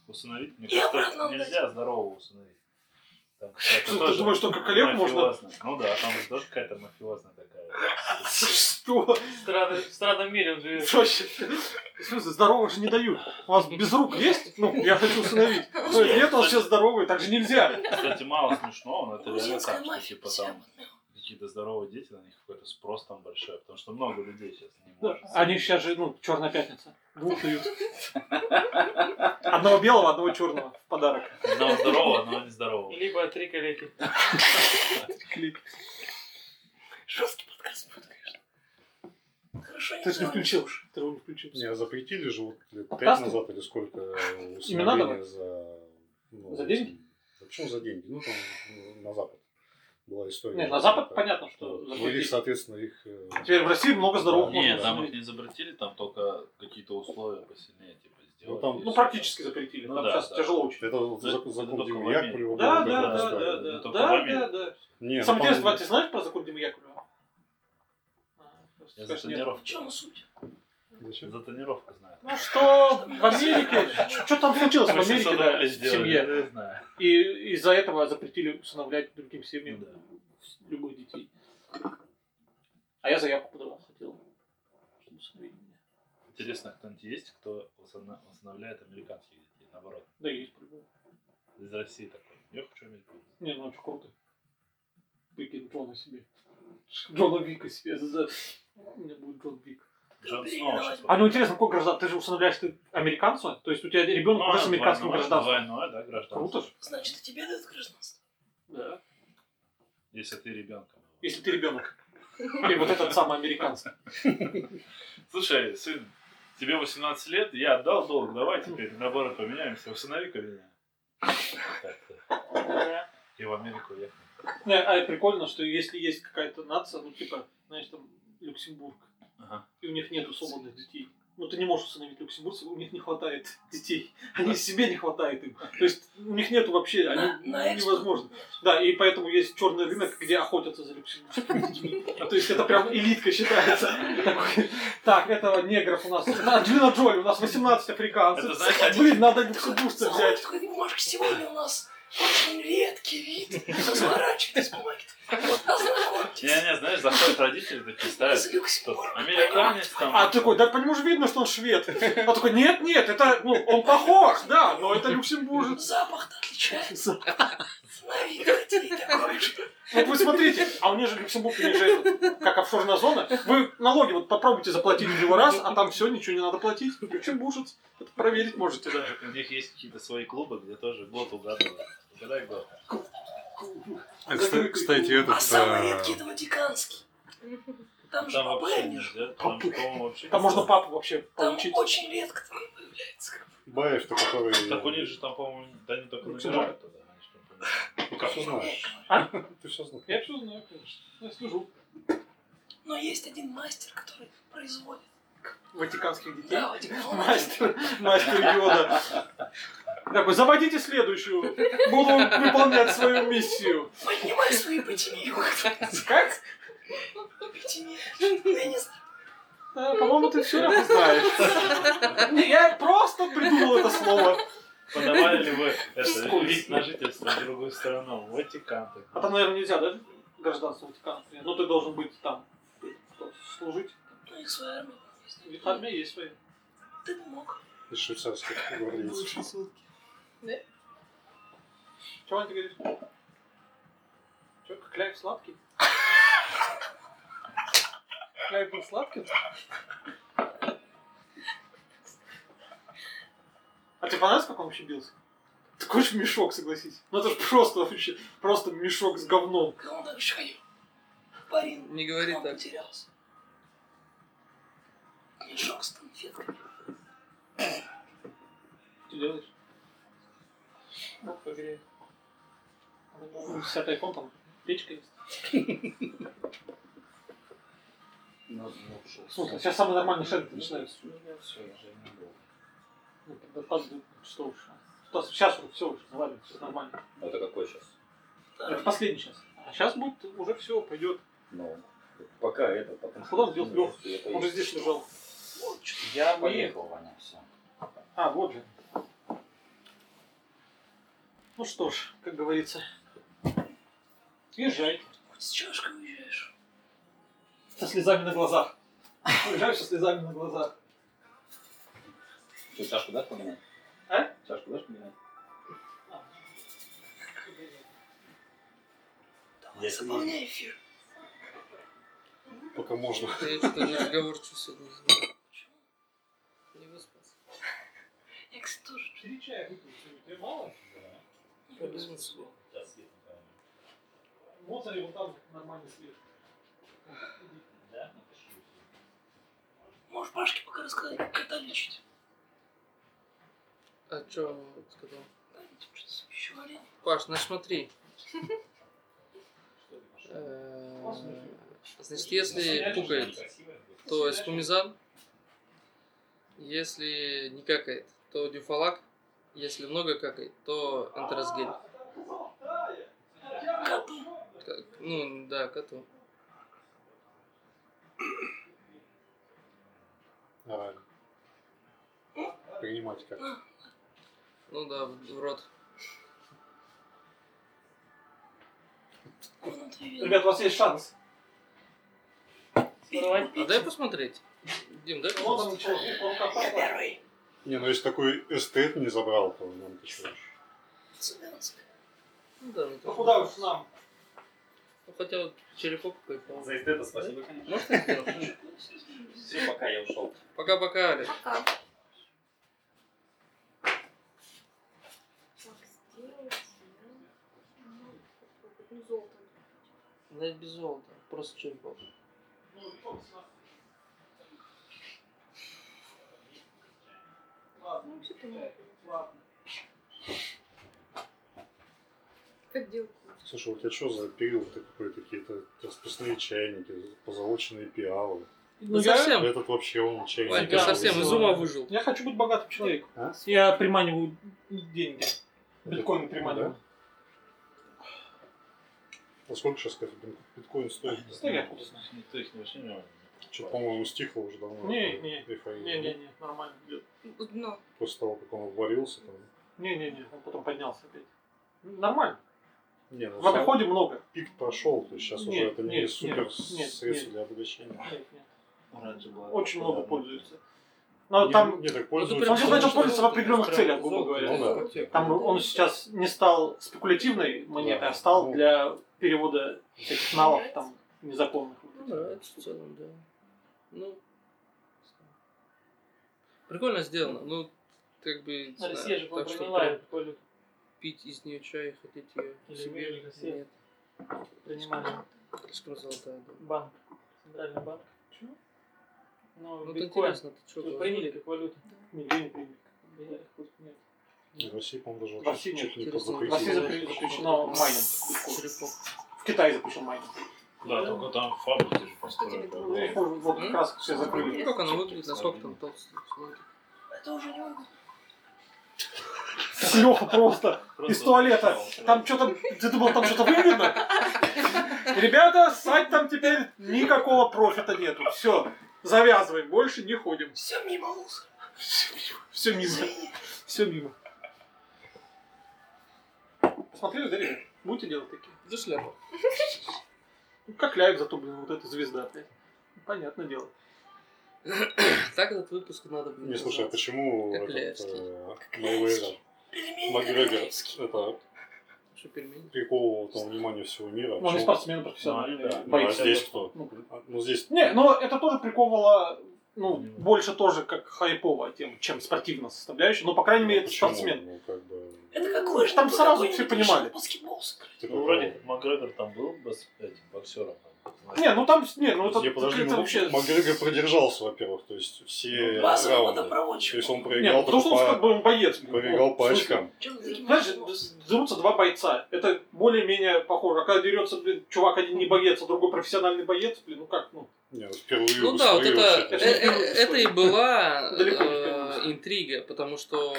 G: Усыновить, мне
E: Я
G: кажется,
E: обратно
G: нельзя здорового усыновить. Там какая-то
A: Что, ты
G: тоже
A: думаешь, только коллег можно?
G: мафиозная. Ну да, там же тоже какая-то мафиозная такая.
A: Что?
C: В странном- в странном мире он живет.
A: Что вообще? В смысле, здоровых же не дают. У вас без рук есть? Ну, я хочу установить. Ну, нет, он все здоровый, так же нельзя.
G: Кстати, мало смешного, но это реально
E: Грузинская
G: так, что
E: мафия.
G: типа
E: вся
G: там
E: подмяла.
G: какие-то здоровые дети, на них какой-то спрос там большой, потому что много людей сейчас не
A: Да,
G: может.
A: Они сейчас же, ну, черная пятница. Двух дают. Одного белого, одного черного в подарок.
G: Одного здорового, одного нездорового.
C: Либо три коллеги.
A: Клик.
E: Жесткий подкаст будет, конечно. Хорошо, не
A: Ты же не
E: знаю.
A: включил. Ты его не включил.
F: Не, а запретили же вот лет пять
A: Подкасты?
F: назад или сколько э,
A: А Имена
F: усыновления
A: давать?
F: за... ну,
A: За деньги?
F: эти- Да почему за деньги? Ну, там э, на Запад была история.
A: Не, на Запад
F: Там,
A: понятно, что
F: что ну,
A: запретили.
F: их, соответственно, их... э,
A: Теперь в России много здоровых
F: Не,
G: Нет,
A: можно
G: там их
A: установить.
G: не запретили, там только какие-то условия посильнее, типа, сделали.
F: там,
G: и
A: Ну,
G: всё.
A: практически запретили.
G: Ну
A: Там
G: да,
A: сейчас
G: да.
A: тяжело очень.
F: Это вот
G: Да,
F: зак-
G: это
F: закон
G: только в
F: Демьякулева.
G: Америке.
F: был,
A: Да,
F: вот
A: да,
F: эта
A: да,
F: история.
A: да,
G: да,
A: да.
G: только в
A: Да, да,
G: Америке.
A: да.
F: Не,
A: Самое
F: ну, там-
A: интересное, а ты знаешь про закон Демьякулева? А,
G: Я за
A: скажешь, нет.
E: В чем
G: тонировку.
E: суть?
F: Зачем?
G: За тонировку знаю.
A: Ну что, в Америке, что там случилось в
G: Мы сейчас
A: Америке, да,
G: содали,
A: в
G: сделали,
A: семье?
G: я знаю.
A: И из-за этого запретили усыновлять другим семьям
G: Ну да.
A: любых детей. А я заявку подавал, хотел. чтобы усыновили меня.
G: Интересно, кто-нибудь есть, кто усына- усыновляет американских детей, наоборот,
A: Да есть по-любому.
G: из России такой. Я хочу американцев.
A: Не, ну очень круто. Выкинь Джона себе. Джона Вика себе. за- У меня будет Джон Вик.
G: Джон Сноу сейчас.
A: А ну интересно, какой граждан? Ты же усыновляешь ты американца? То есть у тебя ребенок уже с американским гражданством.
G: Двойное, да,
A: Круто
G: гражданство.
A: же.
E: Значит, и тебе дают гражданство.
A: Да.
G: Если ты ребенком.
A: Если ты ребенок. И вот этот самый американский.
G: Слушай, сын, тебе 18 лет, я отдал долг,
A: Ну.
G: давай теперь наоборот поменяемся, установи-ка меня. Так-то.
C: Да.
G: И в Америку ехал.
A: Не, а прикольно, что если есть какая-то нация, ну типа, знаешь, там Люксембург,
G: Ага.
A: и у них нету свободных детей. Ну, ты не можешь усыновить люксембургцев, у них не хватает детей. Они себе не хватает им. То есть у них нет вообще,
E: На-
A: они
E: на экспорт.
A: невозможно. Да, и поэтому есть черный рынок, где охотятся за люксембургскими детьми. То есть это прям элитка считается. Такой, Так, этого негров у нас. Анджелина Джоли, у нас 18
G: Это
A: африканцев.
G: знаешь, один-
A: Блин, надо люксембургца
E: Заходит
A: взять.
E: такой, Машка, сегодня у нас очень редкий вид. Разворачивайтесь, супермаркет. Вот
G: Не,
E: ознакомьтесь.
G: не, знаешь, заходят родители такие
E: Из
G: ставят. Тот
E: Люксембурга.
G: американец там.
A: А ты такой, да по нему же видно, что он швед. А такой, нет, нет, это, ну, он похож, да, но это люксембуржец.
E: Запах-то отличается. На вид хотели такой же.
A: Вот вы смотрите, а у меня же Люксембург, у них же этот, как офшорная зона. Вы налоги вот попробуйте заплатить в него раз, а там все, ничего не надо платить. Люксембуржец. Это проверить можете, да.
G: У них есть какие-то свои клубы, где тоже год угадывают. Угадай год.
F: А, кста- Кстати, этот...
E: А самый
F: а,
E: редкий это Ватиканский. Там же
G: Ну, Там вообще
E: Бабель.
G: нельзя. Там, по-моему, вообще
A: Там можно
G: нельзя.
A: папу вообще
E: Там
A: получить.
E: очень редко такое появляется.
F: Баев-то, который...
G: Так у них же там, по-моему, да они только
A: Ну, что
G: набирают туда. они же там, по-моему.
F: Ты все знаешь. Ты все знаешь.
A: Я все знаю, конечно. Я слежу.
E: Но есть один мастер, который производит.
A: Ватиканских детей.
E: Да, Ватикан.
A: Мастер, мастер Йода. Такой, заводите следующую. Буду выполнять свою миссию.
E: Поднимай свои пятимилю.
A: Как?
E: Пятимилю. Я не знаю.
A: Да, Э, по-моему, ты все равно знаешь. Не, Я просто придумал это слово.
G: Подавали ли вы это,
A: Вкус.
G: вид на жительство в другую страну? В Ватикан. так.
A: А там, наверное, нельзя, да? Гражданство Ватикана. принять? Ну, ты должен быть там, кто, служить.
E: Ну, их своя армия.
A: У них армия есть своя.
E: Ты бы мог.
F: Ты швейцарский гвардейец.
C: Лучшие сутки.
A: Чего ты говоришь? Че, Кляев сладкий? Кляев был сладким? А тебе понравилось, как он вообще бился? Такой же мешок, согласись. Ну это же просто вообще, просто мешок с говном.
E: Кому он так еще ходил? Парень.
B: Не говори
E: он
B: так.
E: потерялся. Мешок с конфетками.
A: Ты делаешь? Ну, погрей. Ну, 50 айфон там, печка есть. Слушай, сейчас самый нормальный шаг начинается. Ну, когда пазлы, что уж. Что, сейчас уже все уже завалим, все нормально.
D: Это А какой сейчас?
A: Это последний сейчас. А сейчас будет уже все пойдет.
D: Ну, пока это, потом...
A: Куда он дел- Лёх? Он же здесь лежал.
D: Я поехал, Ваня, все.
A: А, вот же. Ну что ж, как говорится. Езжай.
E: Хоть с чашкой уезжаешь.
A: Со слезами на глазах. Уезжай со слезами на глазах.
D: Что, чашку дашь поменять?
A: А?
D: Чашку дашь поменять?
E: Давай, заполняй эфир.
F: Пока можно.
B: Да я что-то разговорчивый сегодня не знаю. Не выспался.
E: Я, кстати, тоже
A: Три чая выпил, сегодня. тебе мало?
E: не
B: Я без
E: люблю.
B: выспался.
A: Моцарь вот там нормальный свет.
E: Можешь Пашке пока рассказать, как кота лечить?
B: А чё сказал?
E: Да, ну, там что-то еще олень.
B: Паш, ну смотри.
A: Классно.
B: Э, Значит, если пукает, то эскумизан. Если не какает, то дюфалак. Если много какает, то энтеросгель.
E: Коту.
B: Как- Ну, да, коту.
F: Орально. Принимать как.
B: Ну да, в в рот.
E: Он отвел.
A: Ребят, у вас есть шанс.
C: Воровать
B: А дай посмотреть. Дим, дай
A: Вот
B: посмотреть.
A: он человек, он
E: Я
A: копал.
E: первый.
F: Не, ну если такой эстет не забрал, то нам ты чего ж.
E: Цыганский.
B: Ну да, ну
A: Ну
B: то-
A: куда уж нам?
B: ну, хотя вот черепок
A: Ну,
B: какой-то.
D: За эстета спасибо, конечно.
B: Ну,
D: Все, пока я ушел.
B: Пока-пока, Аля.
H: Пока.
J: Так, сделать, да. Ну, попробовать, ну, золото.
B: Да без золота, просто черепок.
J: Ну, вообще-то, ну, подделку.
F: Слушай, у тебя что за период такой? Какие-то расписные чайники, позолоченные пиалы.
B: Ну, совсем.
F: Этот вообще он человек.
B: Ванька совсем из ума выжил.
A: Я хочу быть богатым человеком.
F: А?
A: Я приманиваю деньги. Биткоин приманиваю.
F: А сколько сейчас кстати, бит- биткоин стоит?
A: Да я откуда знаю.
G: Ну, Ты их вообще не
F: Что-то, по-моему, стихло уже давно.
A: Не, не,
F: Эйфория, да?
A: Не-не-не, нормально идет.
H: Ну,
F: После того, как он обвалился. Там...
A: Не-не-не, он потом поднялся опять. Нормально.
F: Не, ну,
A: В обиходе много.
F: пик прошел, то есть сейчас
A: Нет,
F: уже это не
A: нет,
F: супер
A: нет,
F: средство
A: нет.
F: для обогащения.
A: Нет, нет.
G: Раньше было.
A: Очень много
F: Ладно.
A: пользуется. Но
F: Не-
A: А там
F: не, так
B: Ну, ты
F: пользуются.
B: прям
A: Он же начал
B: слышишь,
A: пользоваться в
B: что
A: определенных
B: прям
A: целях, грубо
B: золото,
A: говоря.
B: золото.
F: Ну
A: Там он сейчас не стал спекулятивной монетой, а
F: Да.
A: стал
F: Ну.
A: для перевода всяких налов там незаконных.
B: Ну, нравится в целом, да. Ну, прикольно сделано. Ну, как бы, не
C: Но
B: знаю,
C: Россия же была
B: так что
C: приняла
B: прям
C: эту политику.
B: пить из нее чай и хотеть ее
C: Или
B: себе.
C: Венгрия, Россия.
B: Нет,
C: Принимали
B: слишком золотая. да.
C: банк. Центральный банк. Чего? Ну,
B: Ну, это
C: биткоин.
B: интересно, ты что
C: Тут Приняли как валюту. Я их хуй знает.
F: В России, по-моему, даже
A: В России
F: чуть- чуть не
B: через-
A: В России
F: позапретили.
A: запре- запрещено майнинг. В Китае запрещен майнинг.
G: Да, только там фабрики же построили.
H: Что тебе
G: да,
A: Ну,
G: да.
A: и Вот как раз все закрыли.
B: Ну, как она выглядит, насколько там толстая.
E: Это уже не могу.
A: Леха просто
G: Просто
A: из туалета.
G: встал.
A: Там что-то... Ты думал, там что-то выведено? Ребята, ссать там теперь никакого профита нету. Все, завязываем, больше не ходим.
E: Все мимо мусора.
A: Все мимо. Все мимо. Посмотрели, да, ребят? Будете делать такие?
B: За шляпу.
A: Ну, как Ляев затоплен, вот эта звезда, блядь. Понятное дело.
B: Так этот выпуск надо было
F: Не, слушай, а
B: назвать.
F: почему
B: Как
F: этот,
B: Левский.
F: э, Мэйвезер,
E: Пельмени
F: Макгрегор,
E: королевские.
F: это
B: Что, пельмени?
F: приковывал там внимание всего мира?
A: Он не
F: Почему-
A: спортсмен
G: Ну, да.
A: профессиональный,
F: Ну, а
A: боится.
F: здесь кто?
A: Ну,
F: А, Ну, здесь...
A: Не, но это тоже приковывало, ну,
G: Мгм.
A: больше тоже как хайповая тема, чем спортивная составляющая. Но, по крайней мере, это
F: Почему?
A: спортсмен.
F: Ну, как бы...
E: Это какой же
A: Там
E: ты
A: сразу
E: какой-нибудь
A: все понимали.
E: решил Баскетбол сыграть?
F: ты
G: Ну, вроде как Макгрегор там был бас- этим боксером.
A: Не, ну там, не, ну это,
F: Не, подожди,
A: это
F: ну,
A: вообще...
F: Макгрегор продержался, во-первых, то есть все
G: Ну,
E: Базовый
F: раунды. То
E: водопроводчик.
F: есть он
A: Не,
F: проиграл
A: ну, потому
F: только
A: что он как
F: по,
A: бы он боец. блин.
F: проиграл
A: Ну,
F: по
A: в смысле,
F: очкам.
E: Чем ты таким
A: Знаешь,
E: занимался?
A: дерутся два бойца. Это более-менее похоже. А когда дерется, блин, чувак один не боец, а другой профессиональный боец, блин, ну как, ну.
F: Не, ну, впервые
B: Ну
F: в
B: да, вот
F: истории
B: это,
F: вообще.
B: э- э- это и была
A: Далеко не
B: э,
A: впервые.
B: интрига, потому что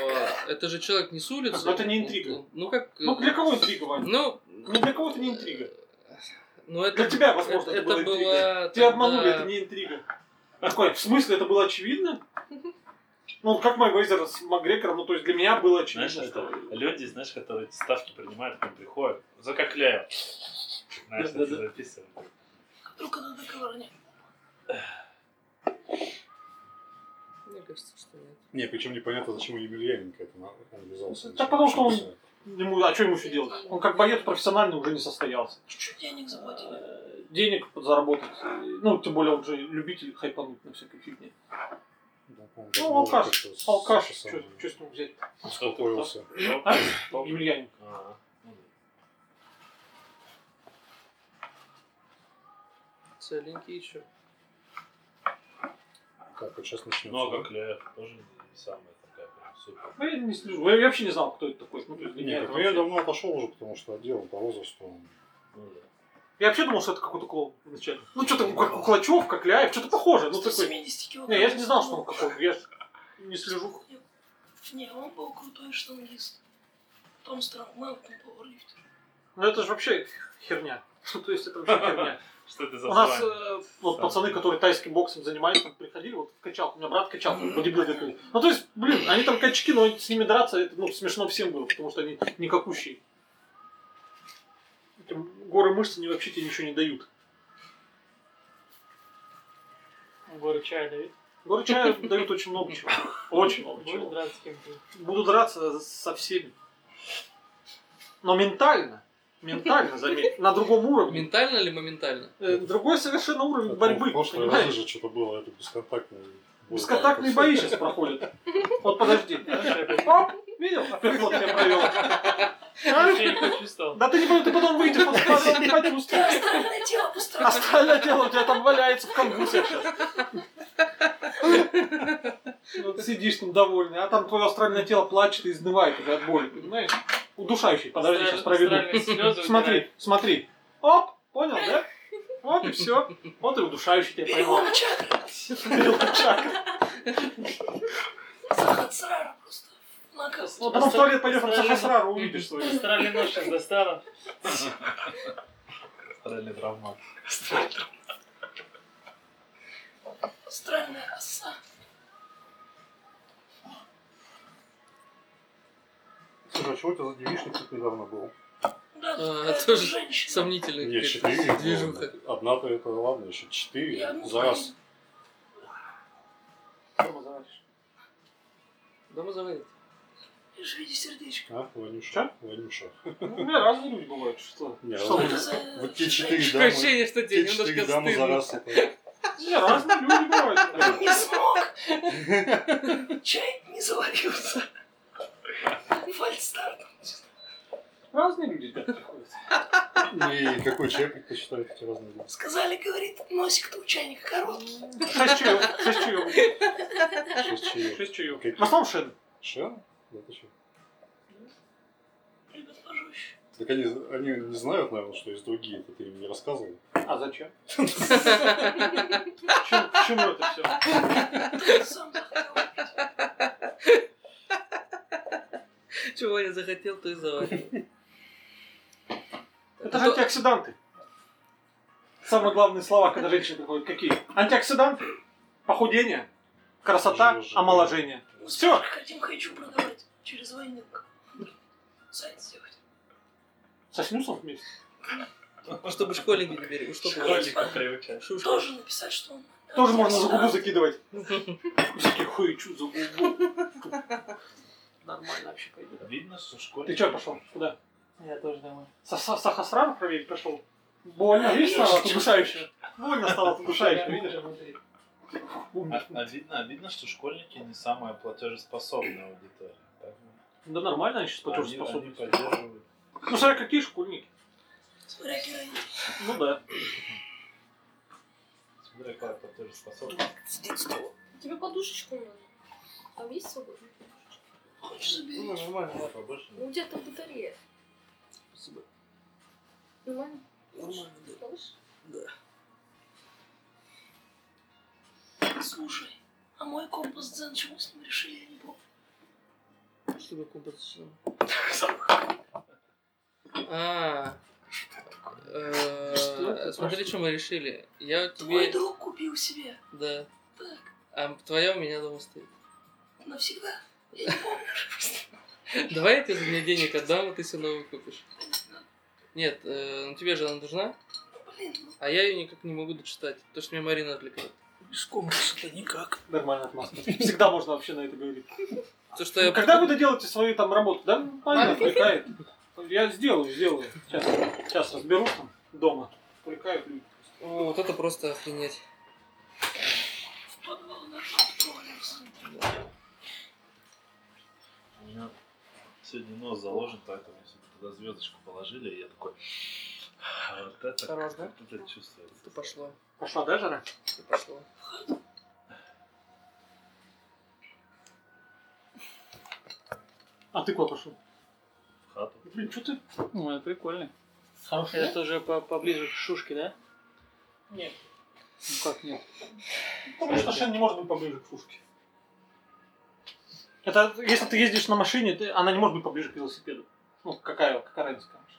B: это же человек не с улицы.
A: Но это не интрига.
B: Ну как...
A: Ну для кого интрига, Вань?
B: Ну,
A: Ну для кого это не интрига?
B: ну это...
A: Для тебя, возможно, это,
B: это
A: была интрига.
B: было...
A: Тебя
B: тогда-
A: обманули, это не интрига. Такой, в смысле, это было очевидно? Ну, как мой Вейзер с Макгрегором, ну, то есть для меня было очевидно.
G: Знаешь, это
A: что-
G: люди, знаешь, которые эти ставки принимают, к ним приходят, закокляют. Знаешь, это
A: Да-да-да.
G: записывают.
E: Вдруг она договор не
B: Мне кажется, что нет.
F: Не, причем непонятно, зачем Емельяненко это на- он ввязался.
A: Да потому что он- Ему, а что ему еще делать? Он как боец профессионально уже не состоялся.
E: Чуть-чуть денег заплатили.
A: Э, Денег заработать. Ну, тем более он же любитель хайпануть на всякой фигне.
F: Да, по-моему,
A: Ну,
F: давно
A: алкаш,
F: как-то с-
A: алкаш,
F: с-
A: что
F: сам
A: с ним взять?
F: Успокоился.
A: А?
G: Топ.
A: Емельяненко.
G: Ага. Ну да.
B: Целенький еще.
F: Так, вот сейчас начнется.
G: Ну, а как Ляев тоже не самая такая прям супер.
A: Ну, я не слежу. Я, я вообще не знал, кто это такой. Ну, то есть для меня
F: Нет,
A: это
F: ну я
A: вообще-
F: давно отошел уже, потому что отделал по возрасту. он-
G: Ну да.
A: Я вообще думал, что это какой-то клоун вначале. Ну, что-то как Куклачев, как Ляев, что-то похоже. Ну, такой...
E: 170 килограмм.
A: Не, я же не знал, что он какой. Я ж не слежу.
E: Не, он был крутой штангист. Потом стал мелким пауэрлифтером.
A: Ну это же вообще херня. Ну, то есть это вообще херня.
G: Что это за
A: У нас
G: звание?
A: э, вот пацаны, которые тайским боксом занимались, там приходили, вот в качалку. У меня брат качал, бодибилдер. был. Ну то есть, блин, они там качки, но с ними драться, это ну, смешно всем было, потому что они никакущие. Эти горы мышц, они вообще тебе ничего не дают.
C: Горы чая дают.
A: Горы чая дают очень много чего. Очень много чего.
C: Будет драться с кем-то.
A: буду драться со всеми. Но ментально, ментально, заметь, на другом уровне.
B: Ментально или моментально?
A: Э, Другой совершенно уровень
F: Как
A: борьбы,
F: В прошлый раз
A: понимаешь?
F: же что-то было, это бесконтактный. бой.
A: Бесконтактные бои сейчас проходят. Вот подожди. Оп, видел? Переход я провел. А?
C: Ничего не почувствовал.
A: Да ты не понял, ты потом выйдешь, вот сразу не почувствуешь.
E: Остальное тело пустое.
A: Остальное дело у тебя там валяется в конвульсиях сейчас. Ну, ты сидишь там довольный, а там твое астральное тело плачет и изнывает уже от боли, понимаешь? Удушающий, подожди, сейчас проведу.
C: Астральные слезы
A: Смотри, смотри. Оп, понял, да? Вот и все. Вот и удушающий тебя поймал.
E: Перелом чакры.
A: Перелом чакры.
E: Сахасрара просто. Наказ.
A: Ну, потом в туалет пойдешь, там
C: Страшно.
A: Сахасрару увидишь свою.
C: Страли нож сейчас достану.
G: Реально травмат.
E: Странная оса.
F: Слушай, а чего это за девичник тут недавно был?
E: Да, тут
B: А,
E: какая-то
B: тоже
E: женщина.
B: Сомнительная
F: Нет,
B: какая-то
F: четыре.
B: движуха.
F: было. Одна-то это ладно, еще
E: И
F: четыре
E: одну
F: за раз.
A: Дома заваришь.
B: Дома заводит.
E: И жди сердечко.
F: А, Ванюша? Ванюша.
A: Ну, у меня раз в день бывает, что.
F: Не,
A: Что
F: вот-
E: это за
F: Вот те четыре
E: женщина?
F: дамы.
B: Ощущение, что тебе
F: Те четыре
B: немножко
F: дамы за раз.
B: стыдно.
F: это-
A: У меня ну, разные люди бывают.
E: Не смог. Чай не заварился. Фальстарт.
A: Разные люди ребята, приходят.
F: И какой человек предпочитает эти разные люди?
E: Сказали, говорит, носик-то у чайника короткий.
A: Шесть чаев. Шесть чаев.
F: Шесть человек.
A: Шесть чаев.
F: Какие?
A: В основном шеды.
F: Шен? Да ты что?
E: Ребят, пожестче.
F: Так они, они не знают, наверное, что есть другие, это ты им не рассказывал.
A: А зачем? Чему- К чему это все?
E: Ты сам захотел.
B: Чего я захотел, то и заварил.
A: Это же антиоксиданты. Самые главные слова, когда женщины приходят, какие? Антиоксиданты, похудение, красота,
F: Жижа.
A: омоложение. Все.
E: Хотим хочу продавать через войник. Сайт сделать.
A: Со снюсом вместе.
B: Ну, Чтобы школьники не бери, чтобы
E: Школьников
B: привыкли. Шушка.
E: Тоже написать, что он...
A: Тоже можно за губу закидывать. Ну, Всякие хуичу за губу. Нормально вообще пойдет.
G: Видно, что школьник...
A: Ты что пошел? Куда?
C: Я тоже домой.
A: Са- са- Сахасрару проверить пошел? Больно, видишь, стало удушающе. Больно стало удушающе, видишь?
G: А, а видно, а видно, что школьники не самая платежеспособная аудитория. Так?
A: Да нормально они сейчас
G: Они, они
A: платежеспособны.
G: поддерживают.
A: Ну, смотря какие школьники.
E: Смотря героиня.
A: Ну да.
G: Смотри, какая
A: Ну,
G: платежеспособность.
E: С детства.
J: Тебе подушечку надо. Там есть свободная?
E: Хочешь забери.
B: Ну, нормально.
G: Побольше.
J: Ну, у тебя там батарея.
B: Спасибо.
J: Нормально?
B: Нормально, да.
J: Слышишь?
E: Слушай, а мой компас дзен чего с ним решили, я не помню.
B: Что такое компенсационно? А. э,
A: Что это?
B: Смотри, что мы решили. Я
E: Твой
B: тебе...
E: друг купил себе.
B: Да.
E: Так,
B: А твоя у меня дома стоит.
E: навсегда. Я не помню.
B: Давай я тебе за меня денег отдам, а ты себе новую купишь. Нет, э, ну тебе же она нужна,
E: Блин, ну
B: а я ее никак не могу дочитать, потому что меня Марина отвлекает.
E: без компаса-то никак.
A: Нормальная отмазка. Всегда можно вообще на это говорить.
B: То, что я...
A: Ну, Когда вы доделаете свою там работу, да? Ну, Понятно, отвлекает. Я сделаю, сделаю. Сейчас, сейчас разберусь там дома. Отвлекают люди.
B: О, вот это просто охренеть.
E: В подвал нажал, провалился.
G: У меня сегодня нос заложен, поэтому если бы туда звездочку положили, я такой... А вот это,
B: Хорош, да?
G: вот это чувствуется.
B: Ты пошло,
A: Пошла, да, жара?
B: ты пошло.
A: А ты куда пошел?
G: В хату.
A: Блин, что ты?
C: Ну, это прикольно.
A: Хороший,
C: Это тоже по- поближе к шушке, да?
A: Нет.
C: Ну как нет?
A: Потому что шин не может быть поближе к фушке. Это если ты ездишь на машине, ты- она не может быть поближе к велосипеду. Ну, какая, какая разница, конечно.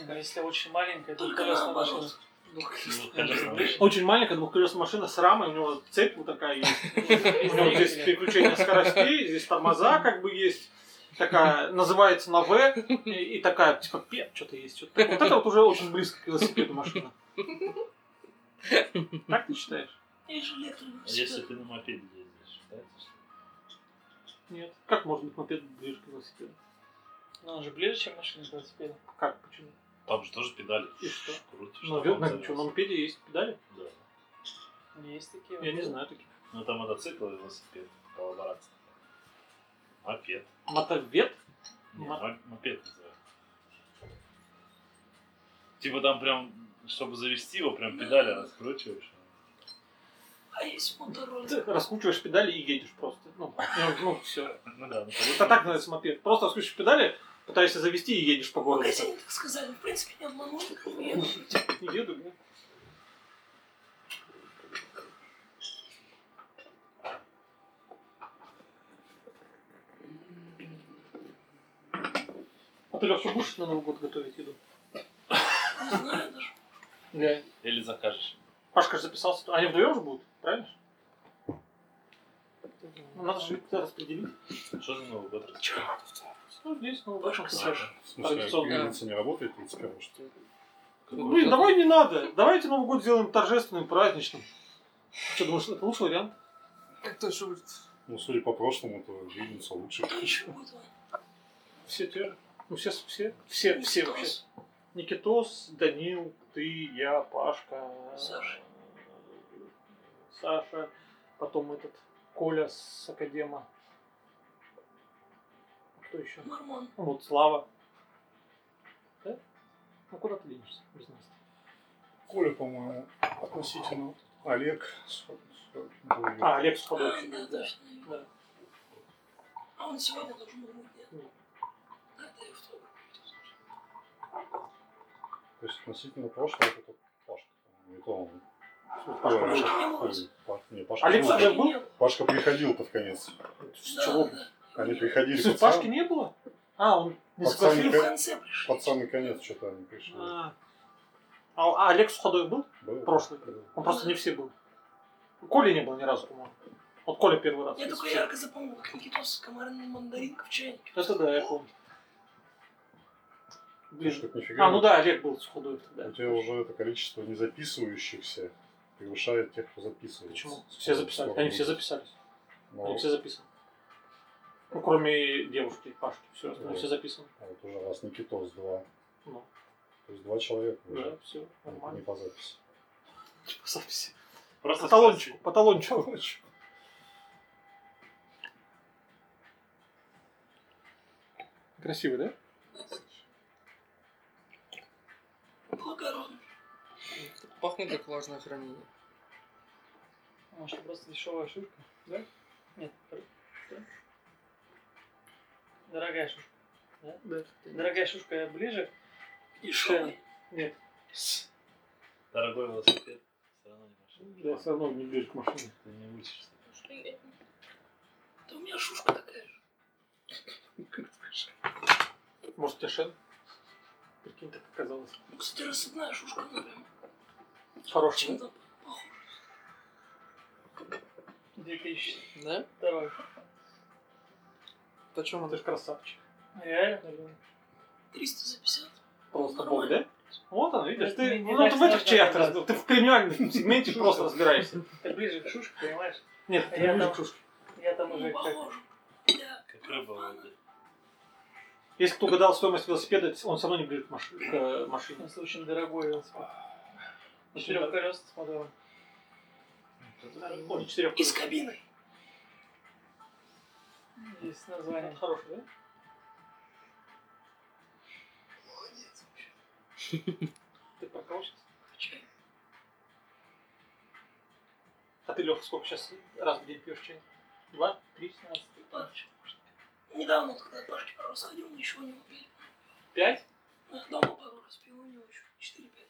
C: Не, ну если очень маленькая, то
E: Только
C: колесная
E: наоборот.
C: машина.
G: Ну, конечно, обычно.
A: Очень маленькая двухколесная машина с рамой, у него цепь вот такая есть. У него Ну, здесь
C: Двигатель.
A: переключение скоростей, здесь тормоза как бы есть. Такая, называется на В, и, и такая, типа, пеп, что-то есть. что-то такое. Вот это вот уже очень близко к велосипеду машина. Так ты считаешь?
E: Я же
G: А если
E: электровелосипед.
G: ты на мопеде ездишь, считается, что ли?
A: Нет. Как может быть мопед ближе к велосипеду?
C: Ну, он же ближе, чем машина к велосипеду.
A: Как? Почему?
G: Там же тоже педали.
A: И что?
G: Крутишь.
A: Ну,
G: там
A: вел-
G: он
A: на,
G: завелся.
A: что, на мопеде есть педали?
G: Да.
C: Есть такие.
A: Я не
C: вот.
A: знаю таких.
G: Ну, это мотоцикл и велосипед. Коллаборация. Мопед.
A: Мотовед?
G: Не,
A: Мо-
G: мо- мопед называется. Типа там прям, чтобы завести его,
A: Ну.
G: прям педали раскручиваешь.
E: А есть мотороллер.
A: Ты раскручиваешь педали и едешь просто. Ну, ну все.
G: Ну да, ну
A: Это так называется мопед. Просто раскручиваешь педали, пытаешься завести и едешь по
E: В
A: городу.
E: магазине так сказали. В принципе, не обманули. Я
A: Не еду, да? ты, Леша, будешь на Новый год готовить еду?
E: Не знаю даже.
A: Да.
G: Или закажешь.
A: Пашка же записался. Они вдвоем же будут, правильно? Ну, надо же как-то распределить.
G: Что за Новый год?
A: Ну, здесь Новый год.
E: Пашка Саша.
F: В смысле, а
A: Традиционно.
F: пигалица не работает, в принципе, а потому что...
A: Блин, давай не надо. Давайте Новый год сделаем торжественным, праздничным. Что, думаешь, это лучший вариант?
B: Это что будет?
F: Ну, судя по прошлому, то Вильнюса лучше.
E: Кто еще будет?
A: Все те же. Ну, все, все, все, все вообще. Никитос, Данил, ты, я, Пашка,
E: Саша.
A: Саша, потом этот Коля с Академа. Кто еще?
E: Мормон.
A: Ну, Вот Слава. Да? Ну куда ты денешься без нас?
F: Коля, по-моему, относительно. Олег. с- с- был его.
A: А, Олег с
E: А,
A: Ходой.
E: да,
A: Да.
E: точно.
A: Да.
E: А он сегодня должен был быть, нет?
A: Ну.
E: А, да, и в том.
F: То есть относительно прошлого, это Пашка. по-моему, И то он.
A: Пашка
F: Ой,
A: был.
F: Ой, Паш- не, Пашка
A: Олег
F: был.
A: Саша А был?
F: Пашка приходил под конец.
E: Да,
A: С чего? А
E: да,
F: Они приходили
A: С
F: пацан-
A: Пашки не было? А, он не
F: Пацан
E: да.
A: согласился?
E: В конце пришли.
F: под самый конец что-то они пришли.
A: А, а а Олег с Ходой был?
F: Было?
A: прошлый. Он просто не все был. Коли не было ни разу, по-моему. Вот Коля первый раз.
E: Я только
A: Всё.
E: ярко запомнил, как Никитос с комарной мандаринкой в чайнике.
A: Это да, я помню.
F: Слушай,
A: Блин.
F: так нифига.
A: А, ну да, Олег был с Ходой тогда.
F: У тебя уже это количество не записывающихся превышает тех, кто записывается.
A: Почему? Все записались. Они все записались.
F: Ну,
A: Они все записаны. Ну, кроме девушки, Пашки. Все,
F: Да.
A: остальные все записаны.
F: а вот уже раз Никитос два.
A: Ну,
F: То есть два человека
A: да,
F: уже.
A: все,
F: Не- Не
A: нормально.
F: по записи.
A: По записи.
G: Просто
A: По талончику, по талончику. Красивый, да?
E: Благородно.
B: Пахнет как влажное хранение.
C: Может, просто дешевая шишка? Да? Нет. пр- да? Дорогая шишка. Да?
A: Да.
C: Дорогая шишка ближе
E: И шоу.
A: Нет,
G: Дорогой велосипед. Все равно не
A: да,
G: машина.
A: все равно не ближе к машине.
G: Ты не учишься.
E: Да у меня шушка такая же.
A: Может, у тебя шен? Прикинь, так оказалось.
E: Ну, кстати, рассыпная шушка, она прям
A: Хороший. да?
E: чем-то похожа.
C: 2002.
B: Да?
A: Почему? Ты же красавчик.
C: Ну, Реально? блин.
E: 300 за 50.
A: Просто бог,
E: Нормально.
A: да? Вот он, видишь,
C: Это
A: ты,
C: не- не
A: ну, ты
C: так
A: в этих
C: сложно
A: чаях
C: разобраться.
A: разбил, ты в криминальном сегменте просто разбираешься.
C: Ты ближе к шушке, понимаешь?
A: Нет,
C: А
A: ты
C: я
A: не
C: там-
A: будешь кружки.
C: Я там уже
E: Ну,
C: как...
E: похожа. Да.
G: Как рыба в воде.
A: Если кто угадал стоимость велосипеда, он со мной не ближе к, маш- к, э, машине.
C: Это очень дорогой велосипед. Четырех колес с мотором.
A: Ой, четырех.
E: И с кабиной.
C: И с названием.
A: Хороший, да?
E: Молодец вообще.
A: Ты проколчишься.
E: Чай.
A: А ты, Леха, сколько сейчас раз в день пьешь чай? Два? Три?
E: Ну, Пашечка. Недавно, когда Пашке пару раз ходил, мы ничего не выпили.
A: Пять?
E: Я дома пару раз пил, у него еще 4-5.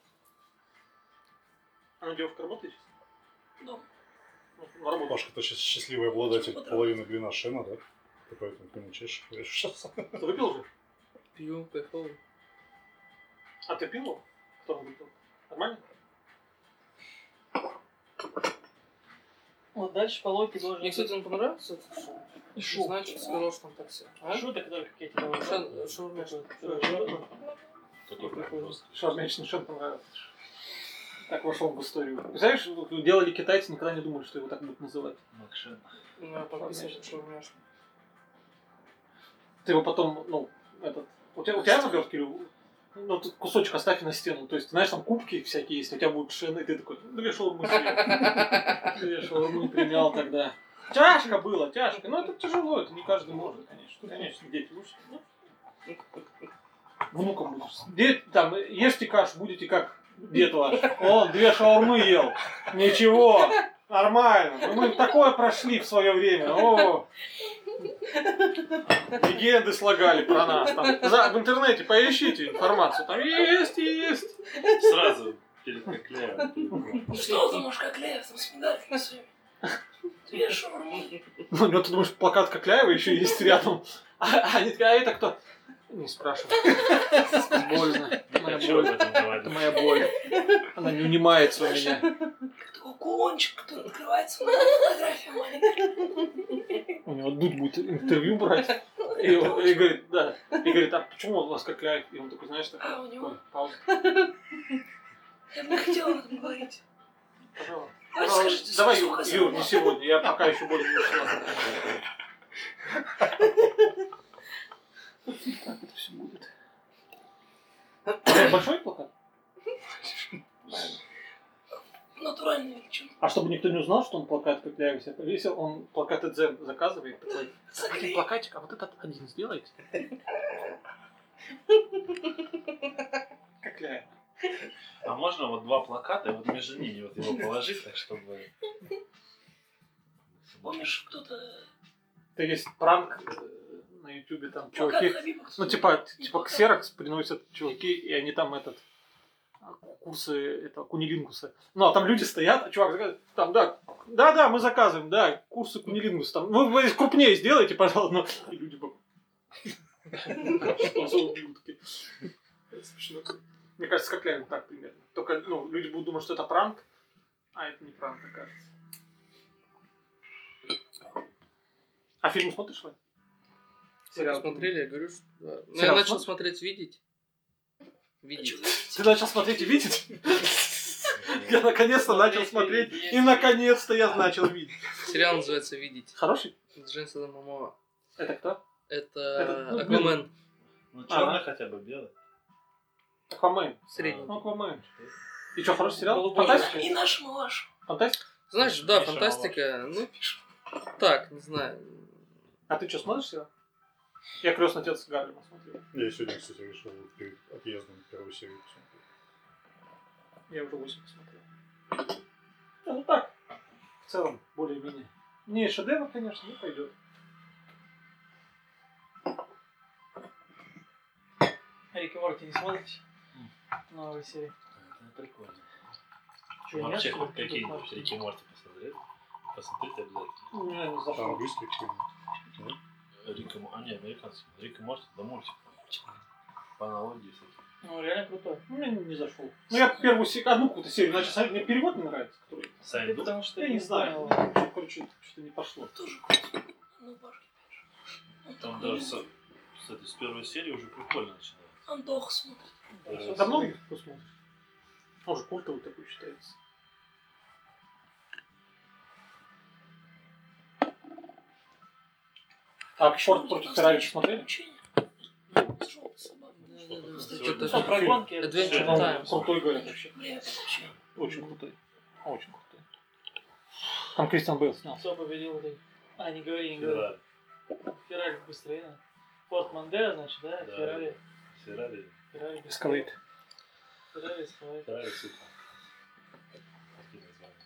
A: Она А девушка работает сейчас?
E: Дома.
A: Ну, на работе.
F: Пашка, ты сейчас счастливый обладатель половины блина Шена, да? Ты поэтому к нему чаще ходишь сейчас.
A: Ты выпил уже?
B: Пью, кайфово.
A: А ты пил его? Кто он выпил? Нормально?
C: Вот дальше по логике должен
B: Мне, кстати, он понравился. этот шоу.
C: Шо?
B: Значит, сказал, что он так себе. А? э,
C: Шуток только как я тебе говорю.
B: Шо- шаурма.
C: Такой, шаурма.
G: Такой прям жесткий.
A: Шармячный шен понравился. Так вошел в историю. Представляешь, вот делали китайцы, никогда не думали, что его так будут называть.
G: Макшин.
B: Ну, подписывайся, шаурмяшка.
A: Ты его потом, ну, этот... У тебя, у тебя обертки или... у- Ну, тут кусочек оставь на стену. То есть, знаешь, там кубки всякие есть, у тебя будут шины, и ты такой, ну, две шаурмы съел». Две шаурмы примял тогда. Тяжко было, тяжко. Но это тяжело, это не каждый может, конечно. Конечно, дети лучше. ну. Внукам будешь. Дед, там, ешьте кашу, будете как дед ваш. Он две шаурмы ел. Ничего, нормально. Ну, Мы такое прошли в свое время. О, Легенды слагали про нас. Там, за- в интернете поищите информацию. Там есть, есть.
G: Сразу перед Коклеем.
E: Ну что там, Машка Клеев, там с медальками своими. Две шаурмы.
A: Ну, ну, ты думаешь, плакат Кокляева еще есть рядом. А, а они такие, а это кто? Не спрашивай. Больно. Моя
G: хочу
A: боль.
G: об этом говорить.
A: Это моя боль. Она не унимается у меня.
E: Такой кулончик, который открывается на фотографии маленькой.
A: У него Дуд будет интервью брать. И, он- и говорит, да. И говорит, а почему у вас как ляйк? И он такой, знаешь, такой,
E: А у него?
A: ой, пауза.
E: Я бы не хотела об этом говорить.
A: Пожалуйста.
E: Давайте скажите,
A: А, Ну, Давай, Ю-
E: сука,
A: Юр, не
E: сама.
A: сегодня. Я пока еще более не начала. Как это все будет? Большой плакат?
E: Натуральная величина.
A: А чтобы никто не узнал, что он плакат как ляйк себе повесил, он плакаты Дзен заказывает. Такой, так,
E: Заклеим.
A: один плакатик, а вот этот один сделайте. Как ляйк.
G: А можно вот два плаката, и вот между ними вот его положить, так чтобы...
E: Помнишь, кто-то...
A: Это есть пранк э, на ютубе, там
E: Плакат
A: чуваки...
E: Хабиба
A: Ну, типа, типа ксерокс приносят чуваки, и они там этот а, курсы этого кунилингуса. Ну, а там люди стоят, а чувак заказывает, там, да, да, да, мы заказываем, да, курсы кунилингуса. Там, ну, вы крупнее сделайте, пожалуйста. Ну, и люди бы... Что за ублюдки? Это смешно. Мне кажется, как реально так примерно. Только, ну, люди будут думать, что это пранк, а это не пранк, окажется. А фильм смотришь, Вань? Сериал?
B: Смотрели, я говорю, что... да. Ну, я
A: Сериал
B: начал
A: смотр-
B: смотреть «Видеть». «Видеть».
A: Ты начал смотреть и видеть? Я наконец-то начал смотреть, и наконец-то я начал видеть.
B: Сериал называется «Видеть».
A: Хороший?
B: Джеймса Мамова.
A: Это кто? Это,
B: Это
A: ну,
B: Аквамен.
A: А.
G: Ну, черный хотя бы белый.
A: Аквамен.
B: Средний.
A: Ну, Аквамен. И что, хороший сериал?
B: Голубой.
A: Фантастика?
E: И наш малаш.
A: Фантастика?
B: Знаешь, да,
G: Миша
B: фантастика. Ну, так, не знаю.
A: А ты что, смотришь сериал? Я крестный отец Гарлема смотрел.
F: Я сегодня, кстати, решил перед отъездом первую серию посмотреть.
A: Я уже 8 посмотрел. Да, Ну так, в целом, более-менее. Не шедевр, конечно, не пойдет.
C: Рик и Морти не смотрите? Новые серии.
G: Это прикольно.
C: Чё, нет,
G: Вообще,
C: что
G: хоть
C: ли?
G: какие-нибудь Рики и Морти посмотреть. Посмотреть обязательно.
A: Ну, я не
F: Там
A: зашел.
F: английский какой-нибудь.
G: Рик и М- А, не, американцы. Рик и Морти, да мультик. По аналогии с этим.
C: Ну, реально крутой.
A: Ну, я не зашел. Ну, я первую се- одну какую-то серию начал смотреть. Мне перевод не нравится, который
C: Ты
G: Сайн Дух.
C: потому что
A: Я не знаю,
C: понял.
A: короче, что-то не пошло.
E: Тоже круто. Ну, башки.
G: Там даже, с- кстати, с первой серии уже прикольно начинается.
E: Антох смотрит.
C: Да, всё
A: Давно их кто смотрит? Он же культовый такой считается. А Форд против Феррари смотрели?
E: Приключения. Жёлтая собака.
B: Что-то-
C: Что, про гонки?
B: Adventure
A: Он
B: Time.
A: Ну, крутой, говорят, вообще.
E: Время приключений.
A: Очень крутой. Очень крутой. Там Кристиан Бейл снялся.
C: Кто победил этой? А, не говори, не говори.
G: Феррари.
C: Феррари быстрее, да? Форд Мондео, значит, да?
G: Да.
C: Феррари.
G: Феррари.
C: Феррари быстрее.
A: Эскалейт.
C: Феррари Эскалейт.
G: Феррари Супер. Какие названия?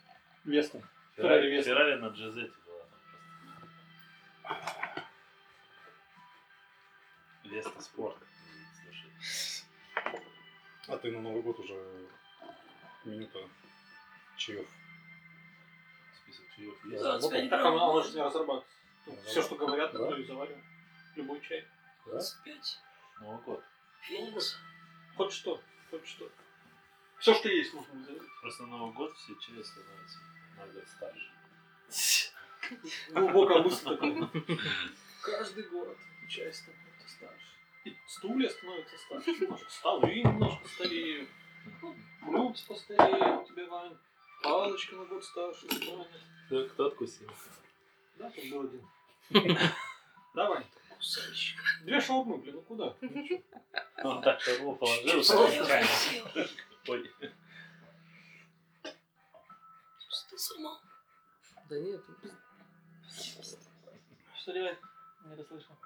A: Вестон. Феррари
G: Феррари,
A: Веста.
G: Феррари на Джезете была там просто. Веста Спорт. Слушай.
F: А ты на Новый год уже минута чаев.
G: Список чаев есть.
E: Да,
F: Да,
E: тебя не
A: Так
E: прям-
A: оно оно же не разрабатывается. Все, что говорят,
F: Да.
A: то и заваривают. Любой чай.
F: Да?
E: 25.
G: Новый год.
E: Феникс.
A: Хоть что, хоть что. Все, что есть, можно заварить.
G: Просто на Новый год все чаи становятся на год старше.
A: Глубокая мысль такая. Каждый город чай становится старше. И стулья становятся старше. Немножко столы немножко стареют. Блюдца постареют у тебя, Вань. Палочки на год старше станет.
G: Да, кто откусил?
A: Да, тут был один. Давай.
E: Кусальщик.
A: Две шаурмы, блин, ну куда? Ну чё?
G: Он так шарму положил,
E: Что я
G: случайно.
E: хотел?
G: Ой,
E: Что ты сломал?
B: Да нет.
C: Что, ребят? Не расслышал.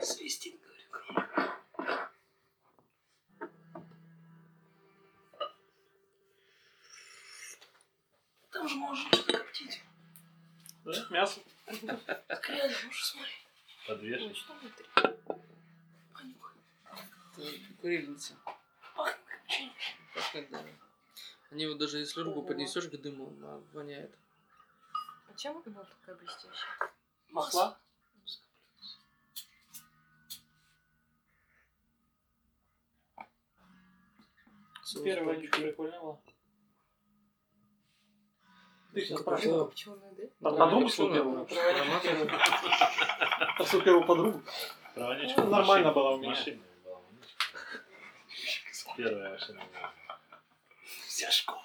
E: Свистит, говорю. ну». Там же можно что-то коптить.
A: Да, Мясо.
E: Так реально, можешь смотреть.
H: Ой,
G: подвешен.
H: что внутри?
E: Понюхай.
B: Курильница.
E: Пахнет копчение.
B: Пахнет, да. Они его даже если руку поднесешь к дыму, она воняет.
H: А чем она такая блестящая?
A: Масла.
C: Первая водичка прикольная была.
A: Ты
C: Всё,
A: сейчас
C: пошла.
A: прошла.
H: Копченая, да?
A: Под- Подругу свою первую? Под свою первую подругу?
G: Проводничка
A: Ну,
G: в
A: нормально
G: машине-
A: была у
G: в
A: меня.
G: машине была водичка. Первая машина была.
E: Вся школа.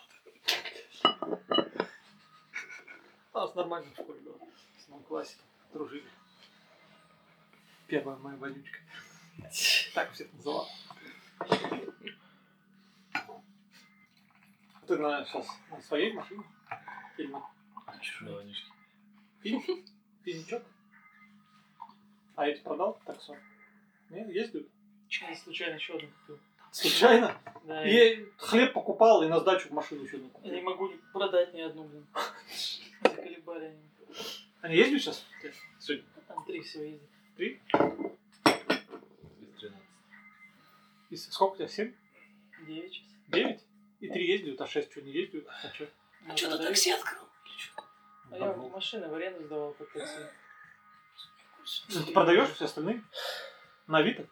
A: У нас нормально в школе было. В седьмом классе дружили. Первая моя вонючка. Так всех называла. Ты на, сейчас на своей машине? Или на
G: Чужие водички.
A: пин- пинчок? А эти продал таксо? Нет, ездят?
C: Я случайно еще одну купил.
A: Случайно?
C: Да, я,
A: И хлеб покупал, и на сдачу в машину еще одну
C: я не
A: купил.
C: могу не продать ни одну, блин. Заколебали они.
A: Они ездят сейчас? Сегодня?
C: Там три всего ездит.
G: Из 13.
A: И сколько у тебя? Семь?
C: Девять сейчас.
A: Девять? И три ездят, а шесть что, не ездят? А что?
C: Ну,
E: А что ты
C: продаю.
E: такси открыл?
C: А я машины в аренду сдавал под такси.
A: Ну, Ты продаешь все остальные? На Авито?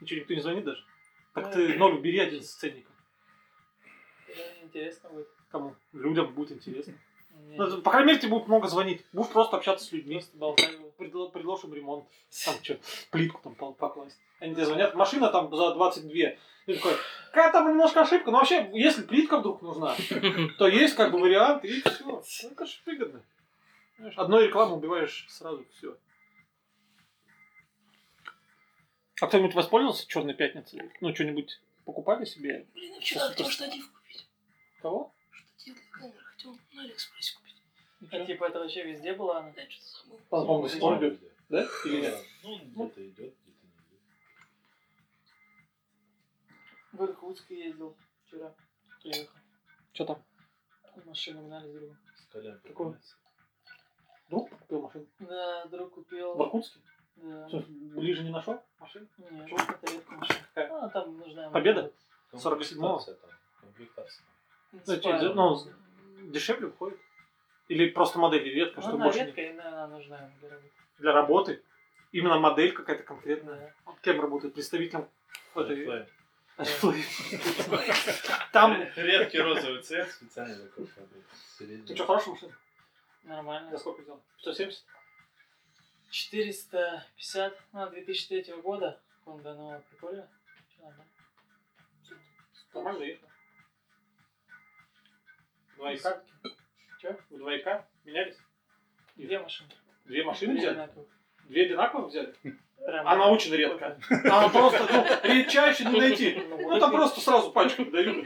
A: Ничего, никто не звонит даже. Так ты
C: Ну,
A: ноль убери один с ценника.
C: Да, мне интересно будет.
A: Кому? Людям будет интересно.
C: Мне
A: Ну, по крайней мере, тебе будут много звонить. Будешь просто общаться с людьми.
C: Просто болтаю.
A: Предло- предложим ремонт. Там что, плитку там пол- покласть. Они тебе звонят, машина там за 22. Ты такой, какая там немножко ошибка. Но вообще, если плитка вдруг нужна, то есть как бы вариант, и все. Это же выгодно. Понимаешь, Одной рекламы убиваешь сразу все. А кто-нибудь воспользовался Черной пятницей? Ну, что-нибудь покупали себе?
E: Блин, я вчера
A: Сейчас
E: хотел
A: просто-
E: штатив купить.
A: Кого?
E: Штатив для камеры хотел на Алиэкспрессе купить.
C: А типа это вообще везде была она?
E: Да, я что-то забыл.
A: По-моему,
G: Ну,
A: идет,
G: где?
A: да? Или нет?
G: Ну, где-то идет, где-то не идет.
C: В Иркутск ездил вчера. Приехал.
A: Что там?
C: Машину гнали с другом.
G: С колян
A: Какого?
G: поднимается.
A: Друг купил машину?
C: Да, друг
A: В
C: купил.
A: Иркутске?
C: Да.
A: Что, ближе не нашел машину?
C: Нет, это редкая машина.
A: Какая?
C: А, там нужна...
A: Победа? 47-го?
G: Комплектация там. Комплектация.
A: Ну,
C: Спальня.
A: те- ну, дешевле выходит? Или просто модели редко,
C: Ну,
A: чтобы
C: она
A: больше не-
C: редкая, и она нужна для работы.
A: для работы? Именно модель какая-то конкретная.
C: Да.
A: Кем работает? Представителем этой...
G: Wi-Fi.
A: А Там...
G: Редкий розовый цвет специально для комплектации.
A: Ты Ну что, хорошая машина?
C: Нормально.
A: Я сколько взял? 170?
C: 450, ну, 2003 года. Honda, ну, прикольно. Чё, нормально.
A: Нормально ехал. Двойка?
C: Чё?
A: В двойка? Менялись?
C: Две машины.
A: Две машины
C: Две
A: взяли?
C: одинаковых.
A: Две одинаковых взяли? А
C: Прям
A: Она очень редко. Она просто, ну, редчайше не найти. Ну, там просто сразу пачку дают.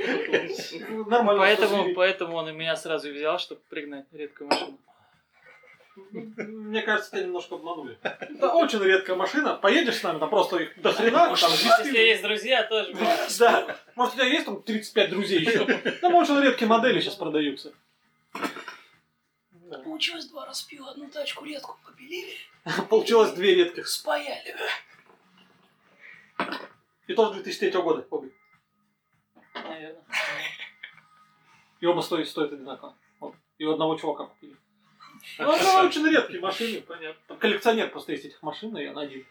A: Нормально.
C: Поэтому,
A: что
C: поэтому он и меня сразу взял, чтобы пригнать редкую машину.
A: завели. Мне кажется, тебя немножко обманули. Это очень редкая машина. Поедешь с нами, там просто их до хрена, там
C: Если
A: 10.
C: есть друзья, тоже будет.
A: Да. Может, у тебя есть там 35 друзей еще? Там очень редкие модели сейчас продаются.
C: Ну,
E: Получилось два раз пил, одну тачку редку попилили,
A: Получилось две редких.
E: спаяли.
A: И тоже 2003 года обе.
C: Наверное.
A: И оба стоят, стоят одинаково. Вот. И у одного чувака купили. Ну, она очень редкие машины, понятно. Коллекционер просто есть этих машин, и она один.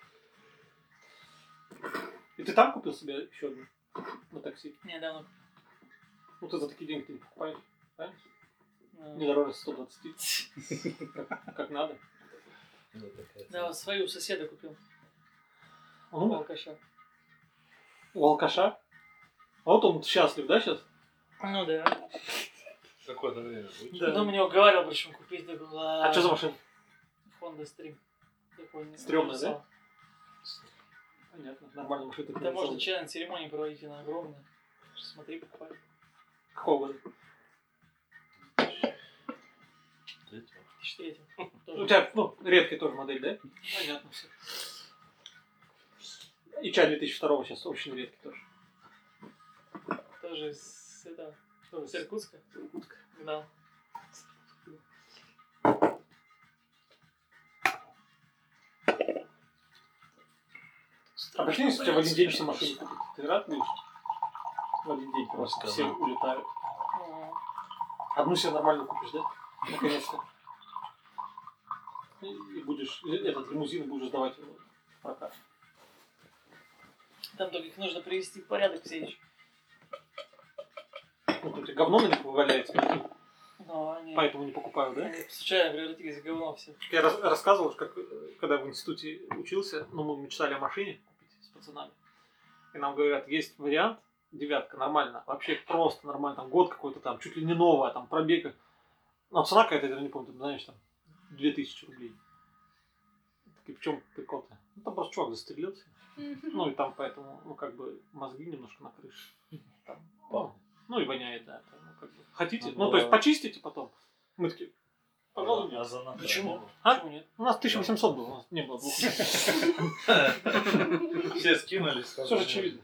A: И ты там купил себе еще одну? На такси?
C: Недавно.
A: Ну, ты за такие деньги ты не покупаешь. Не
C: ну,
A: дороже 120. Как, как надо.
G: Ну,
C: Да, вот свою соседа купил.
A: Он умер.
C: Алкаша.
A: У алкаша. А вот он счастлив, да, сейчас?
C: Ну да.
G: Какое-то время будет.
C: Потом меня уговаривал, причем купить. Я говорю,
A: А что за
C: «Ладно».
A: машина?
C: Honda Stream. Такой не-
A: Стрёмная,
C: написал.
A: да? Понятно, нормальная машина. ты
C: Да можно
A: купил.
C: член церемонии проводить, она огромная. Смотри, покупай.
A: Какого года?
G: Третьего.
C: 2003.
A: У
C: Тоже.
A: тебя, ну, редкая тоже модель, да? Понятно все. И чай 2002 сейчас очень редкий тоже.
C: Тоже с этого. Тоже с Иркутска. Гнал.
A: А прикинь, если у тебя в один день все машины купят, ты рад будешь? В один день просто все
G: Рассказывай.
A: улетают.
C: Ну,
A: Одну себе нормально купишь, да? Наконец-то. И и будешь, и этот лимузин будешь сдавать его в прокат.
C: Там только их нужно привести в порядок все еще.
A: Ну, тут и говно на них валяется,
C: Но они...
A: поэтому не покупаю, да?
C: они случайно превратились в говно все.
A: Я рас- рассказывал, как э, когда в институте учился, ну, мы мечтали о машине купить с пацанами. И нам говорят, есть вариант, девятка, нормально, вообще просто нормально, там год какой-то там, чуть ли не новая, там пробега. Нам цена какая-то, я не помню, там, знаешь, там, 2000 рублей. Такие, в чем прикол-то? Ну, там просто чувак застрелился. Ну, и там поэтому, ну, как бы, мозги немножко на крыше. Там, ну, ну, и воняет, да. там, ну, как бы. Хотите?
C: Ну,
A: Ну, то есть
C: да.
A: почистите потом. Мы такие, пожалуй, нет.
C: Почему?
A: А?
C: Почему нет?
A: У нас 1800 было, у нас не было двух.
G: Все скинулись.
A: Все же очевидно.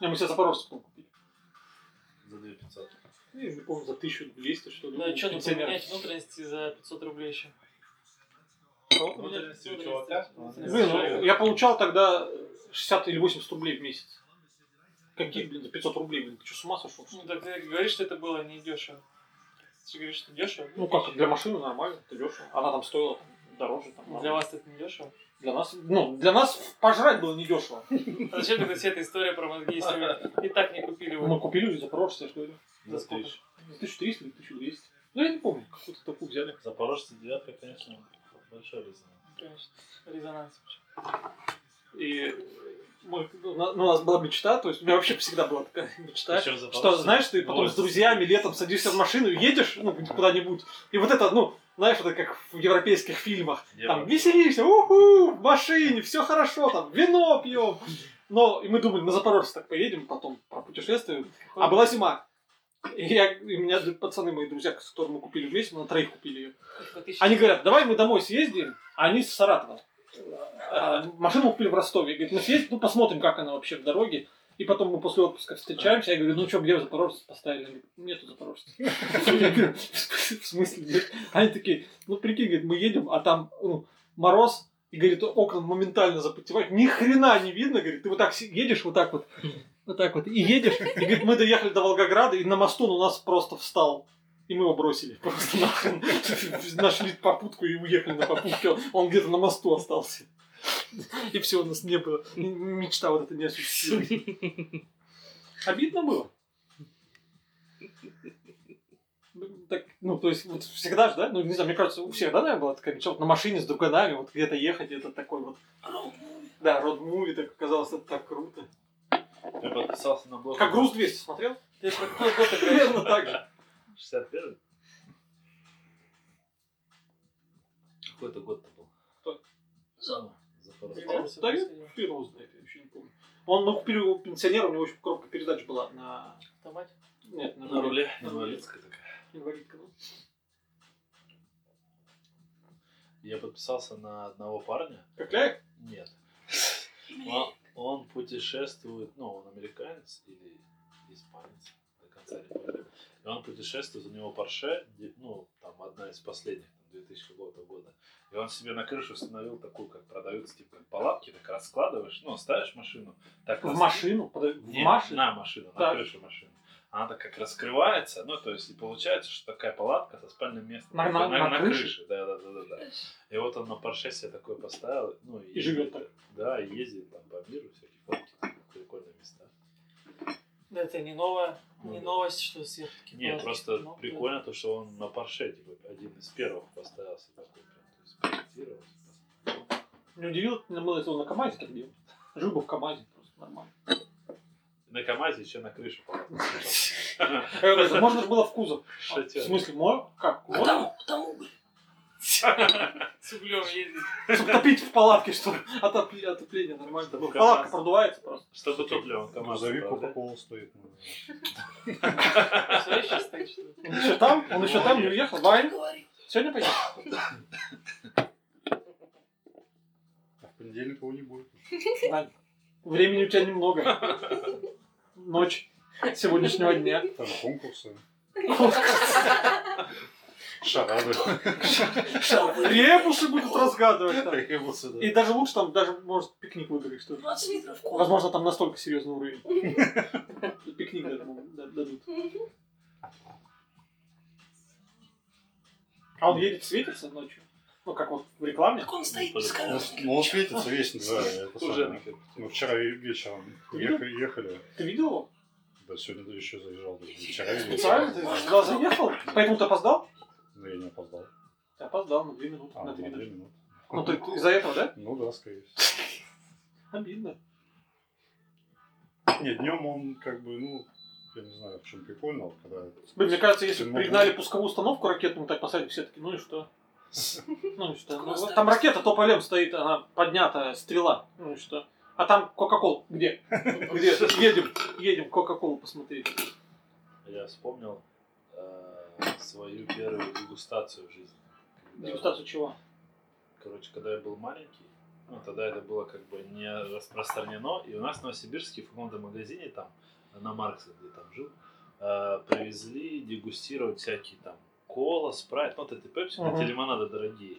A: Не, мы себе Запорожец по-моему, купили.
G: За 2500.
A: Ну, Я не помню, за 1200 что ли.
C: Ну, а что там
A: Пенсионер.
C: поменять внутренности за 500 рублей еще?
A: Вот у меня.
G: Внутренности у чувака.
A: Блин, ну, я получал тогда 60 или 80 рублей в месяц. Какие, блин, за 500 рублей, блин, ты что, с ума сошел? что ли?
C: Ну, так ты говоришь, что это было не дешево. Ты же говоришь, что дешево?
A: Ну как, для машины нормально, это дешево. Она там стоила там, дороже. Там,
C: Для
A: нормально.
C: вас это не дешево?
A: для нас, ну, для нас пожрать было недешево.
C: А зачем тогда вся эта история про мозги, если вы и так не купили
A: Мы
C: вы?
A: купили Запорожца, я же говорю.
C: За сколько?
A: 1300 или 1200. Ну, я не помню, какую-то такую взяли.
G: Запорожцы девятка, конечно, большой резонанс.
C: Конечно, резонанс.
A: И мой- ну, на- ну, у нас была мечта, то есть у меня вообще всегда была такая мечта,
G: Причём за
A: что,
G: полосу.
A: знаешь, ты потом с
G: Вот.
A: друзьями летом садишься в машину и едешь, ну, куда-нибудь, и вот это, ну, знаешь, это как в европейских фильмах, там,
G: Европа.
A: веселишься, уху, в машине, все хорошо, там, вино пьем. Но, и мы думали, на Запорожье так поедем, потом пропутешествуем. А была зима. И, я, и меня пацаны, мои друзья, с которыми мы купили вместе, мы на троих купили ее.
C: Типа,
A: Они говорят, давай мы домой съездим, а они с Саратова. А, Машину купили в Ростове. Говорит, ну съездим, ну посмотрим, как она вообще в дороге. И потом мы после отпуска встречаемся, я говорю, ну что, где вы запорожец поставили? Они говорят, нету запорожца. Я говорю, в смысле нет? Они такие, ну прикинь, говорит, мы едем, а там ну, мороз, и, говорит, окна моментально запотевают, ни хрена не видно, говорит, ты вот так си- едешь, вот так вот, вот так вот, и едешь, и, говорит, мы доехали до Волгограда, и на мосту он у нас просто встал. И мы его бросили просто нахрен. Нашли попутку и уехали на попутке. Он где-то на мосту остался. И все, у нас не было. М- Мечта вот эта не осуществилась. Обидно было. Ну, Так, ну, то есть, вот всегда же, да? Ну, не знаю, мне кажется, у всех, да, наверное, была такая мечта, вот на машине с друганами, вот где-то ехать, это такой вот,
E: Роуд-муви.
A: да, род-муви, так оказалось, это так круто.
G: Я подписался на блог.
A: Как «Груз-200» смотрел?
C: Ты про какой год ты говоришь?
A: Примерно так же.
G: 61 Какой это год-то был?
E: Заново.
G: Запорожцы.
A: Э,
C: Девяносто
A: Да, я
C: последний.
A: хрен его знает, я вообще не помню. Он, ну, купили его пенсионера, у него еще коробка передач была на...
C: Автомат?
A: Нет, на,
G: На руле.
A: На руле.
G: Инвалидская такая.
A: Инвалидка, ну.
G: Я подписался на одного парня.
A: Кокляев?
G: Нет. Он, он путешествует, ну, он американец или испанец, до конца не помню. И он путешествует, у него Порше, де- ну, там, одна из последних, там, 2000 какого-то года. И он себе на крышу установил такую, как продаются, типа, как палатки, так раскладываешь, ну, ставишь машину. Так
A: В
G: рас-
A: машину? Подо- В
G: Не,
A: машину?
G: На машину, на
A: Так.
G: крышу машины. Она так как раскрывается, ну, то есть, и получается, что такая палатка со спальным местом.
A: На- на- на крыше?
G: Да, да, да, да, да. И вот он на Порше себе такой поставил. Ну,
A: И живет
G: ездит, Да, и ездит там по миру, всякие фотки, прикольные места.
C: Да, это не новая,
G: Ну
C: не
G: да.
C: новость, что сверху.
G: Нет, просто прикольно то, что он на Порше, типа, один из первых поставил себе такой прям, то есть, проектировал.
A: Не удивил, меня было, если он на КамАЗе так делал. Жил бы в КамАЗе просто нормально.
G: На КамАЗе еще на крышу палатку.
A: Я говорю, Э, Можно же было в кузов. А, В
G: Шатер.
A: смысле, можно? Как?
E: А
A: Можно?
E: там, там уголь.
C: С углем ездит.
A: Чтобы топить в палатке, что ли? Отопли- отопление нормально.
G: Чтобы
A: было. Палатка
G: КамАЗ.
A: продувается просто.
G: Чтобы топливо КамАЗ.
F: Грузовик
G: управлять.
F: Кока-Кола стоит. наверное.
C: Представляешь, сейчас стоит, что ли?
A: Он еще там? Он еще там не уехал? Вань,
E: Говорил.
A: сегодня поедем?
F: А в понедельник его не будет.
A: Вань, времени у тебя немного. Ночь сегодняшнего дня.
F: Там конкурсы. Шарады.
A: Ребусы будут разгадывать там.
F: Требуются, да.
A: И даже лучше там, даже, может, пикник выиграть, что ли.
E: 20 литров кола.
A: Возможно, там настолько серьезный уровень. Пикник даже могут да- дадут. А он едет, светится ночью? Ну, как вот в рекламе.
E: Так он стоит
G: Ну,
E: без
F: Ну,
E: колес.
F: он- Ну, он светится весь, да. это
G: Уже
F: самое.
G: на крыше.
F: Мы вчера ве- вечером
A: Видел?
F: ехали, ехали.
A: Ты видел его?
F: типа, сегодня еще заезжал. даже Вчера или
A: Правильно? Ты
F: вчера.
A: сюда заехал? Поэтому ты опоздал?
F: Ну, я не опоздал.
A: Ты опоздал на 2 минуты,
F: А,
A: на
F: на
A: 3
F: две
A: даже.
F: минуты.
A: Ну, ты ты из-за этого, да?
F: Ну да, скорее всего.
A: Обидно.
F: Нет, днем он как бы, ну, я не знаю, в чем прикольно, вот когда...
A: Блин, мне кажется, если
F: Ты
A: бы
F: мог-
A: пригнали пусковую установку ракетную, так посадили, все таки ну и что? Ну и что?
E: Так
A: Ну,
E: у нас
A: Там
E: так-
A: ракета тополем стоит, она поднята, стрела. Ну и что? А там Кока-Кол. Где? Где? Едем, едем Кока-Колу посмотреть.
G: Я вспомнил э, свою первую дегустацию в жизни. Когда-
A: Дегустацию чего?
G: Короче, когда я был маленький, ну, тогда это было как бы не распространено. И у нас в Новосибирске в каком-то магазине там, на Маркса, где там жил, э, привезли дегустировать всякие там кола, спрайт, ну, вот эти пепси,
A: Мгм.
G: эти лимонады дорогие.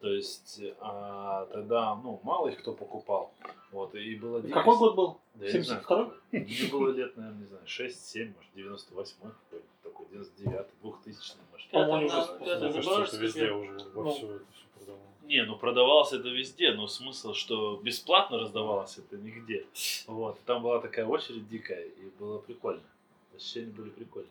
G: То есть а, тогда, ну, мало их кто покупал. Вот, и было
A: И
G: дикость.
A: Какой год был?
G: Да я не знаю,
A: 72-й?
G: какой. Мне было лет, наверное, не знаю, 6-7, может, 98 какой-нибудь такой, 99 2000 может.
A: По-моему, уже
C: Пятый,
A: после-
F: Мне
C: пятый,
F: кажется, это
C: пятый,
F: везде
C: пятый.
F: уже во
A: Ну.
F: все это все продавалось.
G: Не, ну продавался это везде, но смысл, что бесплатно раздавалось это нигде. Вот, там была такая очередь дикая, и было прикольно. Ощущения были прикольные.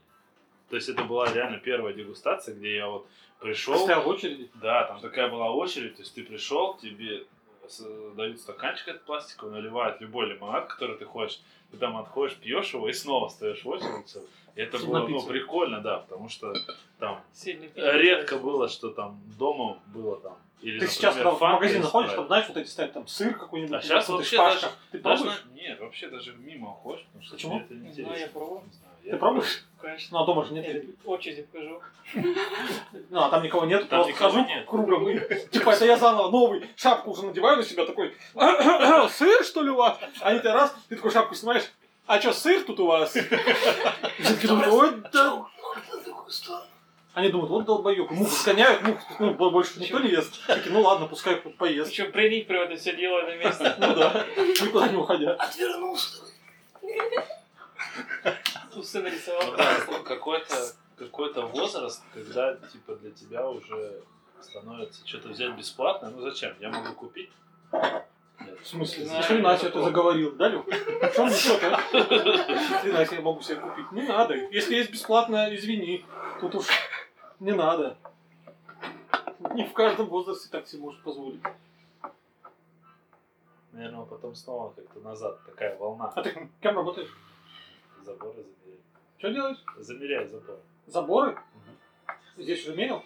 G: То есть это была реально первая дегустация, где я вот пришел.
A: Стоял в очереди.
G: Да, там такая была очередь, то есть ты пришел, тебе с- дают стаканчик от пластиковый, наливают любой лимонад, который ты хочешь, ты там отходишь, пьешь его и снова стоишь в очередь. И это
A: Чтобы
G: было ну,
A: напиться.
G: прикольно, да, потому что там
C: Сильный пик.
G: редко было, что там дома было там. Или,
A: Ты сейчас
G: например,
A: там в
G: фанта
A: магазин
G: из
A: ходишь,
G: Sprite.
A: там, знаешь, вот эти стоят, там сыр какой-нибудь,
G: А щас
A: вот эти
G: вообще
A: шпажки.
G: даже-
A: Ты
G: Даже,
A: пробуешь?
G: нет, вообще даже мимо уходишь, потому что
A: Почему?
G: мне это не
C: Не знаю, я пробовал.
A: Ты пробуешь?
C: Конечно.
A: Ну, а дома же нет.
C: Я очереди покажу.
A: Ну, а там никого нет,
G: Там
A: просто
G: никого
A: хожу
G: нет.
A: кругом. и, Типа, это я заново новый, шапку уже надеваю на себя, такой, сыр, что ли, у вас? А Они тебя раз, ты такую шапку снимаешь, а что, сыр тут у вас? И все такие думают, «Ой, да».
E: Чё, морда на другую сторону?
A: Они думают, вот долбоёб, мух сгоняют, мух ну, больше никто не ест. Такие, ну ладно, пускай поест.
C: Причем приник при этом все дело на месте.
A: Ну да, никуда не уходя.
E: Отвернулся такой.
C: Усы нарисовал.
G: какой-то какой-то возраст, когда типа для тебя уже становится что-то взять бесплатно, ну зачем? Я могу купить. Нет.
A: В смысле?
C: Знаю,
A: Ни хрена себе
C: такого.
A: ты заговорил, да, Люк? В чем ничего-то? Ни хрена себе могу себе купить. Не надо. Если есть бесплатно, извини. Тут уж не надо. Не в каждом возрасте так себе можешь позволить.
G: Наверное, потом снова как-то назад такая волна.
A: А ты кем работаешь?
G: Заборы замеряю.
A: Что делаешь?
G: Замеряю забор.
A: Заборы? Здесь же мерил?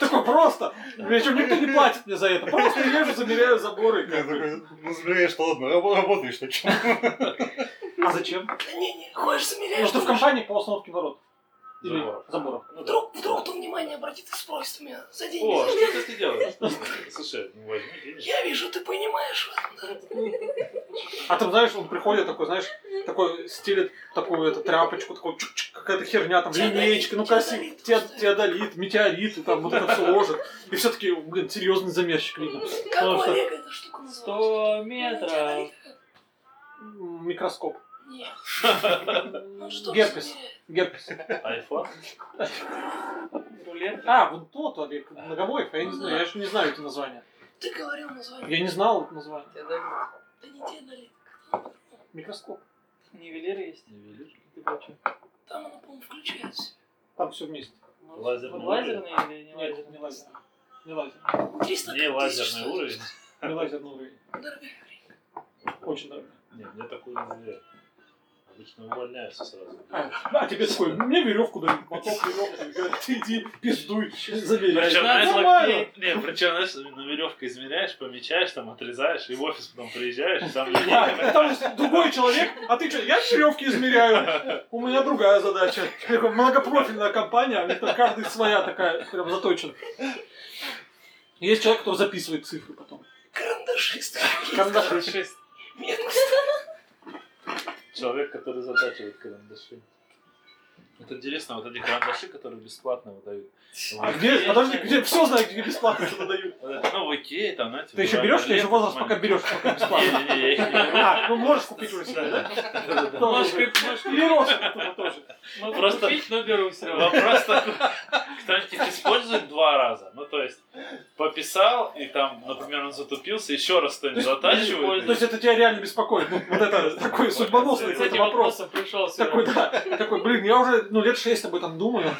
A: Такой просто. Причем никто не платит мне за это. Просто я езжу, замеряю заборы.
F: Я такой, ну, забираешь, то ладно, раб- работаешь так что.
A: А зачем?
E: Да не, не, ходишь,
A: Ну
E: замеряешь.
A: что в
E: думаешь,
A: компании по установке ворот. Или
G: Заборов.
A: заборов.
G: Ну, да.
E: Вдруг, вдруг кто внимание обратит и спросит у меня за деньги.
G: О, что ты- ты делаешь? Слушай, ну возьми денег.
E: Я вижу, ты понимаешь. в этом, да.
A: А там, знаешь, он приходит такой, знаешь, такой стелит такую эту тряпочку, такой чук-чук, какая-то херня, там,
E: Теодолит,
A: линеечка, ну красиво,
E: теодолит
A: те-
E: просто.
A: теодолит, метеорит, и там вот это все ложит. И все таки блин, серьезный замерщик видно.
E: Как
A: Ну,
E: у
A: что?
E: Олега эта штука называлась?
C: Сто метров.
A: М, Микроскоп.
E: Нет, ну что ты
A: Герпес.
E: замеряешь?
A: Герпес.
G: Айфон?
C: Рулет.
A: А, вот тот, Олег, Ногобоев, а
G: Ну
A: я не знаю, я же не знаю эти названия.
E: Ты говорил название.
A: Я не знал это название.
E: Да не те налит. как-то по-другому.
A: Микроскоп.
C: Нивелир есть.
G: Нивелир?
C: Ты про чё?
E: Там она, по-моему, включается.
A: Там все вместе.
C: Ну,
G: Лазерный
C: Лазерный или не
A: Нет, не
C: лазерный?
A: лазер. Не лазер.
E: 300
G: Не
E: тысяч
G: лазерный
E: стоит.
G: уровень.
A: Не лазерный уровень.
E: Дорогая хрень.
A: Очень дорого.
G: Не, мне такой не доверяют. Обычно увольняются сразу.
A: А, а тебе такой, мне веревку дают, моток веревку, говорят, ты иди, пиздуй, забери.
G: Причем, знаешь,
A: Нормально.
G: локтей- не, причем, знаешь, на веревке измеряешь, помечаешь, там отрезаешь, и в офис потом приезжаешь, и там
A: Да,
G: линейка.
A: потому что другой человек, а ты что, я веревки измеряю, у меня другая задача. Такая Многопрофильная компания, а у них там каждый своя такая, прям заточена. Есть человек, кто записывает цифры потом.
E: Карандашист.
A: Карандаши.
C: Шесть.
E: Нет,
G: Человек, который затачивает карандаши. Вот интересно, вот эти карандаши, которые бесплатно выдают.
A: А где, подожди, где, все знаю, где бесплатно что-то дают.
G: Ну, в Икее там, знаете...
A: Ты еще
G: выбирали
A: берешь, ты еще
G: лето,
A: возраст
G: маленький.
A: пока берешь, пока бесплатно.
G: Не, не, не, я их не беру.
A: А, ну можешь купить уже себе, да? Тоже
G: Да-да-да. Можешь
A: же.
G: купить, можешь
A: Или Росу туда тоже.
C: Могу
G: Просто-
C: купить, но беру все равно.
G: Э, Вопрос такой, кто их использует два раза. Ну, то есть, пописал, и там, например, он затупился, еще раз кто-нибудь затачивает.
A: То есть это тебя реально беспокоит. ну, Вот это такой судьбоносный
C: С
A: какой-то
C: этим
A: вопрос.
C: вопросом пришел все
A: Такой,
C: равно.
A: да, такой, блин, я уже ну, лет шесть об этом думаю.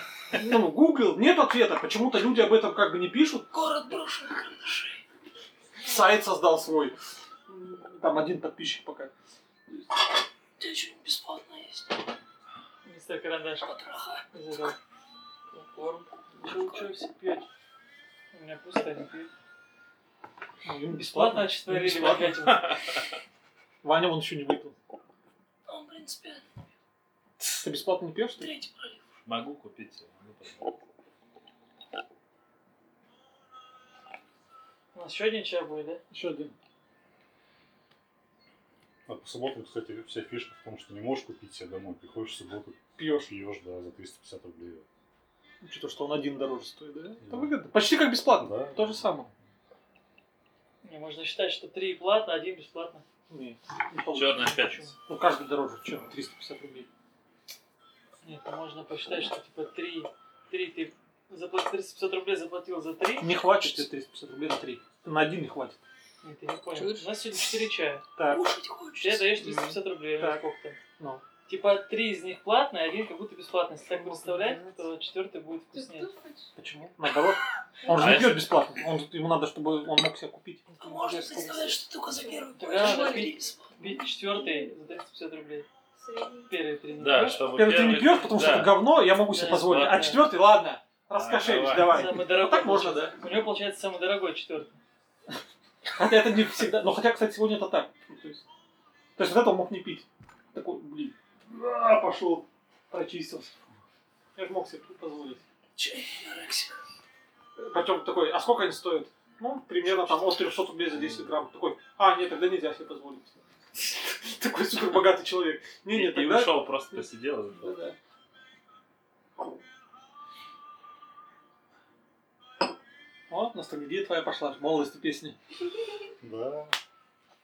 A: Ну, гуглил, нет ответа. Почему-то люди об этом как бы не пишут.
E: Город брошенных карандашей.
A: Сайт создал свой. Там один подписчик пока.
E: У тебя что-нибудь бесплатно есть?
C: Мистер Карандаш.
E: Потроха.
C: Задал. Корм. Чего чего все пьете? У меня пусто, не пьют. Бесплатно остановили в
A: Бесплатно. Ваня он еще не выпил.
E: А Он, в принципе,
A: Ты бесплатно не пьешь, что ли?
E: третий пролив.
G: Могу купить. могу пожалуйста.
C: У нас еще один чай будет, да?
A: Еще один.
F: А по субботам, кстати, вся фишка в том, что не можешь купить себе домой. Приходишь в субботу,
A: Пьешь.
F: пьешь, да, за 350 рублей.
A: Что-то, что он один дороже стоит, да? Это
F: Да.
A: выгодно. Почти как бесплатно.
F: Да.
A: То же самое.
C: Не, можно считать, что три платно, один бесплатно.
A: Не, не получится.
G: Черная пятница.
A: Ну, каждый дороже, чем 350 рублей.
C: Нет, ну можно посчитать, что типа три, три ты заплатил 350 рублей, заплатил за три.
A: Не хватит тебе 350 рублей на 3. На один не хватит.
C: Нет, ты не понял.
B: Чего ты-
C: У нас сегодня четыре чая.
A: Так,
E: Кушать
C: Ты
E: хочется.
C: даешь 350 рублей,
A: Так.
C: так. сколько там.
A: ну.
C: Типа три из них платные, один как будто бесплатный. Если так представлять, то четвертый будет
H: Ты
C: вкуснее.
H: сдохнешь?
A: Почему? Наоборот. Он же
G: А
A: не
G: если-
A: пьет бесплатно. Он, ему надо, чтобы он мог себе купить.
E: А можно представлять, что ты только за первый
C: Да,
E: пролив.
C: да.
E: бери бесплатно.
C: Бить четвертый за 350 рублей.
H: Средний.
C: Первые три не
G: Да,
C: берешь.
G: чтобы
A: Первый ты не пьешь, потому что
G: да.
A: это говно, я могу себе
C: Да,
A: позволить. А
C: ладно.
A: четвертый, ладно, раскошелись,
G: А,
A: давай.
C: Самый
A: Ну
C: дорогой.
A: так можно, да.
C: получается. У него получается самый дорогой четвертый.
A: Хотя это не всегда. Но хотя, кстати, сегодня это так. Ну, То есть, то есть вот это он мог не пить. Такой, блин. А, пошел, прочистился. Я же мог себе позволить.
E: Чай, анорексия.
A: Потом такой, а сколько они стоят? Ну, примерно там от 300 рублей за 10 грамм. Такой, а, нет, тогда нельзя себе позволить. Такой супер богатый человек. Не,
G: И
A: нет,
G: и
A: тогда...
G: ушел, просто посидел. и ушел.
A: Да-да. О, ностальгия твоя пошла, молодость песни.
F: Да.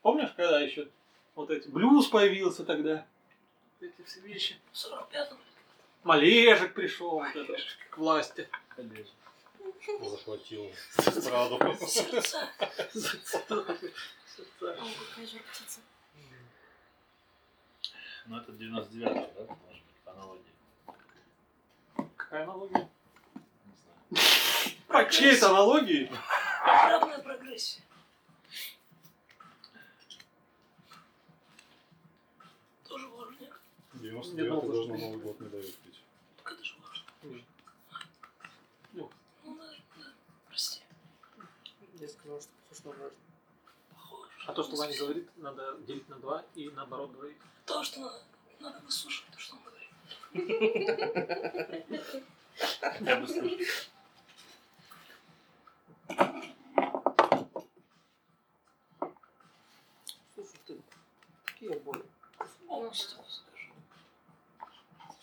A: Помнишь, когда еще вот эти блюз появился тогда? Эти все вещи.
E: В 45-м.
A: Малежик пришел, вот это, к власти.
F: Захватил страду.
E: Сердца.
H: О, какая же птица.
G: Ну, это 99 да, может быть, по аналогии.
A: Какая аналогия?
G: Не знаю.
A: По чьей-то аналогии?
E: Равная прогрессия. Тоже ворожник.
F: 99 даже на Новый год не дают пить.
E: Так это же ворожник.
A: Ну.
E: Ну да, да. Прости.
B: Я сказал, что похож на вражду.
E: Похоже.
A: А то, что Ваня говорит, надо делить на два и наоборот говорить.
E: То, что надо, надо выслушивать, то, что он говорит.
G: Хотя бы слушать.
B: Слушай ты, какие обои?
H: Ну,
E: Полностью тебе скажу.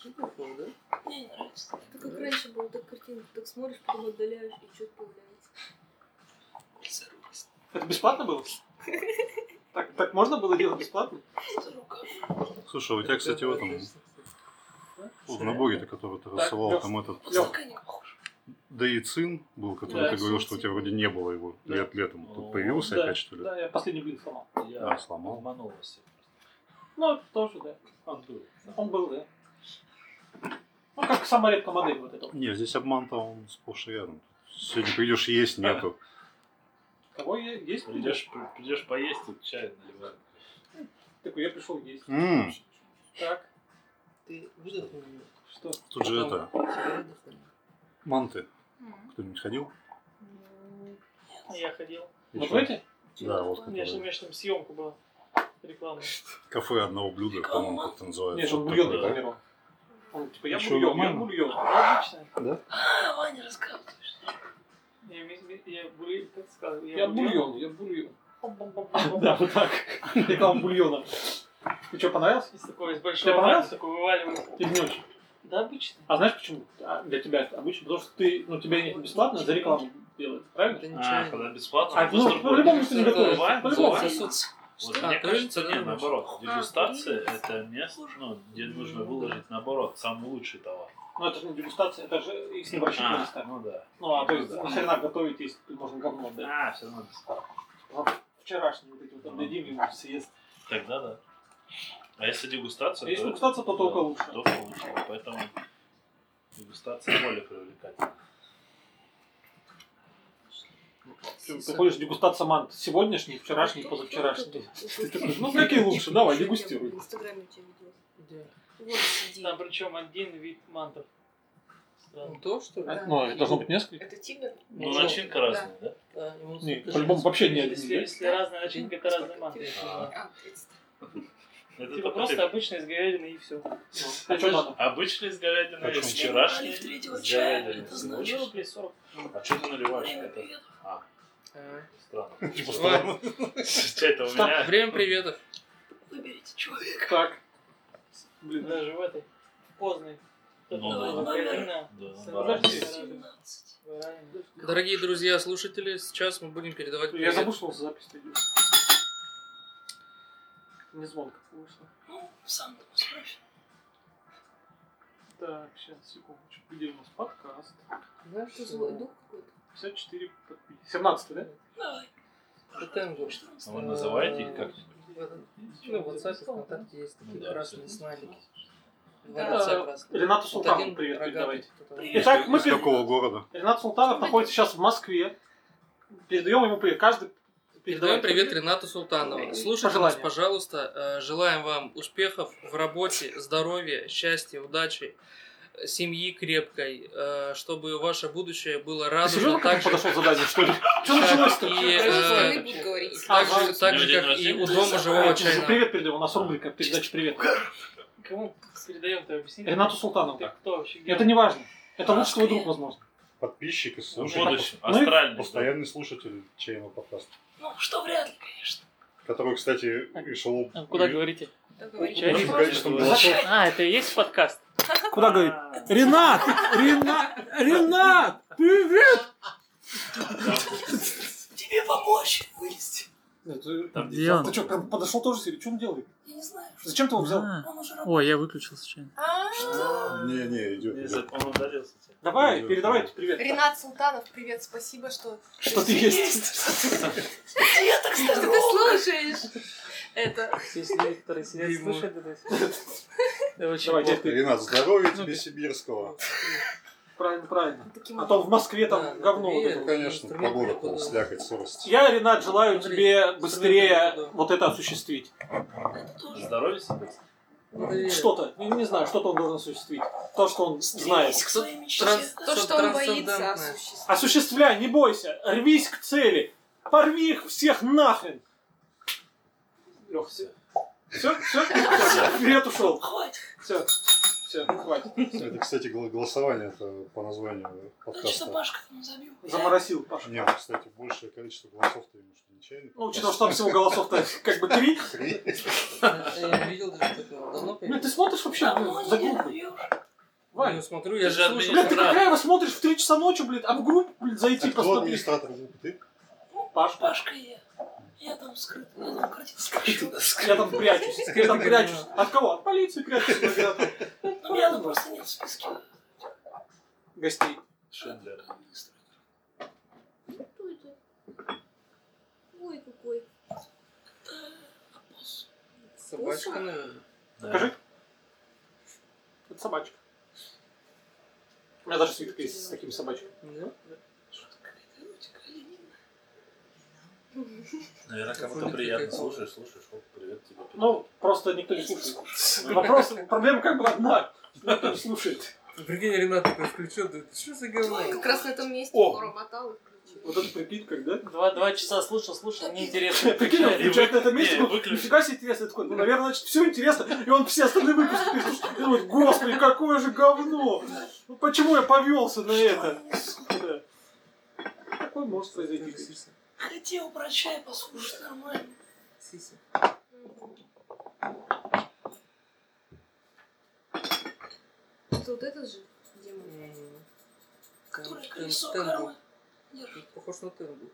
B: Ты похож, да?
E: Мне не нравится.
H: Это как раньше было, так картинку так смотришь, потом отдаляешь, и что-то появляется.
E: Близорукость.
A: Это бесплатно было? Так, так можно было делать бесплатно?
E: Близорука.
F: Слушай, а у тебя, кстати, в этом, в наборе-то, который ты
A: Так,
F: рассылал,
A: Лёш.
F: там этот
E: Близорука не похож.
F: Да и цин был, который
A: Да,
F: ты говорил,
H: цин,
F: что у
H: цин.
F: тебя вроде не было его
A: Да.
F: лет летом.
G: О,
F: Тут появился
A: да,
F: опять, что ли?
A: Да, я последний блин сломал.
G: Я
F: А, сломал.
G: обманул вас всех просто.
A: Ну, тоже, да.
G: Он был. да.
A: Он был, да. Ну, как самая редкая модель вот этого.
F: Не, здесь обман-то он сплошь и рядом. Сегодня придешь, есть нету.
A: Кого я есть придешь?
G: Придешь, при- придешь поесть, тут чай наливают.
A: Такой, я пришел есть.
F: М,
A: Так,
B: Ты выдохнул меня?
A: что?
F: тут же
B: Потом
F: это,
B: тебя выдохнули.
F: манты. Кто-нибудь ходил?
C: Я ходил.
A: Вот в
F: Ещё?
A: эти?
F: Да, вот
C: У меня же, у
F: которые.
C: меня же там съемка была. Реклама.
F: Кафе одного блюда, по-моему, как это называется.
A: Нет, он
F: Вот
A: бульон
F: такое, да?
A: рекламировал. Он типа, я
F: Ещё
A: бульон, я
F: нормально?
A: бульон.
C: Обычно.
E: А, Ваня рассказывал.
C: Я, ми- ми- я, бульон, как сказал, я,
A: Я
C: бульон.
A: бульон, я бульон.
C: Бум-бум-бум-бум.
A: Да, вот так. Реклама бульона. Ты что, понравился?
C: Из такого, из большого
A: понравился?
C: такой вываливаю.
A: Или не очень?
C: Да, обычно.
A: А знаешь почему? А, Для тебя это обычно, потому что ты, ну, тебя нет бесплатно за рекламу делают, правильно?
G: А, когда бесплатно,
A: Ну, А,
G: то
A: ну,
G: с другой
A: по-любому
G: стороны,
A: ты не готов.
G: бывает,
A: По-любому.
G: бывает.
A: Сосутся.
G: Вот
A: Что?
G: мне
A: А,
G: кажется,
A: тоже
G: нет,
A: это
G: наоборот.
A: нормально.
G: Дегустация
A: А,
G: это место, ну, где нужно выложить, наоборот, самый лучший товар.
A: Ну, это же не дегустация, это же их не вообще
G: А,
A: места.
G: ну да.
A: Ну, а то
G: Ну
A: есть,
G: да.
A: нахрена готовить, если ты можно говно дать?
G: А, все равно бесплатно.
A: Вот Вчерашний вот эти вот отдадим ему съест.
G: Тогда да. А если
A: А
G: дегустация,
A: если
G: то-
A: дегустация, то только
G: да,
A: лучше.
G: Только лучше. Поэтому дегустация более привлекательна.
A: Причём Ты ходишь дегустация мант сегодняшний, вчерашний, позавчерашний. Ты такой, ну какие лучше, давай, дегустируй.
H: В Инстаграме у тебя видео.
B: Да.
H: Вот сиди.
C: Там причем один вид мантов. Странно.
B: То, что ли?
A: А, Ну, их должно быть несколько.
J: Это тигр?
G: Ну,
B: Желтый,
G: начинка разная, да?
B: Да, ему
A: Не,
B: кажется,
A: по-любому вообще не
C: Если,
A: один. да?
C: если разная начинка, это разные манты. я понимаю.
J: А, 30.
G: Это
C: Типа
G: только
C: просто
G: ты.
C: обычно из говядины и все.
A: А что надо?
G: Обычный с говядиной,
F: Почему?
G: вчерашний
E: Налив третьего
G: с
E: чая,
G: говядиной.
E: это значит, ну,
C: рублей 40.
G: А что ты наливаешь?
E: Время
G: Это-
E: привет.
G: А,
B: А.
G: странно.
B: Ладно,
G: Чай-то у
A: Что?
G: меня.
B: А. Время приветов.
E: Выберите человека.
A: Так. Блин,
C: Даже в этой. В Познань.
G: Ну,
E: да.
C: Украина.
G: Да, ну,
C: Сарай-
G: Воронеж.
C: Сарай-
E: 17.
C: Воронеж.
B: Дорогие друзья, слушатели, сейчас мы будем передавать
A: я
B: привет.
A: забыл, что у нас запись идет. Не звонко слышно.
E: Ну, сам там спросишь.
A: Так, сейчас, секундочку. Где у нас подкаст?
B: Знаешь,
H: Ты злой дух какой-то.
A: 54 подписчики. 17 да?
E: Давай.
B: Да там,
G: А Вы называете их как-нибудь?
B: Ну, в WhatsApp, ВКонтакте есть
G: Ну
B: такие
G: да,
B: красные
G: всё.
B: смайлики.
A: Да.
B: Два лица красных.
A: Ренату
B: Вот
A: Султанову
B: один
A: привет
B: рогатый,
A: передавайте.
B: кто-то-
A: Итак, мы
F: Из какого
A: перед...
F: города?
A: Ренат Султанов находится сейчас в Москве. Передаем ему привет. Каждый
B: Передаем
A: передает
B: привет Ренату Султанову. Слушайте
A: Пожелания.
B: нас, пожалуйста. Э, Желаем вам успехов в работе, здоровья, счастья, удачи, э, семьи крепкой, э, чтобы ваше будущее было
A: Ты серьезно
B: радужно
A: к этому
B: так же,
A: подошел задание, что ли? Что
B: Так,
A: началось-то?
B: и, э,
J: Родители будут говорить.
C: а,
B: так
A: Ага.
B: же, так же,
G: День
B: как и
G: рождения.
B: у дома живого
A: Э,
B: чайного.
A: Привет передаем, у нас рубрика передача «Привет».
C: Кому передаем-то? Объясните.
A: Ренату Султанову.
C: Ты кто вообще?
A: Это не важно. Это
G: А,
A: лучший твой друг, возможно.
F: Подписчик и слушатель.
G: Будущий,
A: Ну и
G: астральный.
F: Постоянный слушатель чайного подкаста.
E: Ну, что вряд ли, конечно.
F: Который, кстати, решил...
A: А
C: А, Куда говорите?
J: Так говорит.
C: Чай.
F: Большим количеством голосов.
C: А, это и есть подкаст?
A: Куда говорит? Ренат! Ренат! Ренат! Привет!
E: Тебе помочь вылезти.
G: Там
A: Ты что, прям подошел тоже себе? Что он делает?
E: Я не знаю, что
A: Зачем ты его
C: А.
A: взял?
E: он уже работает.
C: Ой, я выключил случайно.
J: А,
F: Не-не, идет.
G: Если
F: идет.
G: бы он типа. ударился тебе.
A: Давай, передавайте привет.
J: Ренат Султанов, привет, спасибо, что
A: Что ты есть?
E: Я так
J: что ты
E: здоров.
J: слушаешь это.
C: Все люди, которые сидят,
B: Дерьмо.
C: слушают это всё. Да вообще
A: Давай,
C: плохо.
A: дядь, ты.
F: Ренат, здоровья
A: Ну
F: тебе сибирского.
A: Правильно, правильно.
J: Таким
A: А то в Москве
B: Да,
A: там
B: да,
A: говно. вот
B: привет.
A: это.
F: Ну, конечно,
B: Инструмент
F: погода
B: преподал.
F: пол, слякоть, сырость.
A: Я, Ренат, желаю
B: Смотри,
A: тебе быстрее
B: смотри,
A: вот это осуществить.
G: Здоровье себе.
B: Ну, привет.
A: Что-то, не, не знаю, что-то он должен осуществить. То, что он знает.
E: Стремись к своей мечте.
B: Транс-
J: То, что он боится
B: трансцендентное.
J: осуществить.
A: А Осуществляй, не бойся, рвись к цели. Порви их всех нахрен. Лех, все. Все, все, вперед ушел.
E: Хватит.
A: Все, все, хватит.
F: Это, кстати, гол- голосование это по названию
E: Короче,
F: подкаста.
E: Пашка там забил.
A: Заморосил, Паша.
F: Не, ну, кстати, большее количество голосов ты что нечаянно.
A: Ну, учитывая, что там всего голосов-то как бы три.
F: Три.
B: Я видел даже такое. Давно
A: Блин,
B: появилось?
A: ты смотришь вообще ну, за группу?
B: Ну,
A: Вань,
B: смотрю, я
G: Ты
B: же
G: же
B: слушаю.
A: блядь,
G: администратор.
A: ты какая его смотришь в три часа ночи, блядь, а в группу, блядь,
F: А
A: зайти
F: кто
A: просто...
F: администратор группы? Ты?
A: Пашка.
E: Пашка и я. Я там скрыт. Я там крутил скрыт.
A: Я там прячусь, я там прячусь. От кого? От полиции прячусь. блядь,
E: Ну, меня там просто нет в списке.
A: от Гостей.
G: Шендлер.
H: Кто это? Ой, какой.
E: а
B: Собачка, наверное.
A: Покажи. Это собачка. У меня даже свитка есть с такими собачками.
B: Да?
G: Наверное, кому-то приятно. Слушаешь, слушаешь. Оп, привет тебе.
A: Ну, просто никто не слушает. Вопрос, проблема как бы одна. Никто не слушает.
B: Прикинь, Ренат такой включил, ты что за
J: Он
B: говно?
J: как раз на этом месте
A: О.
J: промотал и включил.
A: Вот это прикид, когда...
C: Два, два часа слушал, слушал, неинтересно.
A: Прикинь, он
G: И
A: включает на
G: вы-
A: этом месте,
G: не,
A: такой,
G: выключи.
A: ну, нифига себе интересно. Я Такой, ну, наверное, значит, все интересно. И он все остальные выпуски переслушал. И думает, господи, какое же говно. Ну, почему я повелся на это? Да. Такое может произойти.
B: Сиси.
E: Хотел про чай послушать нормально.
B: Сиси.
H: Это вот этот же демон.
B: М,
E: Которое
B: Тен-
E: колесо
B: Тенгу.
E: кармы держит.
B: Похож на Тенгу.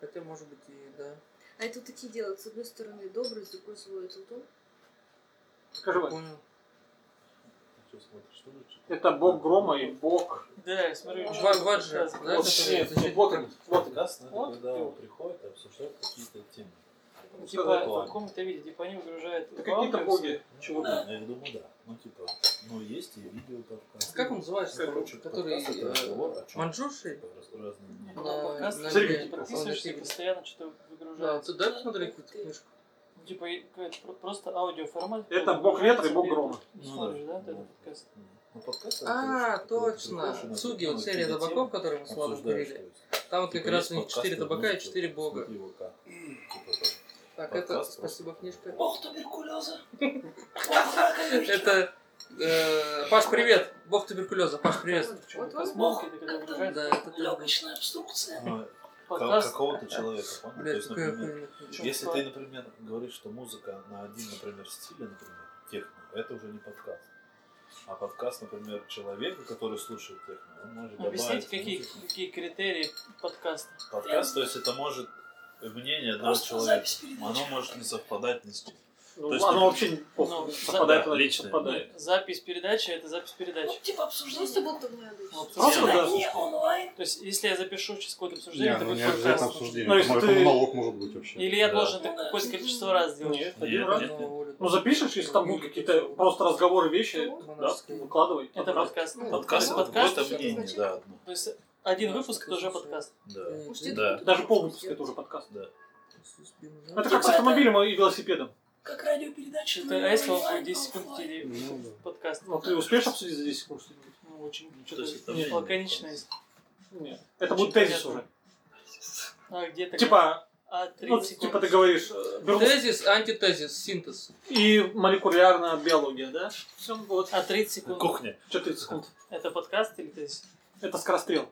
B: Хотя, может быть, и да.
H: А это вот такие делают. С одной стороны добрый, с другой злой. Это вот он.
A: Скажи, Вань,
B: Понял.
G: Что смотришь, что ли, что ли?
A: это бог грома и бог...
C: Да, я смотрю.
B: Ва-
C: что-то
B: Ваджа,
C: как раз.
B: да?
A: Вообще,
B: который защитник?
A: вот он, вот он.
G: Подкаст, надо,
A: Вот.
G: когда он приходит и обсуждает какие-то темы.
C: Типа,
A: Сказать,
C: в каком-то виде, типа они выгружают.
A: Это какие-то боги.
G: Чего да, Ну, я думаю, да. Ну, типа, ну, есть и видео подкаст.
B: А
G: Ну,
B: Как он называется?
G: Короче,
B: Который,
G: подкаст это
B: э,
G: разговор о чем?
B: Манчжурши?
G: Разные мнения.
B: Да.
C: Подкаст,
B: на-
C: ты
A: на-
C: подписываешься и
B: на-
C: постоянно что-то
B: Да,
C: выгружают.
B: ты дай посмотреть какую-то
H: Ты.
B: книжку.
C: Ну, Типа и какой-то про- просто аудиоформат.
A: Это бог ветра и бог грома.
C: Смотришь, да, вот
G: Ну,
C: этот подкаст?
G: Ну, подкаст это,
B: А,
G: короче, такой, ну, типа, приходишь,
B: точно.
G: иногда
B: Цуги,
G: на
B: вот серия
G: какие-то
B: табаков,
G: темы
B: которые мы с Владом
G: обсуждаешь,
B: говорили.
G: то есть.
B: Там вот
G: Типа,
B: как раз
G: есть
B: у них четыре
G: подкасты,
B: табака и
G: музыка,
B: четыре бога.
G: смотри, вот так. Типа там.
B: Так, это
G: подкаст
B: спасибо,
G: просто.
B: книжка.
E: Бог туберкулеза. Бог рака яичника.
B: Это э, Паш, привет! Бог туберкулеза. Паш, привет!
H: Вот, вот он.
E: Бог,
C: Ты
E: это
C: когда выгружаешь
B: Да, это ты.
E: легочная обструкция.
G: Ну, как-
C: подкаст,
G: Какого-то человека, понял? То
B: Блядь,
G: есть,
B: какая
G: например,
B: охуенная книжка.
G: Если
C: Чувство.
G: ты, например, говоришь, что музыка на один, например, стиле, например, техно, это уже не подкаст. А подкаст, например, человека, который слушает техно, он может добавить...
C: Объясните, Ну, какие,
G: музыку.
C: какие критерии подкаста.
G: Подкаст, то есть это может мнение одного
E: Просто
G: человека,
E: запись передачи.
G: оно может не совпадать ни с чем.
A: Ну,
G: То есть-
A: оно вообще не
C: Ну,
A: совпадает,
G: да,
A: оно не
G: личное
A: совпадает.
G: мнение.
C: Запись передачи это запись передачи.
E: Ну, типа
H: Просто
E: обсуждение.
H: был там надо.
C: Вот.
A: Просто
G: Да.
A: да.
E: Не онлайн.
C: То есть, если я запишу сейчас какое-то обсуждение,
F: Не,
C: это
F: ну не
C: будет
F: обязательно
C: подкаст.
F: обсуждение.
A: Ну,
F: это
A: если
F: мой-
A: ты-
F: монолог может быть вообще.
C: Или я
G: Да.
C: должен это какое-то количество раз сделать.
A: Нет,
G: Нет,
A: один раз.
G: нет.
B: Ну, Оля,
A: Ну запишешь, если там будут какие-то просто разговоры,
B: Ну,
A: ну, вещи,
B: монашеская.
A: выкладывай.
C: Это
A: подкаст.
C: подкаст.
H: Ну,
G: Подкаст,
H: подкаст,
G: подкаст
H: это
G: это мнение,
H: значит-
G: да, одно.
C: То есть, один выпуск это уже подкаст.
G: Да.
H: Может, это
G: Да.
H: будет
A: Даже пол
H: выпуск
A: выпуска это уже
H: сделать?
A: подкаст.
B: Это Типа
A: Это как с автомобилем и велосипедом.
E: Как радиопередача.
C: Это
E: но
C: а если он
E: онлайн,
C: будет 10 секунд
E: офлайн.
C: или
F: Ну, да.
C: подкаст.
A: Ну ты успеешь обсудить за 10 секунд что-нибудь?
C: Ну, очень
G: То есть это
C: что-то
G: мнение
C: лаконичное.
A: Нет. Это будет тезис уже.
C: А где-то...
A: Типа,
C: А,
A: ну,
C: 30 секунд.
A: типа ты говоришь,
B: Ну,
A: э, Бернс-
B: Тезис, антитезис, синтез.
A: и молекулярная биология, да? Все, вот.
C: А 30
G: подкаст.
C: секунд
G: Кухня.
A: Что 30 секунд?
C: это подкаст или то есть?
A: Это скорострел.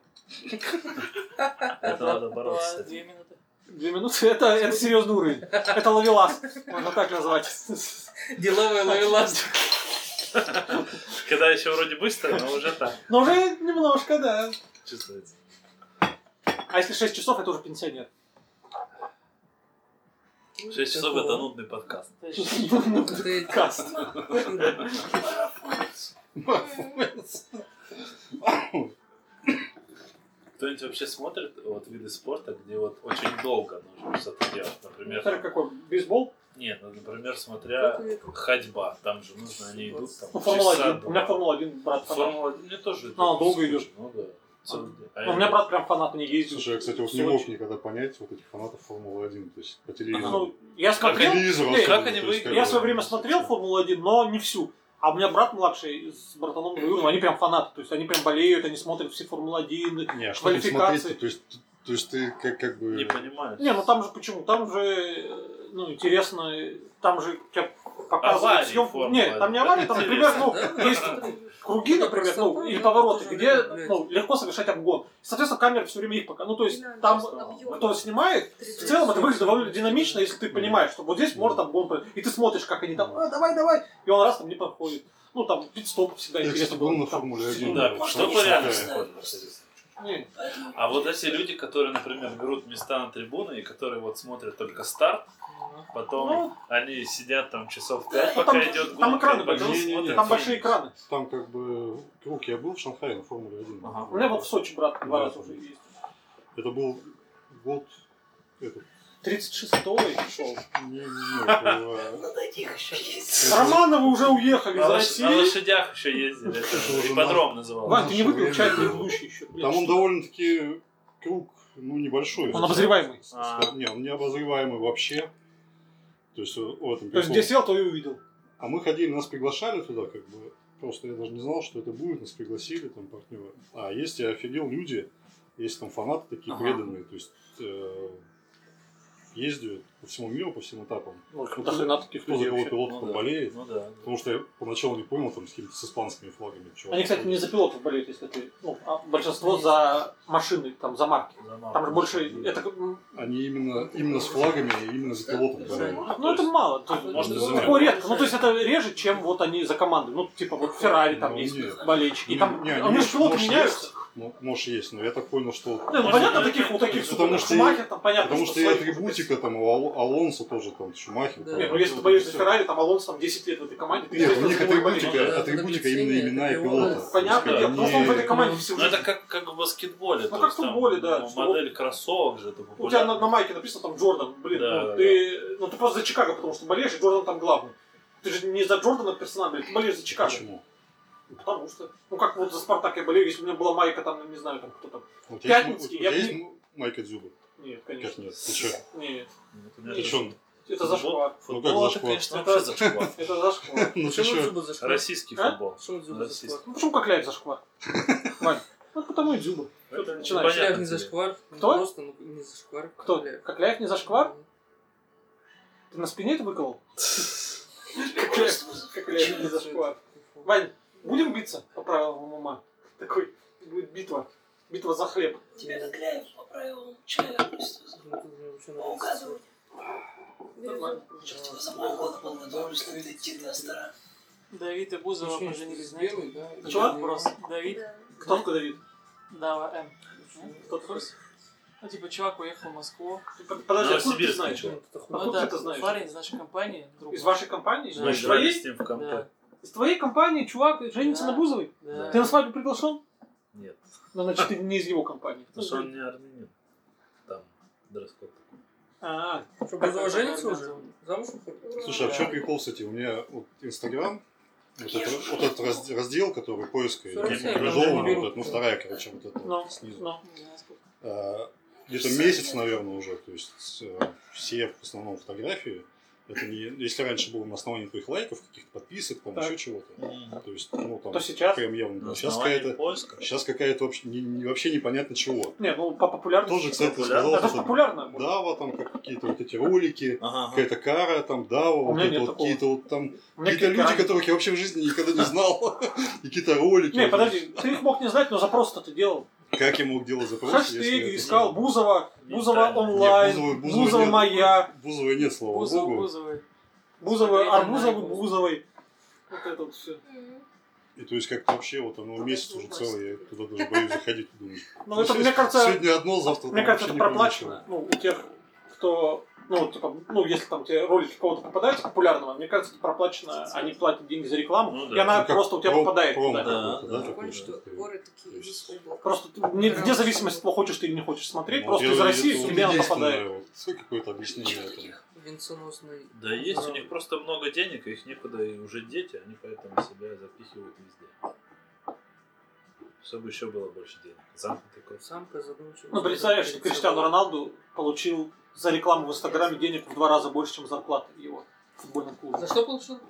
G: Это надо бороться с
C: Два,
G: этим.
C: две минуты.
A: Две минуты. Это, это серьезный уровень. Это ловелас. Можно так назвать.
B: Деловая ловелас.
G: Когда еще вроде быстро, но уже так
A: Но уже немножко, да.
G: чувствуется.
A: А если 6 часов, это уже пенсионер.
G: 6 часов это нудный подкаст.
C: То есть,
A: Каст.
G: Кто-нибудь вообще смотрит вот виды спорта, где вот очень долго нужно что-то делать? Например,
A: Смотри, какой. Бейсбол?
G: нет, ну, например, смотря ходьба, там же нужно, они идут там
A: Ну, Формула-1.
G: часа
A: У меня
G: два.
A: Формула-1 брат фанат.
G: Формула один, мне тоже это
A: Ну, он долго
G: скучно,
A: идет.
G: Ну да. Целый день. А
A: Ну, У меня брат прям фанат не ездит.
F: Слушай, я, кстати, вот не
A: Сочи.
F: мог никогда понять вот этих фанатов Формулы-1, то есть по телевизору.
A: Ну, я
F: По
A: смотрел,
F: телевизору
A: Эй,
F: особенно,
G: как они
F: то есть,
G: выиграли?
F: как
A: я в
F: бы,
A: свое время смотрел Формулу-1, но не всю. А у меня брат младший с братаном Гаюром, они прям фанаты, то есть они прям болеют, они смотрят все Формулу-1.
F: Не, а что тут
A: Квалификации.
F: смотреть-то? То есть, то есть ты как, как бы...
G: Не понимаешь.
A: Не, ну там же почему? Там же, э, ну, интересно, э, там же тебя показывают
G: Аварии
A: съемку.
G: Формулы
A: Нет, там не аварии, там, например,
G: Интересно,
A: ну, есть круги, например, ну, или повороты, где ну, легко совершать обгон. Соответственно, камера все время их пока. Ну, то есть там
H: э,
A: кто снимает, в целом это выглядит довольно динамично, если ты понимаешь, что вот здесь может обгон произойти. И ты смотришь, как они там, а, давай, давай, и он раз там не проходит. Ну, там, пит-стоп всегда
F: Я, кстати,
A: интересно
F: был
A: было.
F: на
A: Там-
F: Формуле-1.
G: Ну да,
E: Может,
G: что
E: они
G: по реальному
E: сами
G: ходу
E: знают.
G: Мерседес?
A: Не,
E: Поэтому
G: А вот эти люди, которые, например, берут места на трибуны и которые вот смотрят только старт, потом
A: Ну.
G: они сидят там часов
A: Ну,
G: пять,
A: там
G: пока
A: же-
G: идет
A: там
G: гонка,
A: экраны
G: и потом
F: большие,
G: смотрят
A: Там
G: фильм.
A: большие экраны.
F: Там как бы... Круг, я был в Шанхае на Формуле-1.
G: Ага.
A: У меня вот в Сочи брат два раза уже ездил.
F: Это был год... Этот...
A: 36-й шел.
F: Не, не, не, это,
E: надо их еще есть.
F: Это-
A: Романовы уже уехали из
G: На, лош- на
A: России.
G: лошадях еще ездили.
F: Слушай,
G: это
F: уже
G: Ипподром назывался.
A: Вань, ты не выпил чай предыдущий еще.
F: э,
A: блин.
F: Там он довольно-таки круг, ну, небольшой.
A: Он обозреваемый.
G: А,
F: Не, он не обозреваемый вообще. То есть, э, в этом
A: То есть где
F: прикол.
A: сел, то и увидел.
F: А мы ходили, нас приглашали туда, как бы. Просто я даже не знал, что это будет, нас пригласили, там, партнеры. А есть, я офигел, люди, есть там фанаты такие
G: Ага.
F: преданные, то есть э, ездят, по всему миру, по всем этапам.
A: Ну,
F: Ну,
A: до хрена таких
F: кто за
A: людей
F: кого
A: вообще.
F: пилотов
G: да.
F: болеет.
G: Ну да.
F: Потому что я поначалу не понял, там с какими-то с испанскими флагами. чувак.
A: Они, кстати, не за пилотов болеют, если ты... Ну, а большинство за машины, там, за марки. Там же больше... Это... как, м,
F: Они именно, именно с флагами и именно за пилотов болеют.
A: Ну, это мало. То есть,
G: Может,
A: ну,
G: из-за
A: такое редко. Ну, то есть, это реже, чем вот они за команды. Ну, типа, вот Феррари там
F: Ну,
A: есть,
F: нет.
A: болельщики. И
F: Не-
A: там...
F: не,
A: а
F: они
A: у них
F: есть,
A: пилоты
F: может,
A: меняются.
F: Ну, может, есть, но я так понял, что...
A: Не, ну, понятно, таких, у таких,
F: Потому
A: сука,
F: что-
A: Шумахер, там, понятно,
F: Потому что и
A: свои-
F: атрибутика, там, у Ал- Алонсо тоже, там, Шумахер.
B: Да.
F: там,
A: Не, ну, если ты
F: вот
A: боишься
F: всё.
A: Феррари, там, Алонс там 10 лет в этой команде. ты,
F: Нет, у
A: естественно,
F: них
A: за него и болеешь.
G: болельщик,
F: атрибутика,
B: да, это
F: атрибутика именно
B: объяснение,
F: имена и
B: это
F: пилота.
B: пилот.
A: Понятно,
F: Они-
A: дело, потому что он в этой команде все
G: Ну,
A: уже...
G: это как, как в баскетболе.
A: Ну,
G: то
A: как
G: есть
A: в
G: там
A: футболе, да,
G: м-
A: что
G: Модель кроссовок же это
A: У тебя на, на
G: популярно.
A: майке написано там Джордан, блин,
G: Да,
A: ну,
G: да,
A: ты, ну ты просто за Чикаго, потому что болеешь, и Джордан там главный. Ты же не за Джордана персонажа, блин, ты болеешь за Чикаго.
F: Почему?
A: Ну, Потому что, ну как вот за Спартак я болею, если у меня была майка там, ну, не знаю, там кто там.
F: У тебя есть,
A: Пятницкий,
F: у тебя
A: я
F: есть
A: бы
F: ну, Майка Дзюба?
A: Нет,
F: Как
A: конечно.
F: нет? Ты чё?
A: Нет,
G: Ну, это
F: Ты
G: даже-
F: чё?
A: это зашквар.
F: Ну как
G: Футбол это,
F: зашквар?
G: конечно, вообще зашквар.
A: Это зашквар.
F: Ну ты
B: Почему
F: чё?
B: зубы зашла?
G: Российский
A: А?
G: футбол.
B: Почему зубы
G: Российский.
B: зашла?
A: Ну почему кокляев зашквар? Вань, ну потому и Дзюба. Что ты
G: Это
A: начинаешь?
G: непонятно.
B: Кокляев не зашквар. Ну,
A: Кто?
B: Просто ну, не зашквар.
A: Кто?
B: Кокляев.
A: Кокляев не зашквар? Ну, Ты на спине это выколол? Кокляев Кокляев не зашквар. Вань, будем биться по правилам ума? Такой, будет битва. Битва за хлеб.
E: Тебе Кокляев по правилам человека
B: Ну,
E: просто по указу.
A: Нормально.
E: Черт его за полгода подготовлюсь на эти титры Астара.
C: Давид и Бузова поженились, знаете?
B: да?
A: Чё?
C: Вопрос. Давид,
A: Кто такой Давид?
C: Дава М.
A: Кто такой?
C: Ну, типа, чувак уехал в Москву.
A: Ты под- Подожди, откуда ты
G: Новосибирский
A: знаешь?
G: чувак.
A: А Откуда
C: Ну да,
A: ты это знаешь?
C: Парень из нашей компании. Друг.
A: Из вашей компании?
C: Да.
F: Ну,
G: Мы
A: Из
G: играли с
A: твоей?
G: ним в компании.
C: Да.
A: Из твоей компании чувак женится
C: Да.
A: на Бузовой?
C: Да.
A: Ты на свадьбу приглашен?
G: Нет.
A: Ну, значит, ты не из его компании.
G: Потому что он не армянин. Там дресс-код такой.
A: А,
B: Что, Бузова женится уже? Замуж уходит?
F: Слушай, а в чем прикол, кстати, у меня вот Инстаграм, вот,
E: Я
F: это-
E: же-
F: вот этот раз- раздел, который поиска,
B: Всё равно
F: типа,
B: я
F: крыжовного,
B: не беру.
F: вот этот, ну вторая, короче, вот эта
A: ну,
F: вот снизу.
A: ну.
F: А, Где-то месяц, наверное, уже, то есть э, все в основном фотографии. Это не, если раньше было на основании твоих лайков, каких-то подписок, там
A: Так.
F: еще чего-то. То есть, ну там,
A: То сейчас?
F: прям явно.
G: На
F: сейчас
G: основании
F: Ну, какая-то,
G: поиска.
F: сейчас какая-то вообще, не- не- вообще непонятно чего.
A: Не, ну по популярности.
F: Тоже, кстати,
G: Популярно.
F: сказал,
A: Это же
F: что
A: популярно. может.
F: Дава, там как- какие-то вот эти ролики,
G: Ага, ага.
F: какая-то кара, там Дава,
A: У
F: вот
A: меня
F: это
A: нет
F: вот
A: такого.
F: какие-то вот там
A: У меня
F: Какие-то люди,
A: какие-то
F: которых я вообще в жизни никогда не знал. И Какие-то ролики.
A: Не, подожди, ты их мог не знать, но запрос-то ты делал.
F: Как я мог дело
A: Знаешь,
F: запросить,
A: ты
F: если я это
A: искал
F: знал?
A: Бузова, Бузова
G: Нет,
A: онлайн,
F: Бузовой- Бузовой
A: Бузова
F: нет.
A: моя,
F: Бузовой нет, слава
C: Бузова,
F: богу.
C: Бузовой.
A: Бузова,
C: Смотреть
A: Арбузова,
C: онлайн.
A: Бузовой. Вот это вот все.
F: И то есть как-то вообще вот оно месяц уже целый, я туда даже боюсь заходить. думаю.
A: Ну, это,
F: Сегодня-
A: мне кажется,
F: Сегодня одно, завтра
A: Мне
F: там
A: кажется,
F: вообще
A: это
F: не помню
A: проплачено. Ну, у тех, кто, ну, типа, ну, если там тебе ролики кого-то попадаются популярного, мне кажется, это проплачено, они платят деньги за рекламу,
G: Ну да.
A: и она
F: Ну, как
A: просто у тебя
F: пром-
A: попадает
F: промо
A: туда.
F: какое-то,
G: Да, да.
F: такое,
H: Понял, что
F: да.
H: горы такие из облака.
A: Просто ты- не- вне зависимости, того, хочешь ты или не хочешь смотреть,
F: Вот
A: просто
F: я
A: из
F: вот
A: России
F: это
A: тебе она
F: единственное,
A: попадает.
F: вот, Сколько какое-то объяснение этому?
B: Венценосный.
G: Да есть,
A: А.
G: у
B: Да.
G: них просто много денег, и их некуда, и уже дети, они поэтому себя запихивают везде. Чтобы еще было больше денег. Замкнутый круг.
B: Самка задумчивая.
A: Ну, представляешь, что Криштиану Роналду получил за рекламу в Инстаграме денег в два раза больше, чем зарплата его в футбольном клубе.
B: За что получил?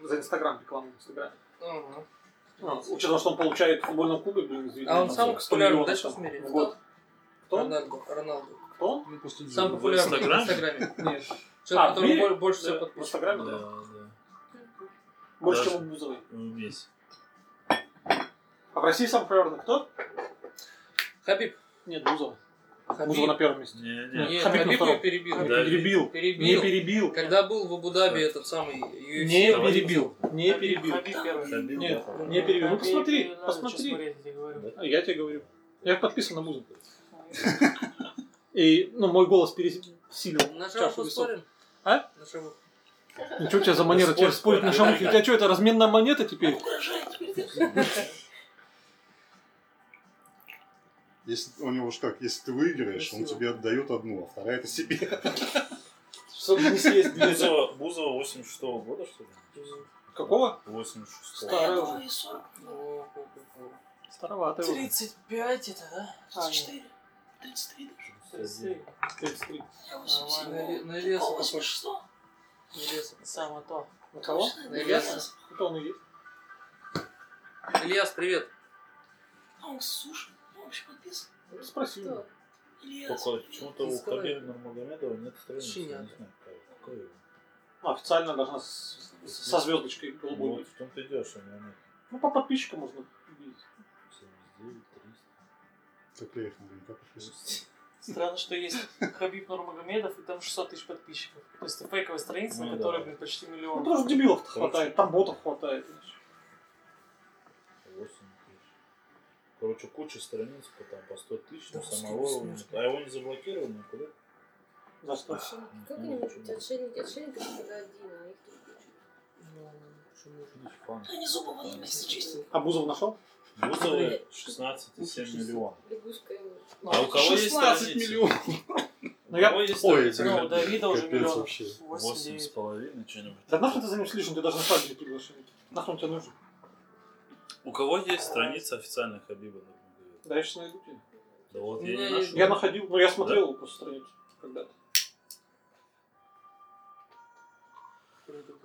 A: За Инстаграм рекламу в Инстаграме.
B: Ага.
A: Ну, учитывая, что он получает в футбольном клубе, блин, извините,
B: А он
A: там
B: самый
A: сколько, 100
B: популярный,
A: миллионов
B: да, сейчас
A: там
B: в мире?
A: в год. Кто?
B: Роналду. Роналду.
A: Кто?
F: Ну, после
B: Сам
F: Дзюбы.
B: популярный в
G: Инстаграме?
B: Инстаграме.
A: Нет. А,
B: Человек,
A: в
B: который
A: мире?
B: бо- больше всего
A: Да, В
B: подписчиков.
A: Инстаграме, да.
G: Да, да.
A: Больше,
G: Даже.
A: чем у Бузовой.
G: Ну, Месси.
A: А в России самый популярный кто?
B: Хабиб.
A: Нет, Бузова. Бузова
B: Хабиб.
A: на первом месте.
G: Не, не.
B: Нет,
A: Хабиб на
B: Хабиб
A: втором.
B: его перебил.
G: Хабиб.
A: Не перебил. Не
B: Перебил.
A: перебил.
B: Когда был в Абу-Даби этот самый UFC.
A: Не
G: Давай.
A: перебил. Не перебил.
C: Хабиб первый.
G: Забил,
A: Нет,
G: да.
A: не перебил. Ну посмотри,
C: Надо сейчас
A: посмотри.
C: смотреть, я тебе говорю.
A: А Я тебе говорю. Я подписан на музыку. И ну, мой голос пересилил
B: На шаву
A: чашу весов.
B: поспорим?
A: А?
B: На шаву.
A: Ничего у тебя за манера теперь спорить на шамухе? У тебя что, это разменная монета теперь?
E: Угрожает теперь ты.
F: Если, у него же как, если ты выиграешь, он
B: Красиво.
F: тебе отдает одну, а вторая это себе.
A: Чтобы не съесть.
G: Бузова, Бузова 86 года, что ли?
A: Какого?
G: 86
A: Старый.
E: Я думаю, и 40,
B: О, о, о, о.
A: Старовато его.
C: 35 это, да? А, нет,
E: 34, 33 даже.
C: 33.
A: 33.
E: Я
B: На
E: 87.
B: Ли- на Ильяса
E: О,
B: похож.
E: 86.
B: На Ильяса.
C: Само то.
A: На кого?
B: На Ильяса.
A: Это он и есть.
B: Ильяс, привет.
E: А он суши. Он вообще подписан.
A: Ну, Спросил.
H: Кто?
E: Илья,
G: Только почему-то
B: Ты
G: у
B: сказал.
G: Хабиба Нурмагомедова нет страницы. Я
B: Шиня.
G: не знаю, какая- какая его.
A: Ну, официально должна с- со звездочкой
G: Ну,
A: голубой
G: вот
A: быть.
G: в том-то и дело, что у него нет.
A: Ну, по подписчикам можно увидеть.
G: 79, 300.
F: Так я их наверняка подписываю.
C: Странно, что есть Хабиб Нурмагомедов и там 600 тысяч подписчиков. То есть это фейковая страница,
G: Ну
C: на
G: да.
C: которой, блин, почти
A: Ну,
C: миллион.
A: потому что дебилов
G: Короче.
A: хватает, там ботов хватает.
G: 8 тысяч. Короче, куча страниц по, там, по 100 тысяч, но
B: Да,
G: самого...
B: сколько смешно.
G: А его не заблокировали никуда?
A: За что?
H: Как они могут быть отшельники? Отшельники это когда один, а их тут куча.
B: Ну, почему же?
G: Видишь, фан.
E: они зубы в один месяц чистят.
A: А Бузов нашел?
G: Бузовы 16,7 миллионов.
H: Лягушка ему.
G: А у кого есть
A: 16
G: страница?
A: миллионов.
G: У
A: Ну, я-
G: кого есть
F: Ой,
G: страница?
C: Ну, у Давида уже
F: Капец
C: миллион.
F: вообще.
G: 8 с
C: 8-9.
G: половиной, что-нибудь.
A: Да нахуй ты за ним слишком, ты даже на свадьбу не приглашен. Нахрен тебе нужен?
G: У кого есть страница официальная Хабиба Нурмагомедова?
A: Да я сейчас найду тебе.
G: Да вот
B: У
G: я
B: меня
G: не
B: есть-
G: нашел.
A: Я находил, ну я смотрел его просто страницу когда-то.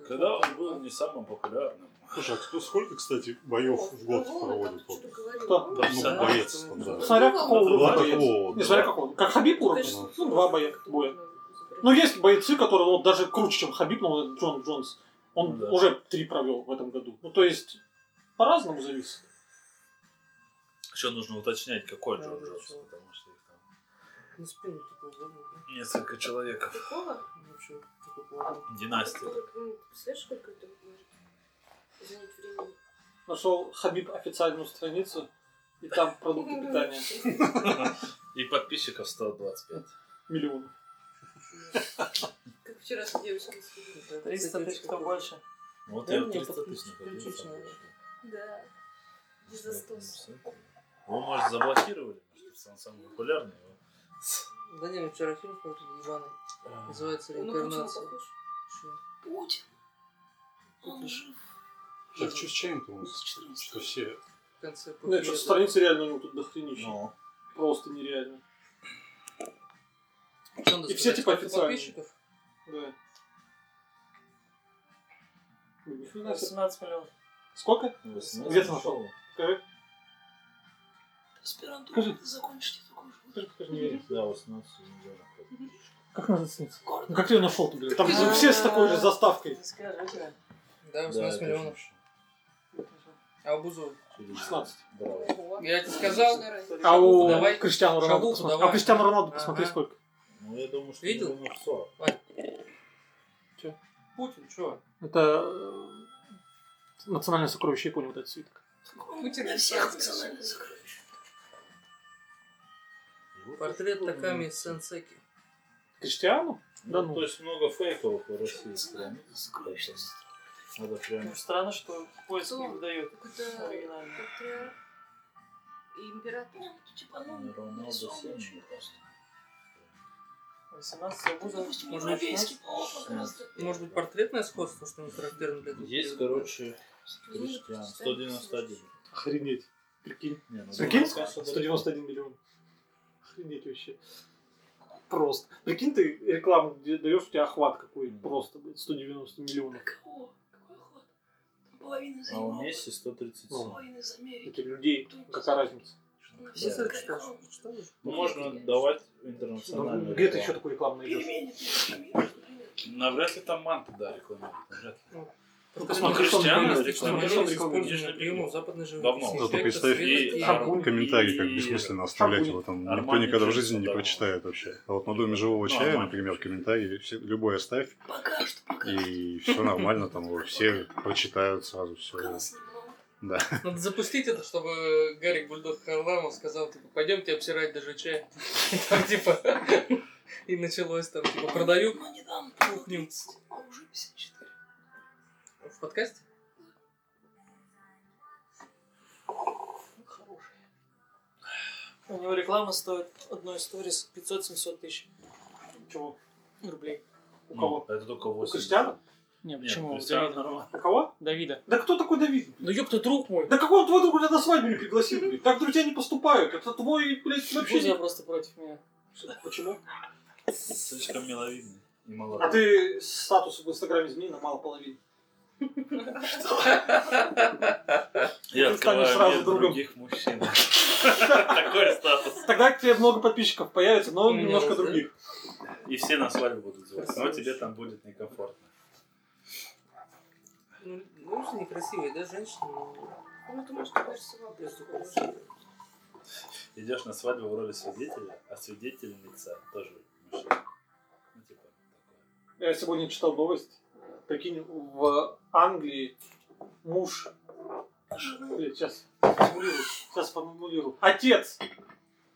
G: Когда он был не самым популярным.
F: Слушай, а кто, сколько, кстати, боев в год проводит? Вот,
A: Кто?
H: Кто?
F: ну,
G: Да.
F: боец там, да.
A: Смотря какого
G: Ну,
A: уровня
F: Два
A: боец.
F: такого вот,
A: Не
F: да.
A: смотря какого. Как Хабиб уровня, ну два боя, боя. Ну есть бойцы, которые вот даже круче, чем Хабиб, но вот Джон Джонс, он
G: Ну да.
A: уже три провел в этом году. Ну то есть по-разному зависит.
G: Еще нужно уточнять, какой
B: Да,
G: Джон
B: да,
G: Джонс,
B: чего.
G: потому что их там
B: На спину такой загнул, да?
G: несколько человек.
H: Какого?
B: Ну, вообще, такой плавный.
G: Династия.
H: Представляешь, сколько это может занять времени?
A: Нашел Хабиб официальную страницу, и там
G: Ну,
A: продукты питания
G: И подписчиков 125.
A: миллион.
H: Как вчера с девочкой сидели.
C: 300 тысяч кто больше?
G: Ну, Вот
B: Да,
G: я
B: мне
G: 300
B: подписчиков
G: тысяч находил.
B: чуть-чуть
G: сам
B: надо.
G: пошел.
H: Да. Не за сто.
G: Его, может, заблокировали, потому что он самый популярный. его.
B: Да не, мы вчера фильм смотрели, ебаный. Называется
H: Он на Путина
B: «Реинкарнация».
H: похож.
B: Чё?
E: Путин. Он жив.
F: Так что с чаем-то у нас?
E: 2014.
F: Что все
B: В конце
A: Ну и
B: похуя,
A: что,
B: да.
A: страницы реально у него тут дохренища.
G: Ну,
A: Просто нереально.
B: Чё он
A: И все,
B: достает?
A: типа,
B: Сколько
A: официальные.
B: подписчиков?
A: Да. Ой, нифига себе.
C: 18 миллионов.
A: Сколько? Где ты нашел? Скажи,
E: Аспирантуру закончите такую же.
A: скажи, скажи, не верю.
G: Да, 18 миллионов.
A: Как надо сниться?
E: Город.
A: Ну как ты ее нашел-то, блин? Там же все с
B: А.
A: такой же заставкой.
C: Ты скажешь, да?
B: Да, 18 миллионов. А у Бузова?
A: 16.
G: Браво.
H: Ого.
B: Я тебе сказал.
A: А у
B: Давай.
A: Криштиану Роналду
B: Шалуху
A: посмотри.
B: давай.
A: А Криштиану Роналду посмотри
B: Ага.
A: сколько.
G: Ну, я думаю, что
B: Видел?
G: миллионов 40.
B: Путин, чё?
A: Это э, национальное сокровище Японии, вот этот свиток.
E: Путин на всех национальных сокровищ.
G: Его
A: Ну,
B: Портрет
G: тоже
B: Таками
G: много.
B: Сенсеки.
A: Криштиану? Да
G: Ну,
A: ну.
G: то есть много фейковых у России страниц.
E: Национальных сокровищ.
G: Надо прям...
C: Ну, странно, что поиск не
H: Кто?
C: выдает
H: Какой-то
C: оригинальный.
H: патриарх и император.
E: Ну, типа, ну,
G: Роналду
E: нарисован
G: семь
E: очень
G: миллионов.
E: просто.
C: 18
E: Ну,
C: Бузов.
E: допустим,
B: Может,
E: европейский пол как раз.
B: Может быть, портретное сходство, что не характерно для этого?
G: Есть,
B: периода?
G: короче, Криштиан. 191.
A: Охренеть. Прикинь.
G: Не, ну,
A: Прикинь?
G: Донбасс, конечно, далеко.
A: 191 миллион. Охренеть вообще. Просто. Прикинь, ты рекламу где даешь, у тебя охват какой-нибудь. Просто, блин, 190 миллионов.
E: Какого? Какой ход? Там половина из
G: А у
E: Европы,
G: Месси 137.
E: половина из Америки.
A: Это людей. Какая разница?
E: Ну,
B: Все
E: все
B: это
E: как
B: читаешь?
E: он.
B: Что вы?
G: Ну, можно давать интернациональную
A: Ну, где ты
G: рекламу.
A: еще такую рекламу найдешь?
E: Пельмени, пельмени, например.
G: Навряд Ну, ли там манты, да, рекламируют. навряд ли.
A: посмотри, Криштиану рекламу.
B: использование приемов западной
G: Давно.
B: живописи.
G: Ну,
F: ты представь,
B: и...
A: Шампунь.
F: комментарии как
G: И-
F: бессмысленно оставлять
A: Шампунь.
F: в этом. Никто
G: Нормально
F: никогда в
G: чисто,
F: жизни не
G: да.
F: прочитает вообще. А вот на доме живого чая,
G: Нормально.
F: например, комментарии все- любой оставь,
E: Пока что, пока что.
F: и все нормально, там его все прочитают сразу
E: Пока
F: все.
E: нас не было.
B: Надо запустить это, чтобы Гарик Бульдог Харламов сказал, типа, пойдемте обсирать даже чай. И Там, типа, и началось там, типа, продаю
E: Ну, не дам,
B: Кухню.
E: 30, а уже 54.
B: в подкасте.
C: Хороший. У него реклама стоит одной сторис 500-700 тысяч
A: Чего?
C: рублей.
A: У
G: Ну,
A: кого?
G: Это только
A: У
G: 8.
A: Криштиана?
C: Не,
G: Нет, Криштиана нормально.
A: У кого?
C: Давида.
A: Да кто такой Давид?
C: Ну ёпта, друг мой.
A: Да какого твой друг тебя на свадьбу не пригласил? блин? Так друзья не поступают. Это твой, блядь, вообще
C: Бузова
A: не...
C: просто против меня.
A: Почему?
G: Слишком миловидный и
A: А
G: молодой.
A: ты статус в Инстаграме изменил на мало половины.
G: Я
A: ты станешь
G: открываю
A: сразу
G: мир
A: другом.
G: других мужчин. Такой статус.
A: Тогда к тебе много подписчиков появится, но
B: У меня
A: немножко
B: есть, да?
A: других.
G: И все на свадьбу будут звать. Но тебе там будет некомфортно.
B: Ну, ну, что некрасивые, да, женщины? но
H: Ну, ты можешь, конечно,
B: Просто
H: вопрос.
B: красивые.
G: Идешь на свадьбу в роли свидетеля, а свидетельница тоже мужчина. Ну, типа, такое.
A: Я сегодня читал новость. Прикинь, в Англии муж... сейчас сформулирую. Сейчас сформулирую. Отец!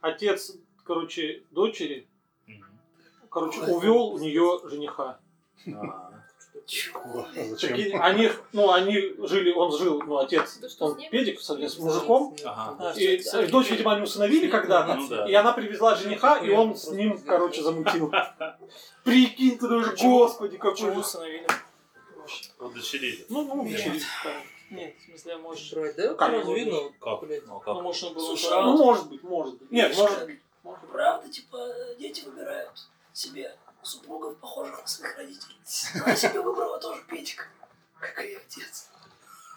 A: Отец, короче, дочери, короче, увел у нее жениха.
G: А,
F: А Зачем?
A: Прикинь, они, ну, они жили, он жил, ну, отец,
H: Да что, с
A: он
H: ним?
A: педик, соответственно, с мужиком.
G: Ага.
A: И с- дочь, видимо, они А, усыновили когда-то.
G: Ну да.
A: И она привезла жениха, и он с ним, короче, замутил. Прикинь, ты думаешь, господи, какой
C: Чего
A: ужас.
C: установили?
G: Удочерили.
A: Ну, ну,
G: Нет.
A: учились, да.
C: Нет, в смысле, может...
B: Брать, да?
A: Как?
B: Сразу видно,
G: Как?
B: блядь.
G: Ну, как?
C: Ну, может, он был
E: Слушай,
C: управлен.
A: Ну, может быть, может быть. Нет,
E: Видишь,
A: может
E: как? Правда, типа, дети выбирают себе супругов, похожих на своих родителей. Она себе выбрала тоже Петик, как и её отец.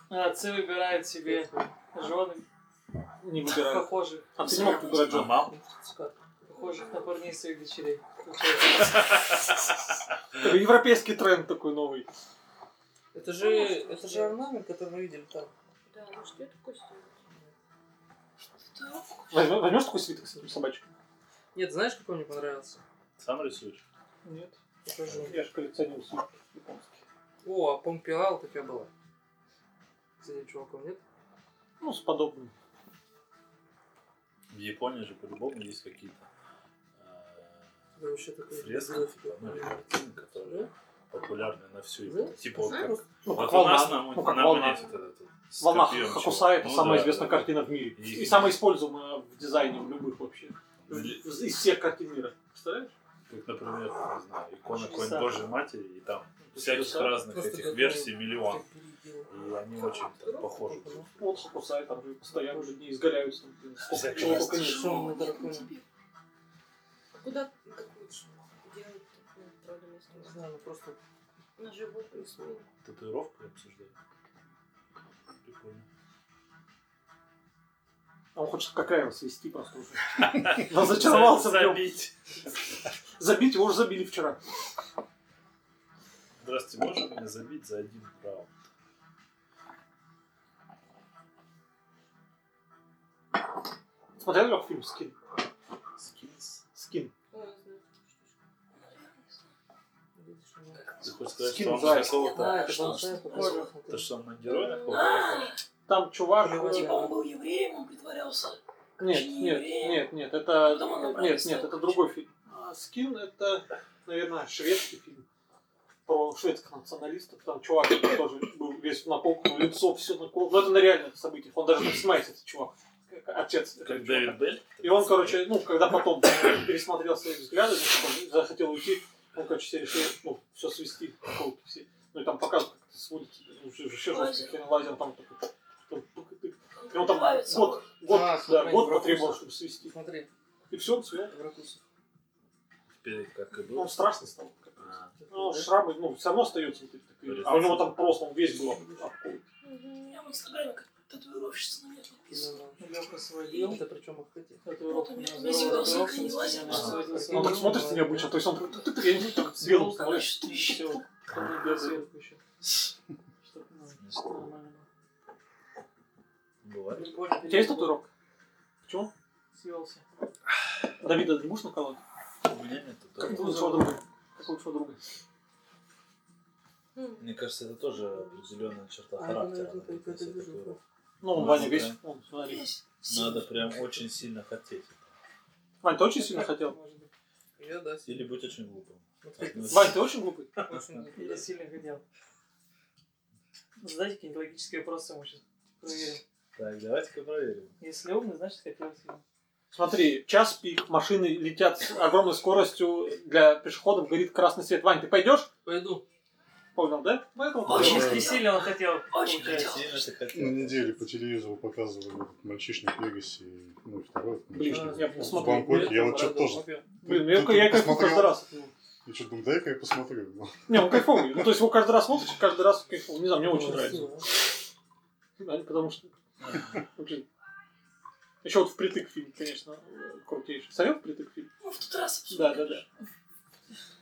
C: А, Отцы выбирают себе жены,
A: не выбирают.
C: похожих,
A: А ты не мог выбирать
G: А
A: Джон.
G: мам?
C: похожих на парней своих дочерей. Получается.
A: Такой европейский тренд такой новый.
B: Это
H: Ну,
B: же, это же орнамент, который мы видели там.
H: Да, ну что это костюм?
E: Что?
A: Возьмешь, возьмешь такой свиток с этим собачкой?
B: Нет, знаешь, какой мне понравился?
G: Сам рисуешь?
A: Нет.
B: Покажу.
A: Я же коллекционирую свитки японские.
B: О, а Помпиал такая была. С этим чуваком, нет?
A: Ну, с подобным.
G: В Японии же по-любому есть какие-то э,
B: Это вообще такой...
G: фрески, типа, ну или картины, которые
B: Да?
G: популярны на всю
B: Да?
G: Японию. Типа вот как...
A: Ну, как
G: Вот у нас
A: волна.
G: на
A: Ну, как
G: на
A: волна.
G: монете вот этот вот с
A: Волна
G: копьем
A: Хакусай
G: чувак.
A: это
G: Ну
A: самая
G: да,
A: известная
G: да, да.
A: картина в мире.
G: И-
A: И самая используемая в дизайне в любых вообще. В-
G: Или,
A: в- Из всех картин мира. Представляешь?
G: Как, например, там, не знаю, икона какой-нибудь
C: Чудеса.
G: Божьей Матери, и там всяких
A: Чудеса.
G: разных
B: Просто
G: этих
B: как
G: версий
B: мы-
G: миллион.
B: Переделал. ну.
G: И они очень так похожи.
A: Вот Хакусай там же постоянно не изгоряются. там, блин, Сколько
G: Всякие
A: чего
G: разные.
A: только нет.
B: Шумный дракон.
H: Куда, как лучше делать такую троллю
B: Не
H: местную?
B: знаю, ну просто...
H: На животную смею.
G: Татуировку обсуждают. Прикольно.
A: А он хочет Кокаева свести просто уже. Он зачаровался в
G: За-
A: нем.
G: забить.
A: Забить его уже забили вчера.
G: Здравствуйте, можно меня забить за один раунд?
A: Смотрели Лёх, фильм «Скин»?
G: Скинс?
A: «Скин».
B: Видишь, у меня-
G: Ты хочешь сказать,
A: Скин
G: что он
A: заяц.
G: какого-то...
B: А, это
E: что
B: бонсай,
E: с-
B: похоже.
G: То, что он на героя на какого-то
E: А,
A: Там чувак...
B: Плевать,
A: э,
E: типа, он был евреем, он притворялся.
A: Нет,
E: Очень
A: нет,
E: евреем.
A: нет, нет, это...
E: Потом он набрал
A: Нет,
E: свой
A: нет, это
E: ключ.
A: другой фильм. А «Скин» — это, наверное, шведский фильм. Про шведских националистов. Там чувак тоже был весь напуган, лицо все накол. Но это на реальных событиях. Он даже так снимается, этот чувак. Как Отец. этого
G: Как
A: чувака.
G: Дэвид Белль.
A: И он, короче, ну, когда потом пересмотрел свои взгляды, ну, что он захотел уйти, он, короче, себе решил, ну, все свести, наколки все. Ну, и там показывают, как это сводится. Ну, всё- вообще жестко,
E: Лазер.
A: хрен лазер там такой. там тук-тук.
E: Он
A: И он там
E: притворялся.
A: год, год,
B: А,
A: да,
B: смотри,
A: год
B: Бракуса.
A: потребовал, чтобы свести.
B: Смотри,
A: И все, он свел.
B: Бракусов.
G: Теперь как и
A: Ну,
G: был.
A: он страшный стал.
G: А,
A: Ну, шрамы, ну, все равно остаются вот эти такие. А у него там просто, он весь был об- обколот.
E: У меня в инстаграме как татуировщица на меня подписана.
C: Лёха свалил.
B: Это причем охотник.
E: Вот у меня вместе волосы хранилась, она
G: Ага.
E: что-то
A: Он ну, так смотрится необычно, то есть он такой, «Тук-тук», я не знаю, так
C: Сделал
A: сделал.
E: Она что-то ищет.
C: Всё. Там идёт сверху еще. Чтоб ну,
G: Смешно.
C: нормально было.
G: Бывает.
A: У тебя есть татуировка? Почему?
C: Съелся.
A: Давида, ты будешь наколоть?
G: У меня нет
A: Как
G: татуировки.
A: лучшего друга. Как лучшего друга.
G: Мне кажется, это тоже определенная черта
B: А,
G: характера.
B: ну, это
G: надо
B: только
G: себе
B: вижу.
G: такую.
A: Ну,
G: Ну,
A: Ваня
G: да.
A: весь, он, смотри.
E: Весь.
G: Надо прям очень сильно хотеть.
A: Вань, ты очень сильно хотел?
B: Может быть. Я, да.
G: Или быть очень глупым.
B: Смотри,
G: Ну,
A: Вань, ты очень глупый?
B: очень глупо,
C: Я
B: да.
C: сильно хотел. Задайте какие-нибудь логические вопросы, мы сейчас проверим.
G: Так, давайте-ка проверим.
C: Если умный, значит хотел сильно.
A: Смотри, час пик, машины летят с огромной скоростью, для пешеходов горит красный свет. Вань, ты пойдешь?
B: Пойду.
A: Понял, да? Поэтому
E: Очень
C: Не
E: хотел.
C: сильно он хотел.
E: Очень
C: получается.
E: хотел.
G: Сильно ты хотел.
F: На неделе по телевизору показывали этот мальчишник Вегасе, ну, второй этот
A: Блин,
F: мальчишник.
A: я
F: в
A: посмотрел.
F: Бангкоке, я вот что-то тоже...
A: Блин, я,
F: Ты- ты
A: я кайфую
F: посмотрел?
A: каждый раз. от него.
F: Я что-то думаю, дай-ка я посмотрю. Ну,
A: Не, он кайфовый. Ну, то есть его каждый раз смотришь, каждый раз кайфовый. Не знаю, мне очень нравится.
B: Красиво.
A: Вань, Потому что... Блин. Еще вот впритык фильм, конечно, э, крутейший. Смотрел впритык фильм?
E: Ну, в тот раз
A: Да, да, да.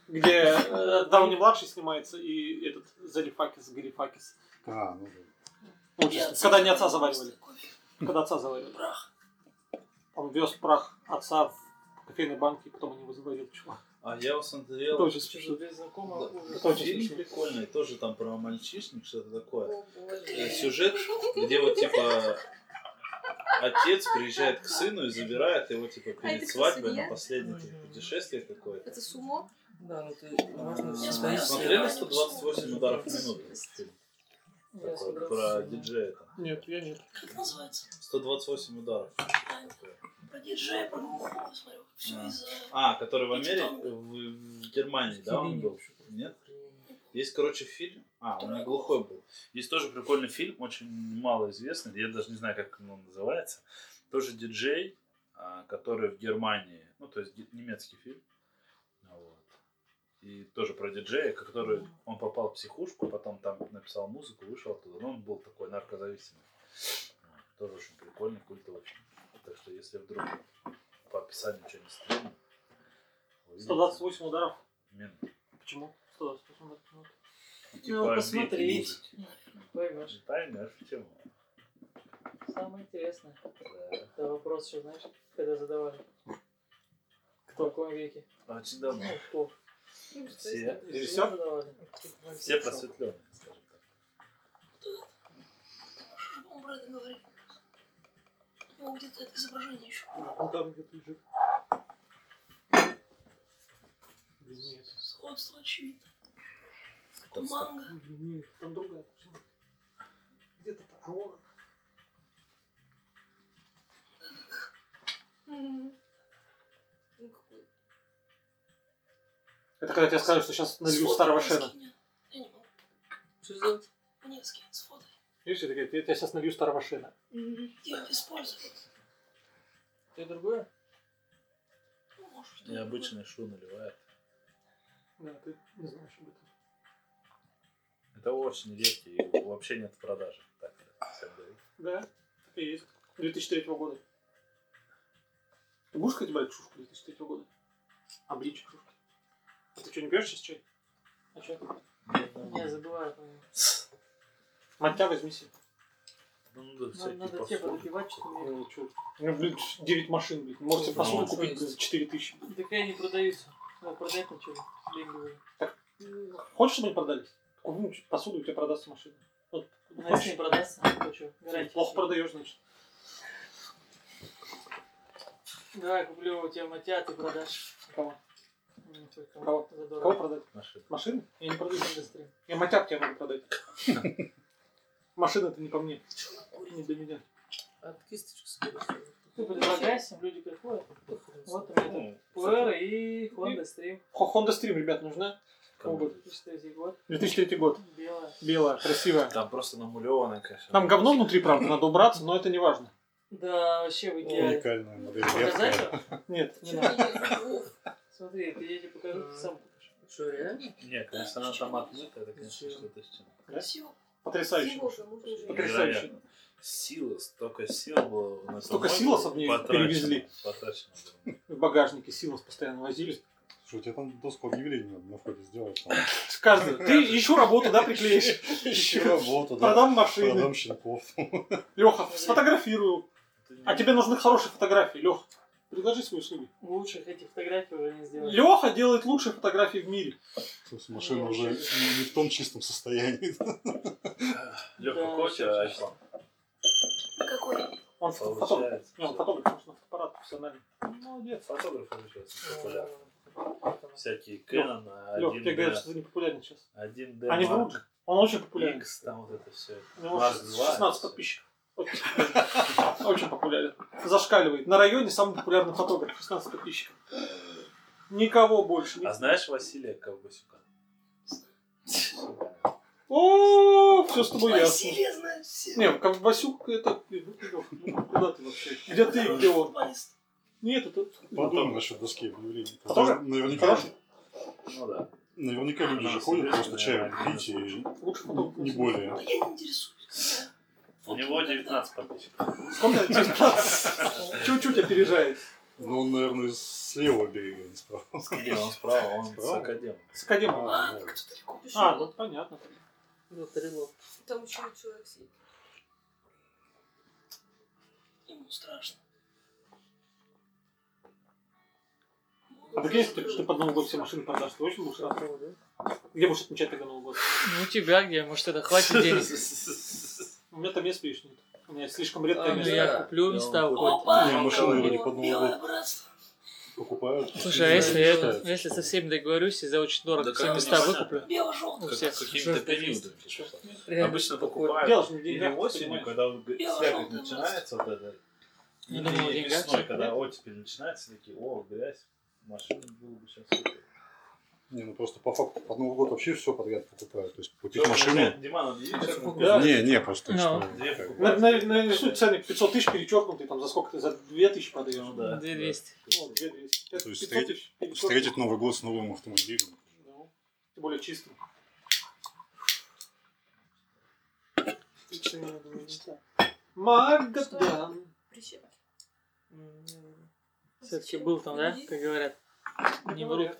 A: Где э, Дауни младший снимается и этот Зарифакис, Гарифакис.
F: А, ну да.
A: Отчество.
E: отца
A: Когда не отца
E: заваривали.
A: заваривали. Когда отца заваривали.
E: Прах.
A: Он вез прах отца в кофейной банке, и потом он его заварил. чувак.
G: А я вот смотрел...
A: Это очень
C: Что-то
A: смешно.
C: без знакомого ужас.
A: Это очень
G: Фильм
A: смешно.
G: прикольный, тоже там про мальчишник, что-то такое.
H: О, боже.
G: Э, Сюжет, где вот типа отец приезжает к сыну и забирает его типа
H: А это
G: перед
H: кто,
G: свадьбой
H: судья?
G: на последнее типа, путешествие какое-то.
H: Это сумо?
B: Да, ну ты можно
G: А,
B: всё
E: смотрел,
B: зависит.
G: Смотрели
E: я
G: 128 ударов в минуту?
B: Я
G: Такой,
B: смотрел
G: Про
B: «Сумо».
G: диджея там.
A: Нет, я нет.
E: Как называется?
G: 128 ударов. Такое.
E: Про диджея, про глухого смотрю. Все
G: А.
E: из-за...
G: А, который в Америке, в, в Германии, да, он был? Нет? Есть, короче, фильм. А, он не глухой был. Есть тоже прикольный фильм, очень малоизвестный. Я даже не знаю, как он называется. Тоже диджей, а, который в Германии. Ну, то есть ге- немецкий фильм. А Вот. И тоже про диджея, который он попал в психушку, потом там написал музыку, вышел оттуда. Ну, он был такой наркозависимый. Вот. Тоже очень прикольный, культовый фильм. Так что, если вдруг по описанию что-нибудь стрельнет, увидите.
A: 128 ударов.
G: Мин.
A: Почему? 128 ударов. в минуту.
C: Ну,
G: Типа,
C: посмотреть.
G: бит, музыка.
C: Поймешь.
G: Таймер, почему?
C: Самое интересное.
G: Да.
C: Это вопрос еще, знаешь, когда задавали. Кто в каком веке?
G: Очень давно.
C: Ну, кто?
H: Ну, что
G: Все.
H: это?
A: И всё?
C: Задавали.
G: Все просветленные, скажем так.
E: Что же он про это говорит? У него где-то это изображение еще.
A: Ну, там где-то лежит. Блин, нет.
E: Сходство очевидно.
G: Там
E: Манго.
A: Блин, нет, Там другая. почему? Где-то там. А вон она.
H: Мгм. Ну, какой-
A: Это когда тебе скажут, что сейчас налью
E: Сфоткай
A: старого
E: мне,
A: Шена.
E: скинь мне. Я не могу.
B: Что сделать?
E: Мне скинь, сфоткай.
A: Видишь, я такая, я тебя сейчас налью старого Шена.
H: Мгм.
E: Я это использую.
C: Ты другое?
E: Ну, может, что-то
G: И
E: другое.
G: обычный шу наливает.
A: Да, ты не знаешь об этом.
G: Это очень редкий, и вообще нет в продаже. Так, да, всем говорю.
A: Да, так и есть. 2003 года. Ты будешь хоть брать шушку 2003 года? Обличик шушки. А ты что, не пьешь сейчас чай?
C: А что? Не, забываю. по-моему.
A: Мантя возьми себе.
G: Ну, надо
C: Надо,
G: всякие
C: надо тебе
G: посуды.
C: подопивать, что мне.
A: Ну, чё? Ну, блин, 9 машин, блин. Можете
G: Ну,
A: посуду
G: ну,
A: купить
B: есть.
A: за 4 тысячи.
C: Так они не продаются. Надо продать ничего. Деньги уже.
A: Хочешь, чтобы они продались? Купим чё- посуду, у тебя продастся машина. Вот,
C: Ну, если не
A: хочешь?
C: продастся, то что?
A: Ты
C: Гарантия.
A: плохо продаешь, значит.
C: Давай куплю у тебя матя, ты продашь.
A: Кого?
C: М, только
A: Кого?
C: Задорого.
A: Кого продать?
G: Машина.
A: Машины? Я не продаю.
C: Индустрия.
A: Я матяк тебе могу продать. Машина это не по мне. Не для меня.
B: От кисточки скорее всего.
C: Ты предлагай всем, люди приходят.
B: Да хрен с
C: Вот
B: ним.
C: у меня тут
G: Ну,
C: Пуэра и Honda Stream.
A: Хо- Honda Stream, ребят, нужна?
G: кому-
C: 2003 год.
A: 2003 год.
C: Белая.
A: Белая, красивая.
G: Там просто намулеванная, конечно.
A: Там говно внутри, правда, надо убраться, но это не важно.
C: Да, вообще в идеале.
F: Уникальная модель.
C: Показать
F: Редкая.
C: его?
A: Нет.
C: Не
H: Чё
C: надо.
H: ты не-
C: Смотри, ты- я тебе покажу, ты сам покажешь.
B: Что, реально?
G: Нет, конечно, она там отмыта, это, конечно,
B: Зачем?
G: что-то с чем.
E: Красиво.
A: Потрясающе.
H: Его кому ты уже-
A: Потрясающе.
G: Невероятно. Силы, столько сил было. на эту
A: Столько
G: мойку
A: силосов в ней
G: потрачено,
A: перевезли.
G: Потрачено было.
A: В багажнике силос постоянно возили.
F: Слушай, у тебя там доску объявлений надо на входе сделать. там.
A: Каждый. Ты еще работу, да, приклеишь?
F: Ищи работу, да.
A: Продам машины.
F: Продам щенков.
A: Леха, сфотографирую.
G: Ты
A: А
G: не-
A: тебе нужны хорошие фотографии, Леха. Предложи свои услуги.
C: Лучших этих фотографий уже не сделаешь.
A: Леха делает лучшие фотографии в мире.
F: То есть Машина уже не не в том чистом состоянии.
G: Лёха, а
C: Да,
G: какой у тебя iPhone?
E: Какой?
A: Он фото- фотограф.
G: Получается.
A: Не, он фотограф, потому что он фотоаппарат профессиональный.
G: Молодец, фотограф получается. популярный.
C: Э,
G: Всякие Canon,
A: Лех, тебе говорят,
G: 1D,
A: что ты не популярен сейчас.
G: 1D
A: Они врут же. Он очень популярен.
G: X, там вот это все.
A: У него
G: Марк
A: 16
G: два.
A: подписчиков. Очень популярен. Очень популярен. Зашкаливает. На районе самый популярный фотограф. 16 подписчиков. Никого больше.
G: А
A: Ни-
G: знаешь Василия Ковбасюка?
A: О, все с тобой ясно.
E: Василия знает все.
A: Не, как Васюк, это... ну, Куда ты вообще? Где ты, где он?
E: Футболист.
A: Нет, это...
F: Подумай насчет доски объявлений.
A: Тоже?
F: Наверняка,
A: Хороший?
G: Ну да.
F: наверняка люди
G: Она
F: же ходят
G: серьезная,
F: просто чаем
G: наверное,
F: пить и
A: Лучше фотограф.
F: ну, не
E: Да
F: более.
E: я не интересуюсь.
G: У него 19 подписчиков.
A: Сколько? 19? Чуть-чуть опережает.
F: Ну, он, наверное, с левого берега, а не справа.
G: Где он справа, он с академом.
A: С академом.
F: А,
E: А,
F: вот.
E: так кто далеко пошел.
A: А, ну понятно.
B: Ну, трело.
H: Там еще и человек сидит.
E: Ему страшно.
A: А прикинь, если ты, ты под Новый год все машины продашь, ты очень будешь рад? Где будешь отмечать тогда Новый год?
C: Ну, у тебя где? Может, это хватит денег?
A: У меня там места еще нет. У меня слишком
C: А,
A: редкое
C: ну,
A: место.
C: Я куплю
G: Я
C: места,
G: вот-
C: уходит.
E: Опа!
F: Не, машины вроде под Новый
E: Белое
F: год
E: братство.
F: покупают.
C: Слушай, а
F: Не
C: если,
F: знаю,
C: это,
F: считается,
C: если
F: что-
C: со всеми договорюсь и за очень дорого
G: Да
C: все
G: как
C: места
G: они-
C: выкуплю?
E: Бело-желтое.
G: Как-
C: всех.
G: Какими-то
C: Жажда
G: периодами.
B: Реально.
G: Обычно покупают
A: Дело же не в
G: или
A: деньгах,
G: осенью,
A: понимаешь?
G: когда вот г-
E: Я
G: слякоть
E: думал, ты
G: начинается, вот это,
C: Я думал, в
G: или
C: деньгах
G: весной,
C: всё
G: когда
C: понятно.
G: оттепель начинается, такие, о, грязь, машина было бы сейчас.
F: Не, ну просто по факту под Новый год вообще все подряд покупают. То есть купить машину.
G: Диман, объяви, как мы
A: Да.
F: Не, не, просто
C: Ну.
F: что.
G: Две Ну,
F: как бы,
G: покупают.
A: На- на- Нарисуй ценник 500 тысяч перечеркнутый, там за сколько ты, за 2000 продаешь?
G: Ну да.
C: 2200.
A: Ну, 2200.
F: То есть
A: 500 тысяч перечеркнутый.
F: Встретить Новый год с новым автомобилем.
A: Ну, Тем более чистым. Магадан.
H: Прищепки.
C: Все-таки был там, да, как говорят? Не врут.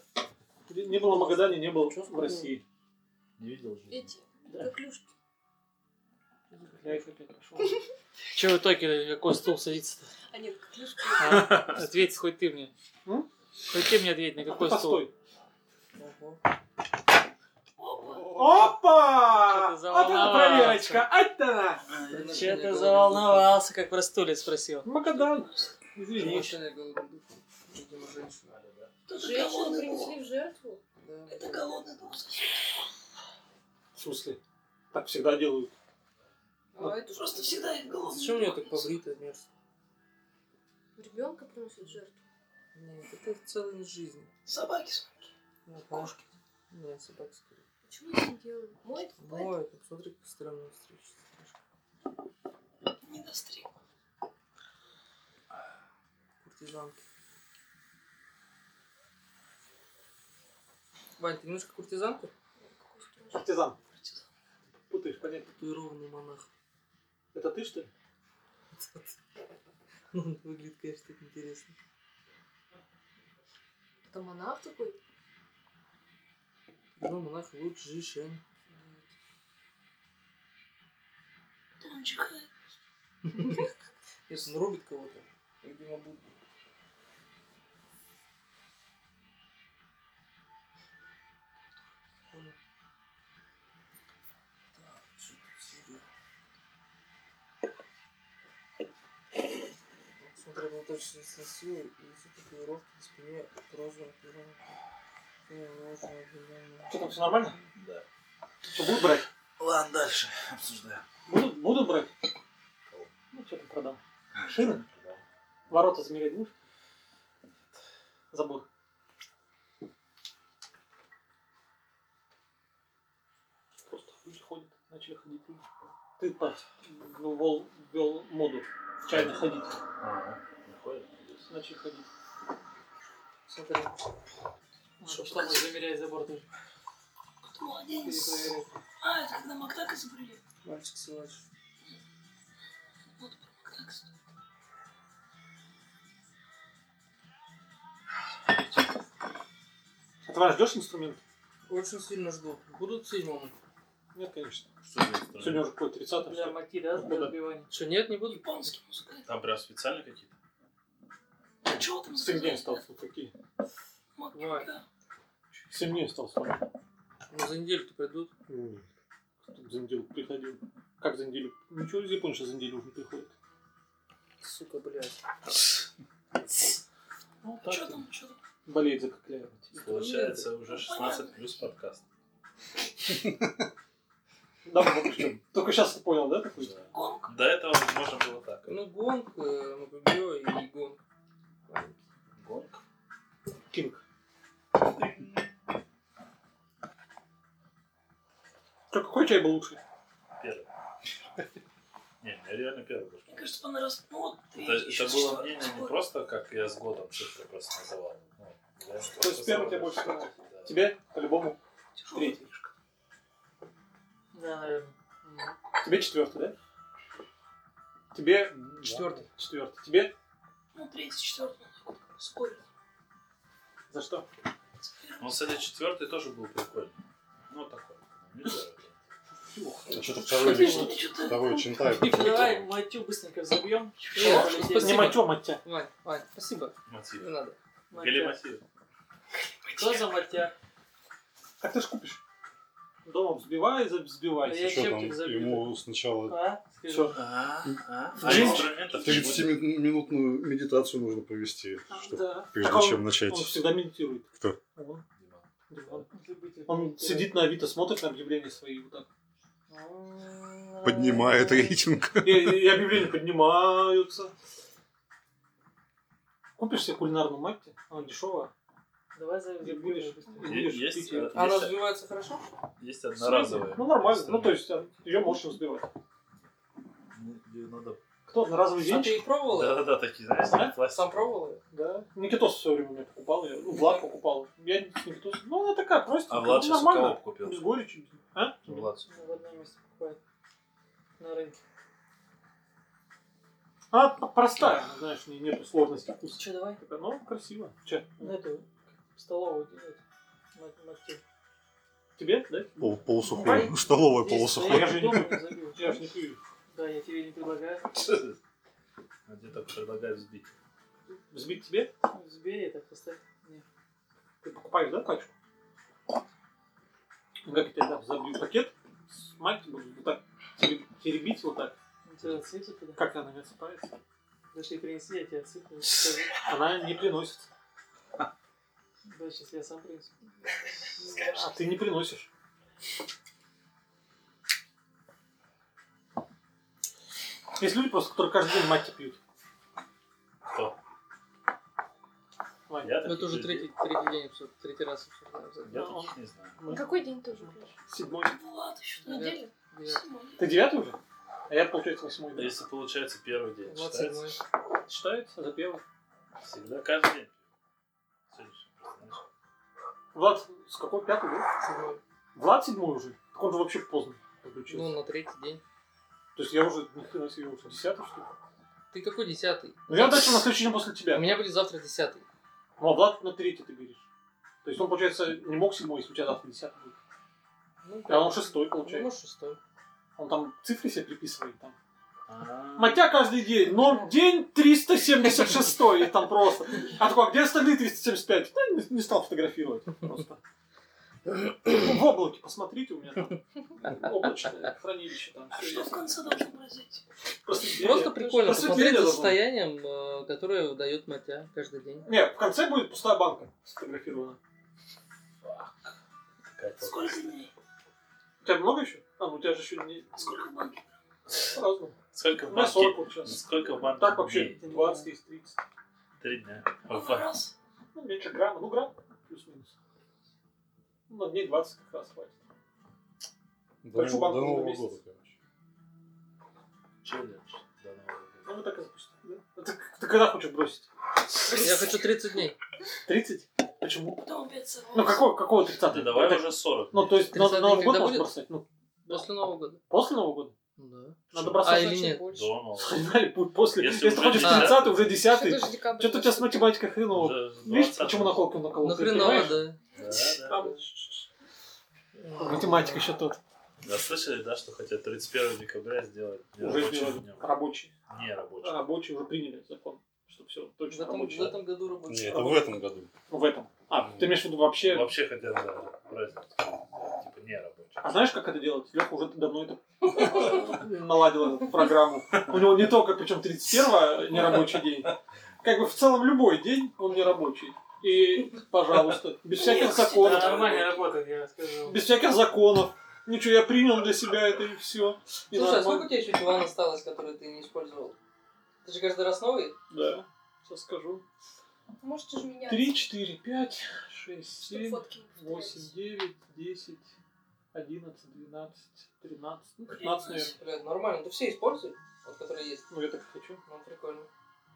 A: Не не было в Магадане, не было в России.
G: Не видел же.
H: Эти, как люшки.
A: Я их опять нашел.
C: Че в итоге, какой стул садится-то?
H: А нет, как люшки.
C: А? Ответь хоть ты мне.
A: М?
C: Хоть ты мне ответь, на
A: А ты
G: Ну,
C: какой стул?
A: постой.
C: Что-то
A: Опа! Вот это
C: заволновался.
A: проверочка! Ать она!
C: Че ты заволновался, как про стуле спросил?
A: Магадан. Извини.
E: Тут же
H: Женщину
E: голодный
H: принесли
E: дух.
H: в жертву.
E: Это голодный дух.
A: В смысле? Так всегда делают.
H: А это
E: Просто всегда их голодный
B: Зачем у меня
E: дух.
B: так побрито мерзко?
H: Ребенка приносит в жертву.
B: Нет, это целая жизнь. Ну,
E: Собаки.
B: Кошки? Нет, собак скорее.
H: Почему это не делают? Моет, купает.
B: Ой, ну смотри, как странно встреча.
E: Не достриг.
B: Куртизанки. Вань, ты немножко куртизанка?
H: Какой страшный.
A: Партизан. Путаешь, понятно.
B: Татуированный монах.
A: Это ты, что ли?
B: Ну, он выглядит, конечно, так интересно.
H: Это монах такой.
B: Ну, монах лучше Шень.
E: Он чихает.
B: Если он рубит кого-то, я, видимо, буду. Понял. Так, чё тут серия? Вот Смотря был точно со силой и все татуировки на спине Э, от розового пера. Я должен обвинять.
A: Что там, все нормально?
G: Да.
A: Что, будут брать?
D: Ладно, дальше обсуждаем.
A: Будут, будут брать? Ну, А, что там продам? Шины? Ворота замерять будешь? Забор. Просто люди ходят, начали ходить люди. Ты Паш, ввел, ввел моду в чайно ходить.
G: Ага. А, Выходит.
A: Начали ходить.
B: Смотри,
C: Чтоб там замерять забор тоже.
E: Кто младенец?
B: перепроверяй.
E: А, это когда Макдак изобрели.
B: Мальчик силач.
E: Вот про Макдак.
A: А ты Вань, ждешь инструмент?
B: Очень сильно жду. Будут седьмому.
A: Нет, конечно.
G: Что за инструмент?
A: Сегодня уже какой 30
C: Для маки, да, для
A: Куда?
C: отбивания.
B: Что, нет, не будут?
E: Японский музыкант.
G: Там прям специально какие-то?
E: А чего там
A: Семь дней
E: заказать?
A: остался. Какие?
E: Макдак.
A: Семь дней остался. Вань.
B: Ну, за неделю-то придут.
A: М, кто там За неделю приходил. Как за неделю? Ну, Ничего из Японии, что за неделю уже не приходит.
B: Сука, блядь.
A: Ну,
E: А
A: так,
E: чё
A: и
E: там, чё там?
A: болеет за кокляева.
G: Получается уже 16 плюс подкаст.
A: Да, вот что. Только сейчас ты понял, да, такой?
G: Да.
E: Гонг?
G: До этого можно было так.
B: Ну, гонг, э, Мабугео и гонг.
G: Гонка.
A: Кинг. Чё, какой чай был лучше?
G: Первый. Не, мне реально первый был.
E: Мне кажется, понравился. Ну вот,
G: Это,
E: третий,
G: это
E: ещё
G: было
E: четвёртый,
G: мнение не
E: восьмой.
G: просто, как я с годом цифры просто называл. Ну, я не
A: То есть первый тебе больше
G: называл.
A: понравился?
G: Да.
A: Тебе, по-любому,
E: Тяжёлый.
A: третий.
C: Да, наверное.
A: Тебе четвертый, да? Тебе четвертый. Четвертый. Тебе?
E: Ну, третий, четвертый. Спорю.
A: За что?
G: Ну, кстати, четвертый тоже был прикольный. Ну, такой. Не знаю.
F: А что-то второй, второй Чентай.
C: Типа, Давай матю быстренько взобьем.
A: Не матем от тебя.
B: Вань, Вань, спасибо. Не
G: Мотив.
B: надо.
G: Или мотив.
C: Кто за матя?
A: А ты ж купишь. Дома взбивай, за-
C: А
A: взбивай.
C: я
F: Что там,
C: чем забил?
F: ему сначала
C: А? Скажи.
A: Все.
G: А, а.
A: В
G: А
A: джинс-
G: инструментов не будет.
F: 30-минутную медитацию нужно провести, чтоб-
A: А, Да.
F: прежде
A: Так он-
F: чем
A: Он
F: начать.
A: всегда медитирует.
F: Кто?
A: Он. Он.
C: Любитель.
A: Он сидит на Авито, смотрит на объявления свои вот так.
C: А.
F: Поднимает рейтинг.
A: И, и объявления поднимаются. Купишь себе кулинарную мать, она дешевая.
C: Давай за
A: И будешь,
C: будешь.
A: и
G: Е-
A: будешь
G: Есть,
A: пить
G: э,
A: её.
B: А Она
G: есть,
B: развивается хорошо?
G: есть одноразовые.
A: Ну нормально, ну то есть ее можно взбивать.
G: Ее надо...
A: Кто одноразовый
B: А ты
A: венчик?
B: их пробовал?
G: Да-да-да, такие,
A: Да?
G: знаешь,
B: Сам
G: пластик.
B: пробовал? её?
A: Да. Никитос в свое время мне покупал, я, ну, Влад покупал. Я с Никитосом, ну она такая простенькая,
G: А Влад
A: ну,
G: сейчас у кого
A: нормально.
G: купил?
A: Без горечи, без- а?
G: Влад.
C: Ну, В одном месте покупает. На рынке.
A: Она п- простая, ну, знаешь, не, нету сложности вкуса.
C: Че, давай?
A: Такая, ну, красиво. Че?
C: На Ну, эту столовую делать. Мат- матю.
A: Тебе, да?
F: Пол- полусухой. Столовая
C: Здесь
A: полусухой.
F: полусухой.
A: Я же не-
C: дома забил.
A: Я ж не пью.
C: Да, я тебе не предлагаю.
G: А Где так предлагают сбить?
A: Взбить тебе?
C: Сбей это, поставь. Не.
A: Ты покупаешь, да, пачку? Ну, Как это, да, забью пакет, с мать буду вот так тере- теребить вот так.
C: Ну, тебя отсыпь туда.
A: Как она не отсыпается?
C: Зашли принеси, я тебе отсыплю. Скажи.
A: Она не приносит.
C: Да, сейчас я сам принесу.
A: А ты не приносишь. Есть люди просто, которые каждый день мать пьют.
G: Кто?
A: Ваня.
G: Я
B: Ну,
G: таких
B: это уже
G: людей-
B: третий, Ну, третий день обсуждаем, третий раз обсуждаем.
G: Я таких не знаю.
J: Какой день тоже пьешь?
A: Седьмой.
E: Влад еще там.
J: Неделю?
B: Девятый.
A: Ты девятый уже? А я, получается, восьмой.
G: Да
A: Да?
G: Если получается первый день,
B: Двадцать
G: считается
B: седьмой.
A: Считается за первый.
G: всегда каждый день. Сегодняшний, знаешь.
A: Влад с какой? Пятый, да?
B: Седьмой.
A: Влад седьмой уже. Так он же вообще поздно подключился.
B: Ну, на третий день.
A: То есть я уже, ни хрена себе, я уже десятый, что ли?
B: Ты какой десятый?
A: Ну я дальше на следующий день после тебя.
B: У меня будет завтра десятый.
A: Ну а Влад на третий, ты говоришь. То есть он, получается, не мог седьмой, если у тебя завтра десятый будет.
B: Ну,
A: А он шестой,
B: Ну,
A: получается.
B: может, шестой.
A: Он там цифры себе приписывает там.
G: А,
A: Матя каждый день, но день 376 и там просто. А такой, а где остальные 375? Да, не, не стал фотографировать просто. В облаке, посмотрите, у меня там облачное хранилище там.
E: А
A: всё
E: что в
A: есть.
E: конце должно произойти?
A: Просто,
B: Просто прикольно
A: По сути,
B: посмотреть
A: я
B: за
A: должен.
B: состоянием, э, которое дает Матя каждый день.
A: Не, в конце будет пустая банка сфотографирована.
G: какая-то-
E: Сколько дней?
A: У тебя много еще? А, ну у тебя же еще не...
E: Сколько в банке?
A: Сразу.
G: Сколько
A: У
G: в
A: меня 40
G: банке?
A: получилось.
G: Сколько в банке?
A: Так вообще
G: дней?
A: 20 из 30.
G: Три дня.
E: Ну,
G: В-
E: раз.
A: Ну, меньше грамма. Ну, грамм плюс-минус. Ну, на дней 20 как раз хватит.
F: До
A: Большую
F: Нового
A: банку
F: до Нового
A: месяц.
F: года, короче.
G: челлендж до Нового года.
A: Ну, мы так и запустим, да? Ну, Ты, ты когда хочешь бросить?
B: Я хочу 30 дней.
A: 30? Почему?
E: Потом опять сорвался.
A: Ну, какого, какого 30
G: Да давай уже 40.
A: Ну, то есть, надо
B: 30-й
A: Новый год
B: когда
A: можно
B: будет?
A: бросать? Ну,
B: После Нового года.
A: после Нового года?
B: Да.
A: Надо
B: А
A: бросать.
B: или нет?
G: до Нового года.
A: Хрена ли будет после?
G: Если
A: Если,
G: уже
A: хочешь
B: 10-й.
A: 30 уже
J: Что
A: 10
J: же декабрь?
A: Что-то у тебя с математикой хреново.
G: Уже
A: Видишь,
G: 20.
A: почему А. наколка на
B: Ну,
A: кого-то?
B: хреново, да.
G: Да, да,
A: Там-
G: да.
A: Ну, Математика еще тот.
G: Да, слышали, да, что хотят 31 декабря сделать днём
A: Уже
G: рабочим
A: сделали. А,
G: днём?
A: Рабочий.
G: Не рабочим.
A: Рабочие уже приняли закон, что все,
B: В
A: точно
B: этом,
A: рабочий.
B: в этом году
F: Не,
B: рабочий.
F: это в этом году.
A: В этом. А, ты имеешь в виду вообще...
G: Вообще хотят, да, праздник. сделать, Типа не рабочим.
A: А знаешь, как это делать? Леха уже давно это наладил эту программу. У него не только, причем 31-го нерабочий день. Как бы в целом любой день он нерабочий. И, пожалуйста, без всяких законов.
C: Да, нормально работает, я скажу.
A: Без всяких законов. Ничего, я принял для себя это и все. И
B: Слушай, а сколько у
A: нормально.
B: тебя еще диван осталось, который ты не использовал? Ты же каждый раз новый?
A: Да, сейчас скажу.
J: Можете же меня...
A: 3, 4, 5, 6,
J: чтобы
A: 7,
J: фотки не
A: 8,
J: повторялись.
A: 9, 10, 11, 12, 13, ну, 15, наверное.
B: Блядь, нормально. Ну, Ты все используй, вот которые есть.
A: Ну, я так хочу.
B: Ну, прикольно.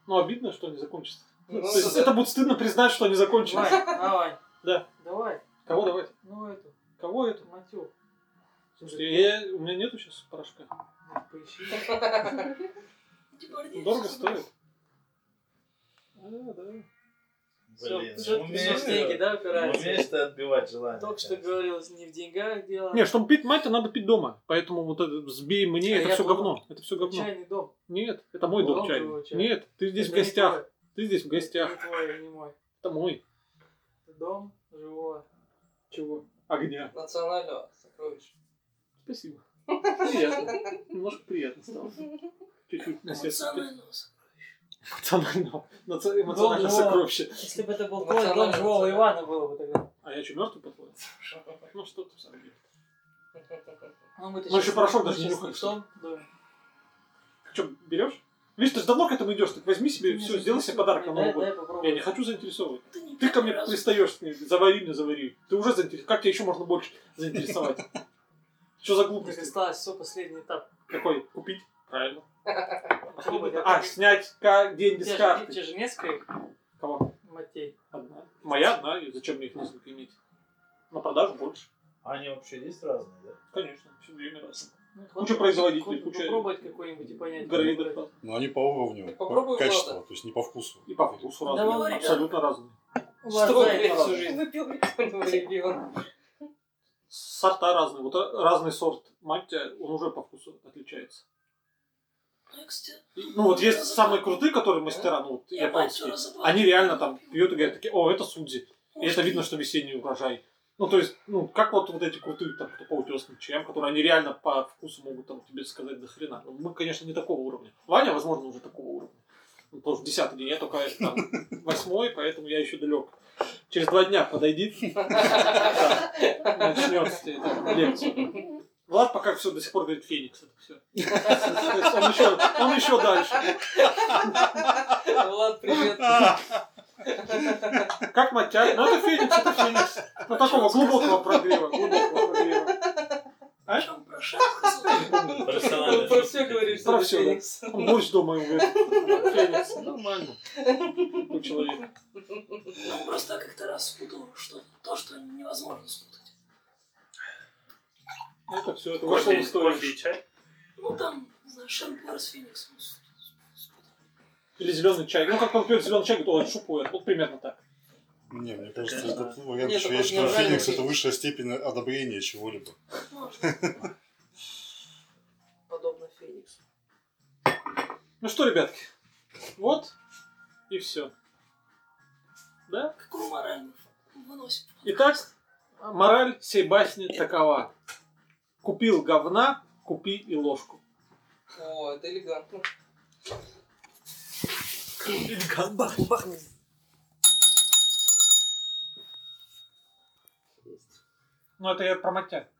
A: Ну, обидно, что они закончатся.
B: Ну,
A: То есть
B: да.
A: это будет стыдно признать, что они закончились.
C: Вань, давай.
A: Да.
C: Давай.
A: Кого давать?
C: Ну эту,
A: Кого это?
C: матю.
A: Слушай, я- у меня нету сейчас порошка.
C: Поищи.
B: Ты
E: Гвардейцы.
A: Дорого Ну, стоит. да.
C: Все,
G: Блин, ну,
C: все,
G: умеешь
C: в деньги,
G: ты.
C: да, упирается.
G: Умеешь ты отбивать желание.
C: Только что говорил, не в деньгах дело.
A: Не, чтобы пить мать, надо пить дома. Поэтому вот это сбей мне,
C: А
A: это
C: я
A: все
C: дома.
A: говно. Это все говно.
C: Чайный дом.
A: Нет, это мой дом
C: Дом
A: чайный.
C: твоего чая.
A: Нет, ты ну, здесь
C: Это
A: в
C: не
A: гостях.
C: твой.
A: Ты здесь в
C: Не
A: гостях.
C: твой, не мой.
A: Это мой.
C: Это дом живого.
A: Чего? Огня.
B: Национального сокровища.
A: Спасибо. Приятно. Немножко приятно стало. Чуть-чуть на сердце.
E: Национального сокровища.
A: Эмоционального. наци- Эмоциональное
C: Дом живого.
A: сокровище.
C: Если бы это был
B: твой,
C: твой
B: дом
C: дом
B: живого
C: живого Ивана было бы тогда.
A: А я что, мертвый, по-твоему? Ну что ты в самом деле?
C: Ну, мы
A: Ну, еще порошок даже не нюхаешь.
C: В том доме.
A: Что, берешь? Видишь, ты же давно к этому идешь, так возьми
C: Ну,
A: себе, все, сделай себе подарок на Новый
C: Дай,
A: год.
C: дай попробуй.
A: Я не хочу заинтересовывать.
E: Ты не
A: Ты ко мне
E: первый раз.
A: пристаешь, с ней, завари мне, завари. Ты уже заинтересован. Как тебя еще можно больше заинтересовать? Что за
C: Так
A: глупость?
C: осталось все, последний этап.
A: Какой? Купить? Правильно.
C: Попробуй, да.
A: А, снять ка- деньги
C: У
A: с
C: тебя же- у
A: карты.
C: тебя же несколько их,
A: Кого?
C: Матей.
A: Одна. Моя одна, и зачем мне их несколько иметь? На продажу больше.
G: А Они вообще есть разные, да?
A: Конечно, все время раз.
C: Ну,
A: Куча
C: хватит.
A: производителей,
C: Попробовать
A: куча
C: Попробовать какой-нибудь и понять.
A: грейдеров. раз.
F: Но они по уровню,
B: Попробуй,
F: по качеству,
B: Влада.
F: то есть не по вкусу.
A: И по вкусу
C: Давай,
A: разные,
E: ребята.
A: абсолютно разные.
B: Что
C: Уважай
B: блядь,
C: народ.
B: всю жизнь выпил, никто не ребенок.
A: Сорта разные. Вот э, разный сорт маття, он уже по вкусу отличается.
E: Ну, я, кстати,
A: И, Ну вот есть самые крутые, которые мастера, ну вот
E: я
A: японские.
E: мать разобрал.
A: Они реально там пьют и говорят такие, о, это судзи. И это видно, что весенний урожай. Ну, то есть, ну, как вот, вот эти крутые, там, кто по утесным чаям, которые они реально по вкусу могут там тебе сказать до хрена. Ну, Мы, конечно, не такого уровня. Ваня, возможно, уже такого уровня. Ну, потому что десятый день, я только там восьмой, поэтому я еще далек. Через два дня подойди, начнется лекцию. Влад пока все до сих пор говорит Феникс, это все. Он еще, он еще дальше.
B: Влад, привет.
A: Как матчасть? Ну, это Феникс, это Феникс. Ну, такого глубокого прогрева, глубокого прогрева.
E: О чем про шах разговариваем?
B: Он про все говорит, что
A: Про
B: ты
A: всё, да.
B: Феникс.
A: Он борщ дома ему говорит. Феникс, нормально. У человека.
E: Ну, просто я как-то раз спутал что то, что невозможно спутать.
A: Это все, это вошло в
G: Кофе, кофе
A: историю.
G: и чай.
E: Ну, там, знаешь, шампур с фениксом.
A: Или зеленый чай. Ну, как он пьет зеленый чай, говорит, он шупует. Вот примерно так.
F: Не, мне кажется, этот вариант
B: Нет,
F: еще
B: это
F: есть, что
B: мне
F: Феникс
B: нравится.
F: это высшая степень одобрения чего-либо.
E: Можно.
B: Подобно Фениксу.
A: Ну что, ребятки, вот и все. Да?
E: Какую мораль мы выносим?
A: Итак, мораль всей басни такова. Купил говна, купи и ложку.
B: О, это элегантно.
A: Ну, это я про матя.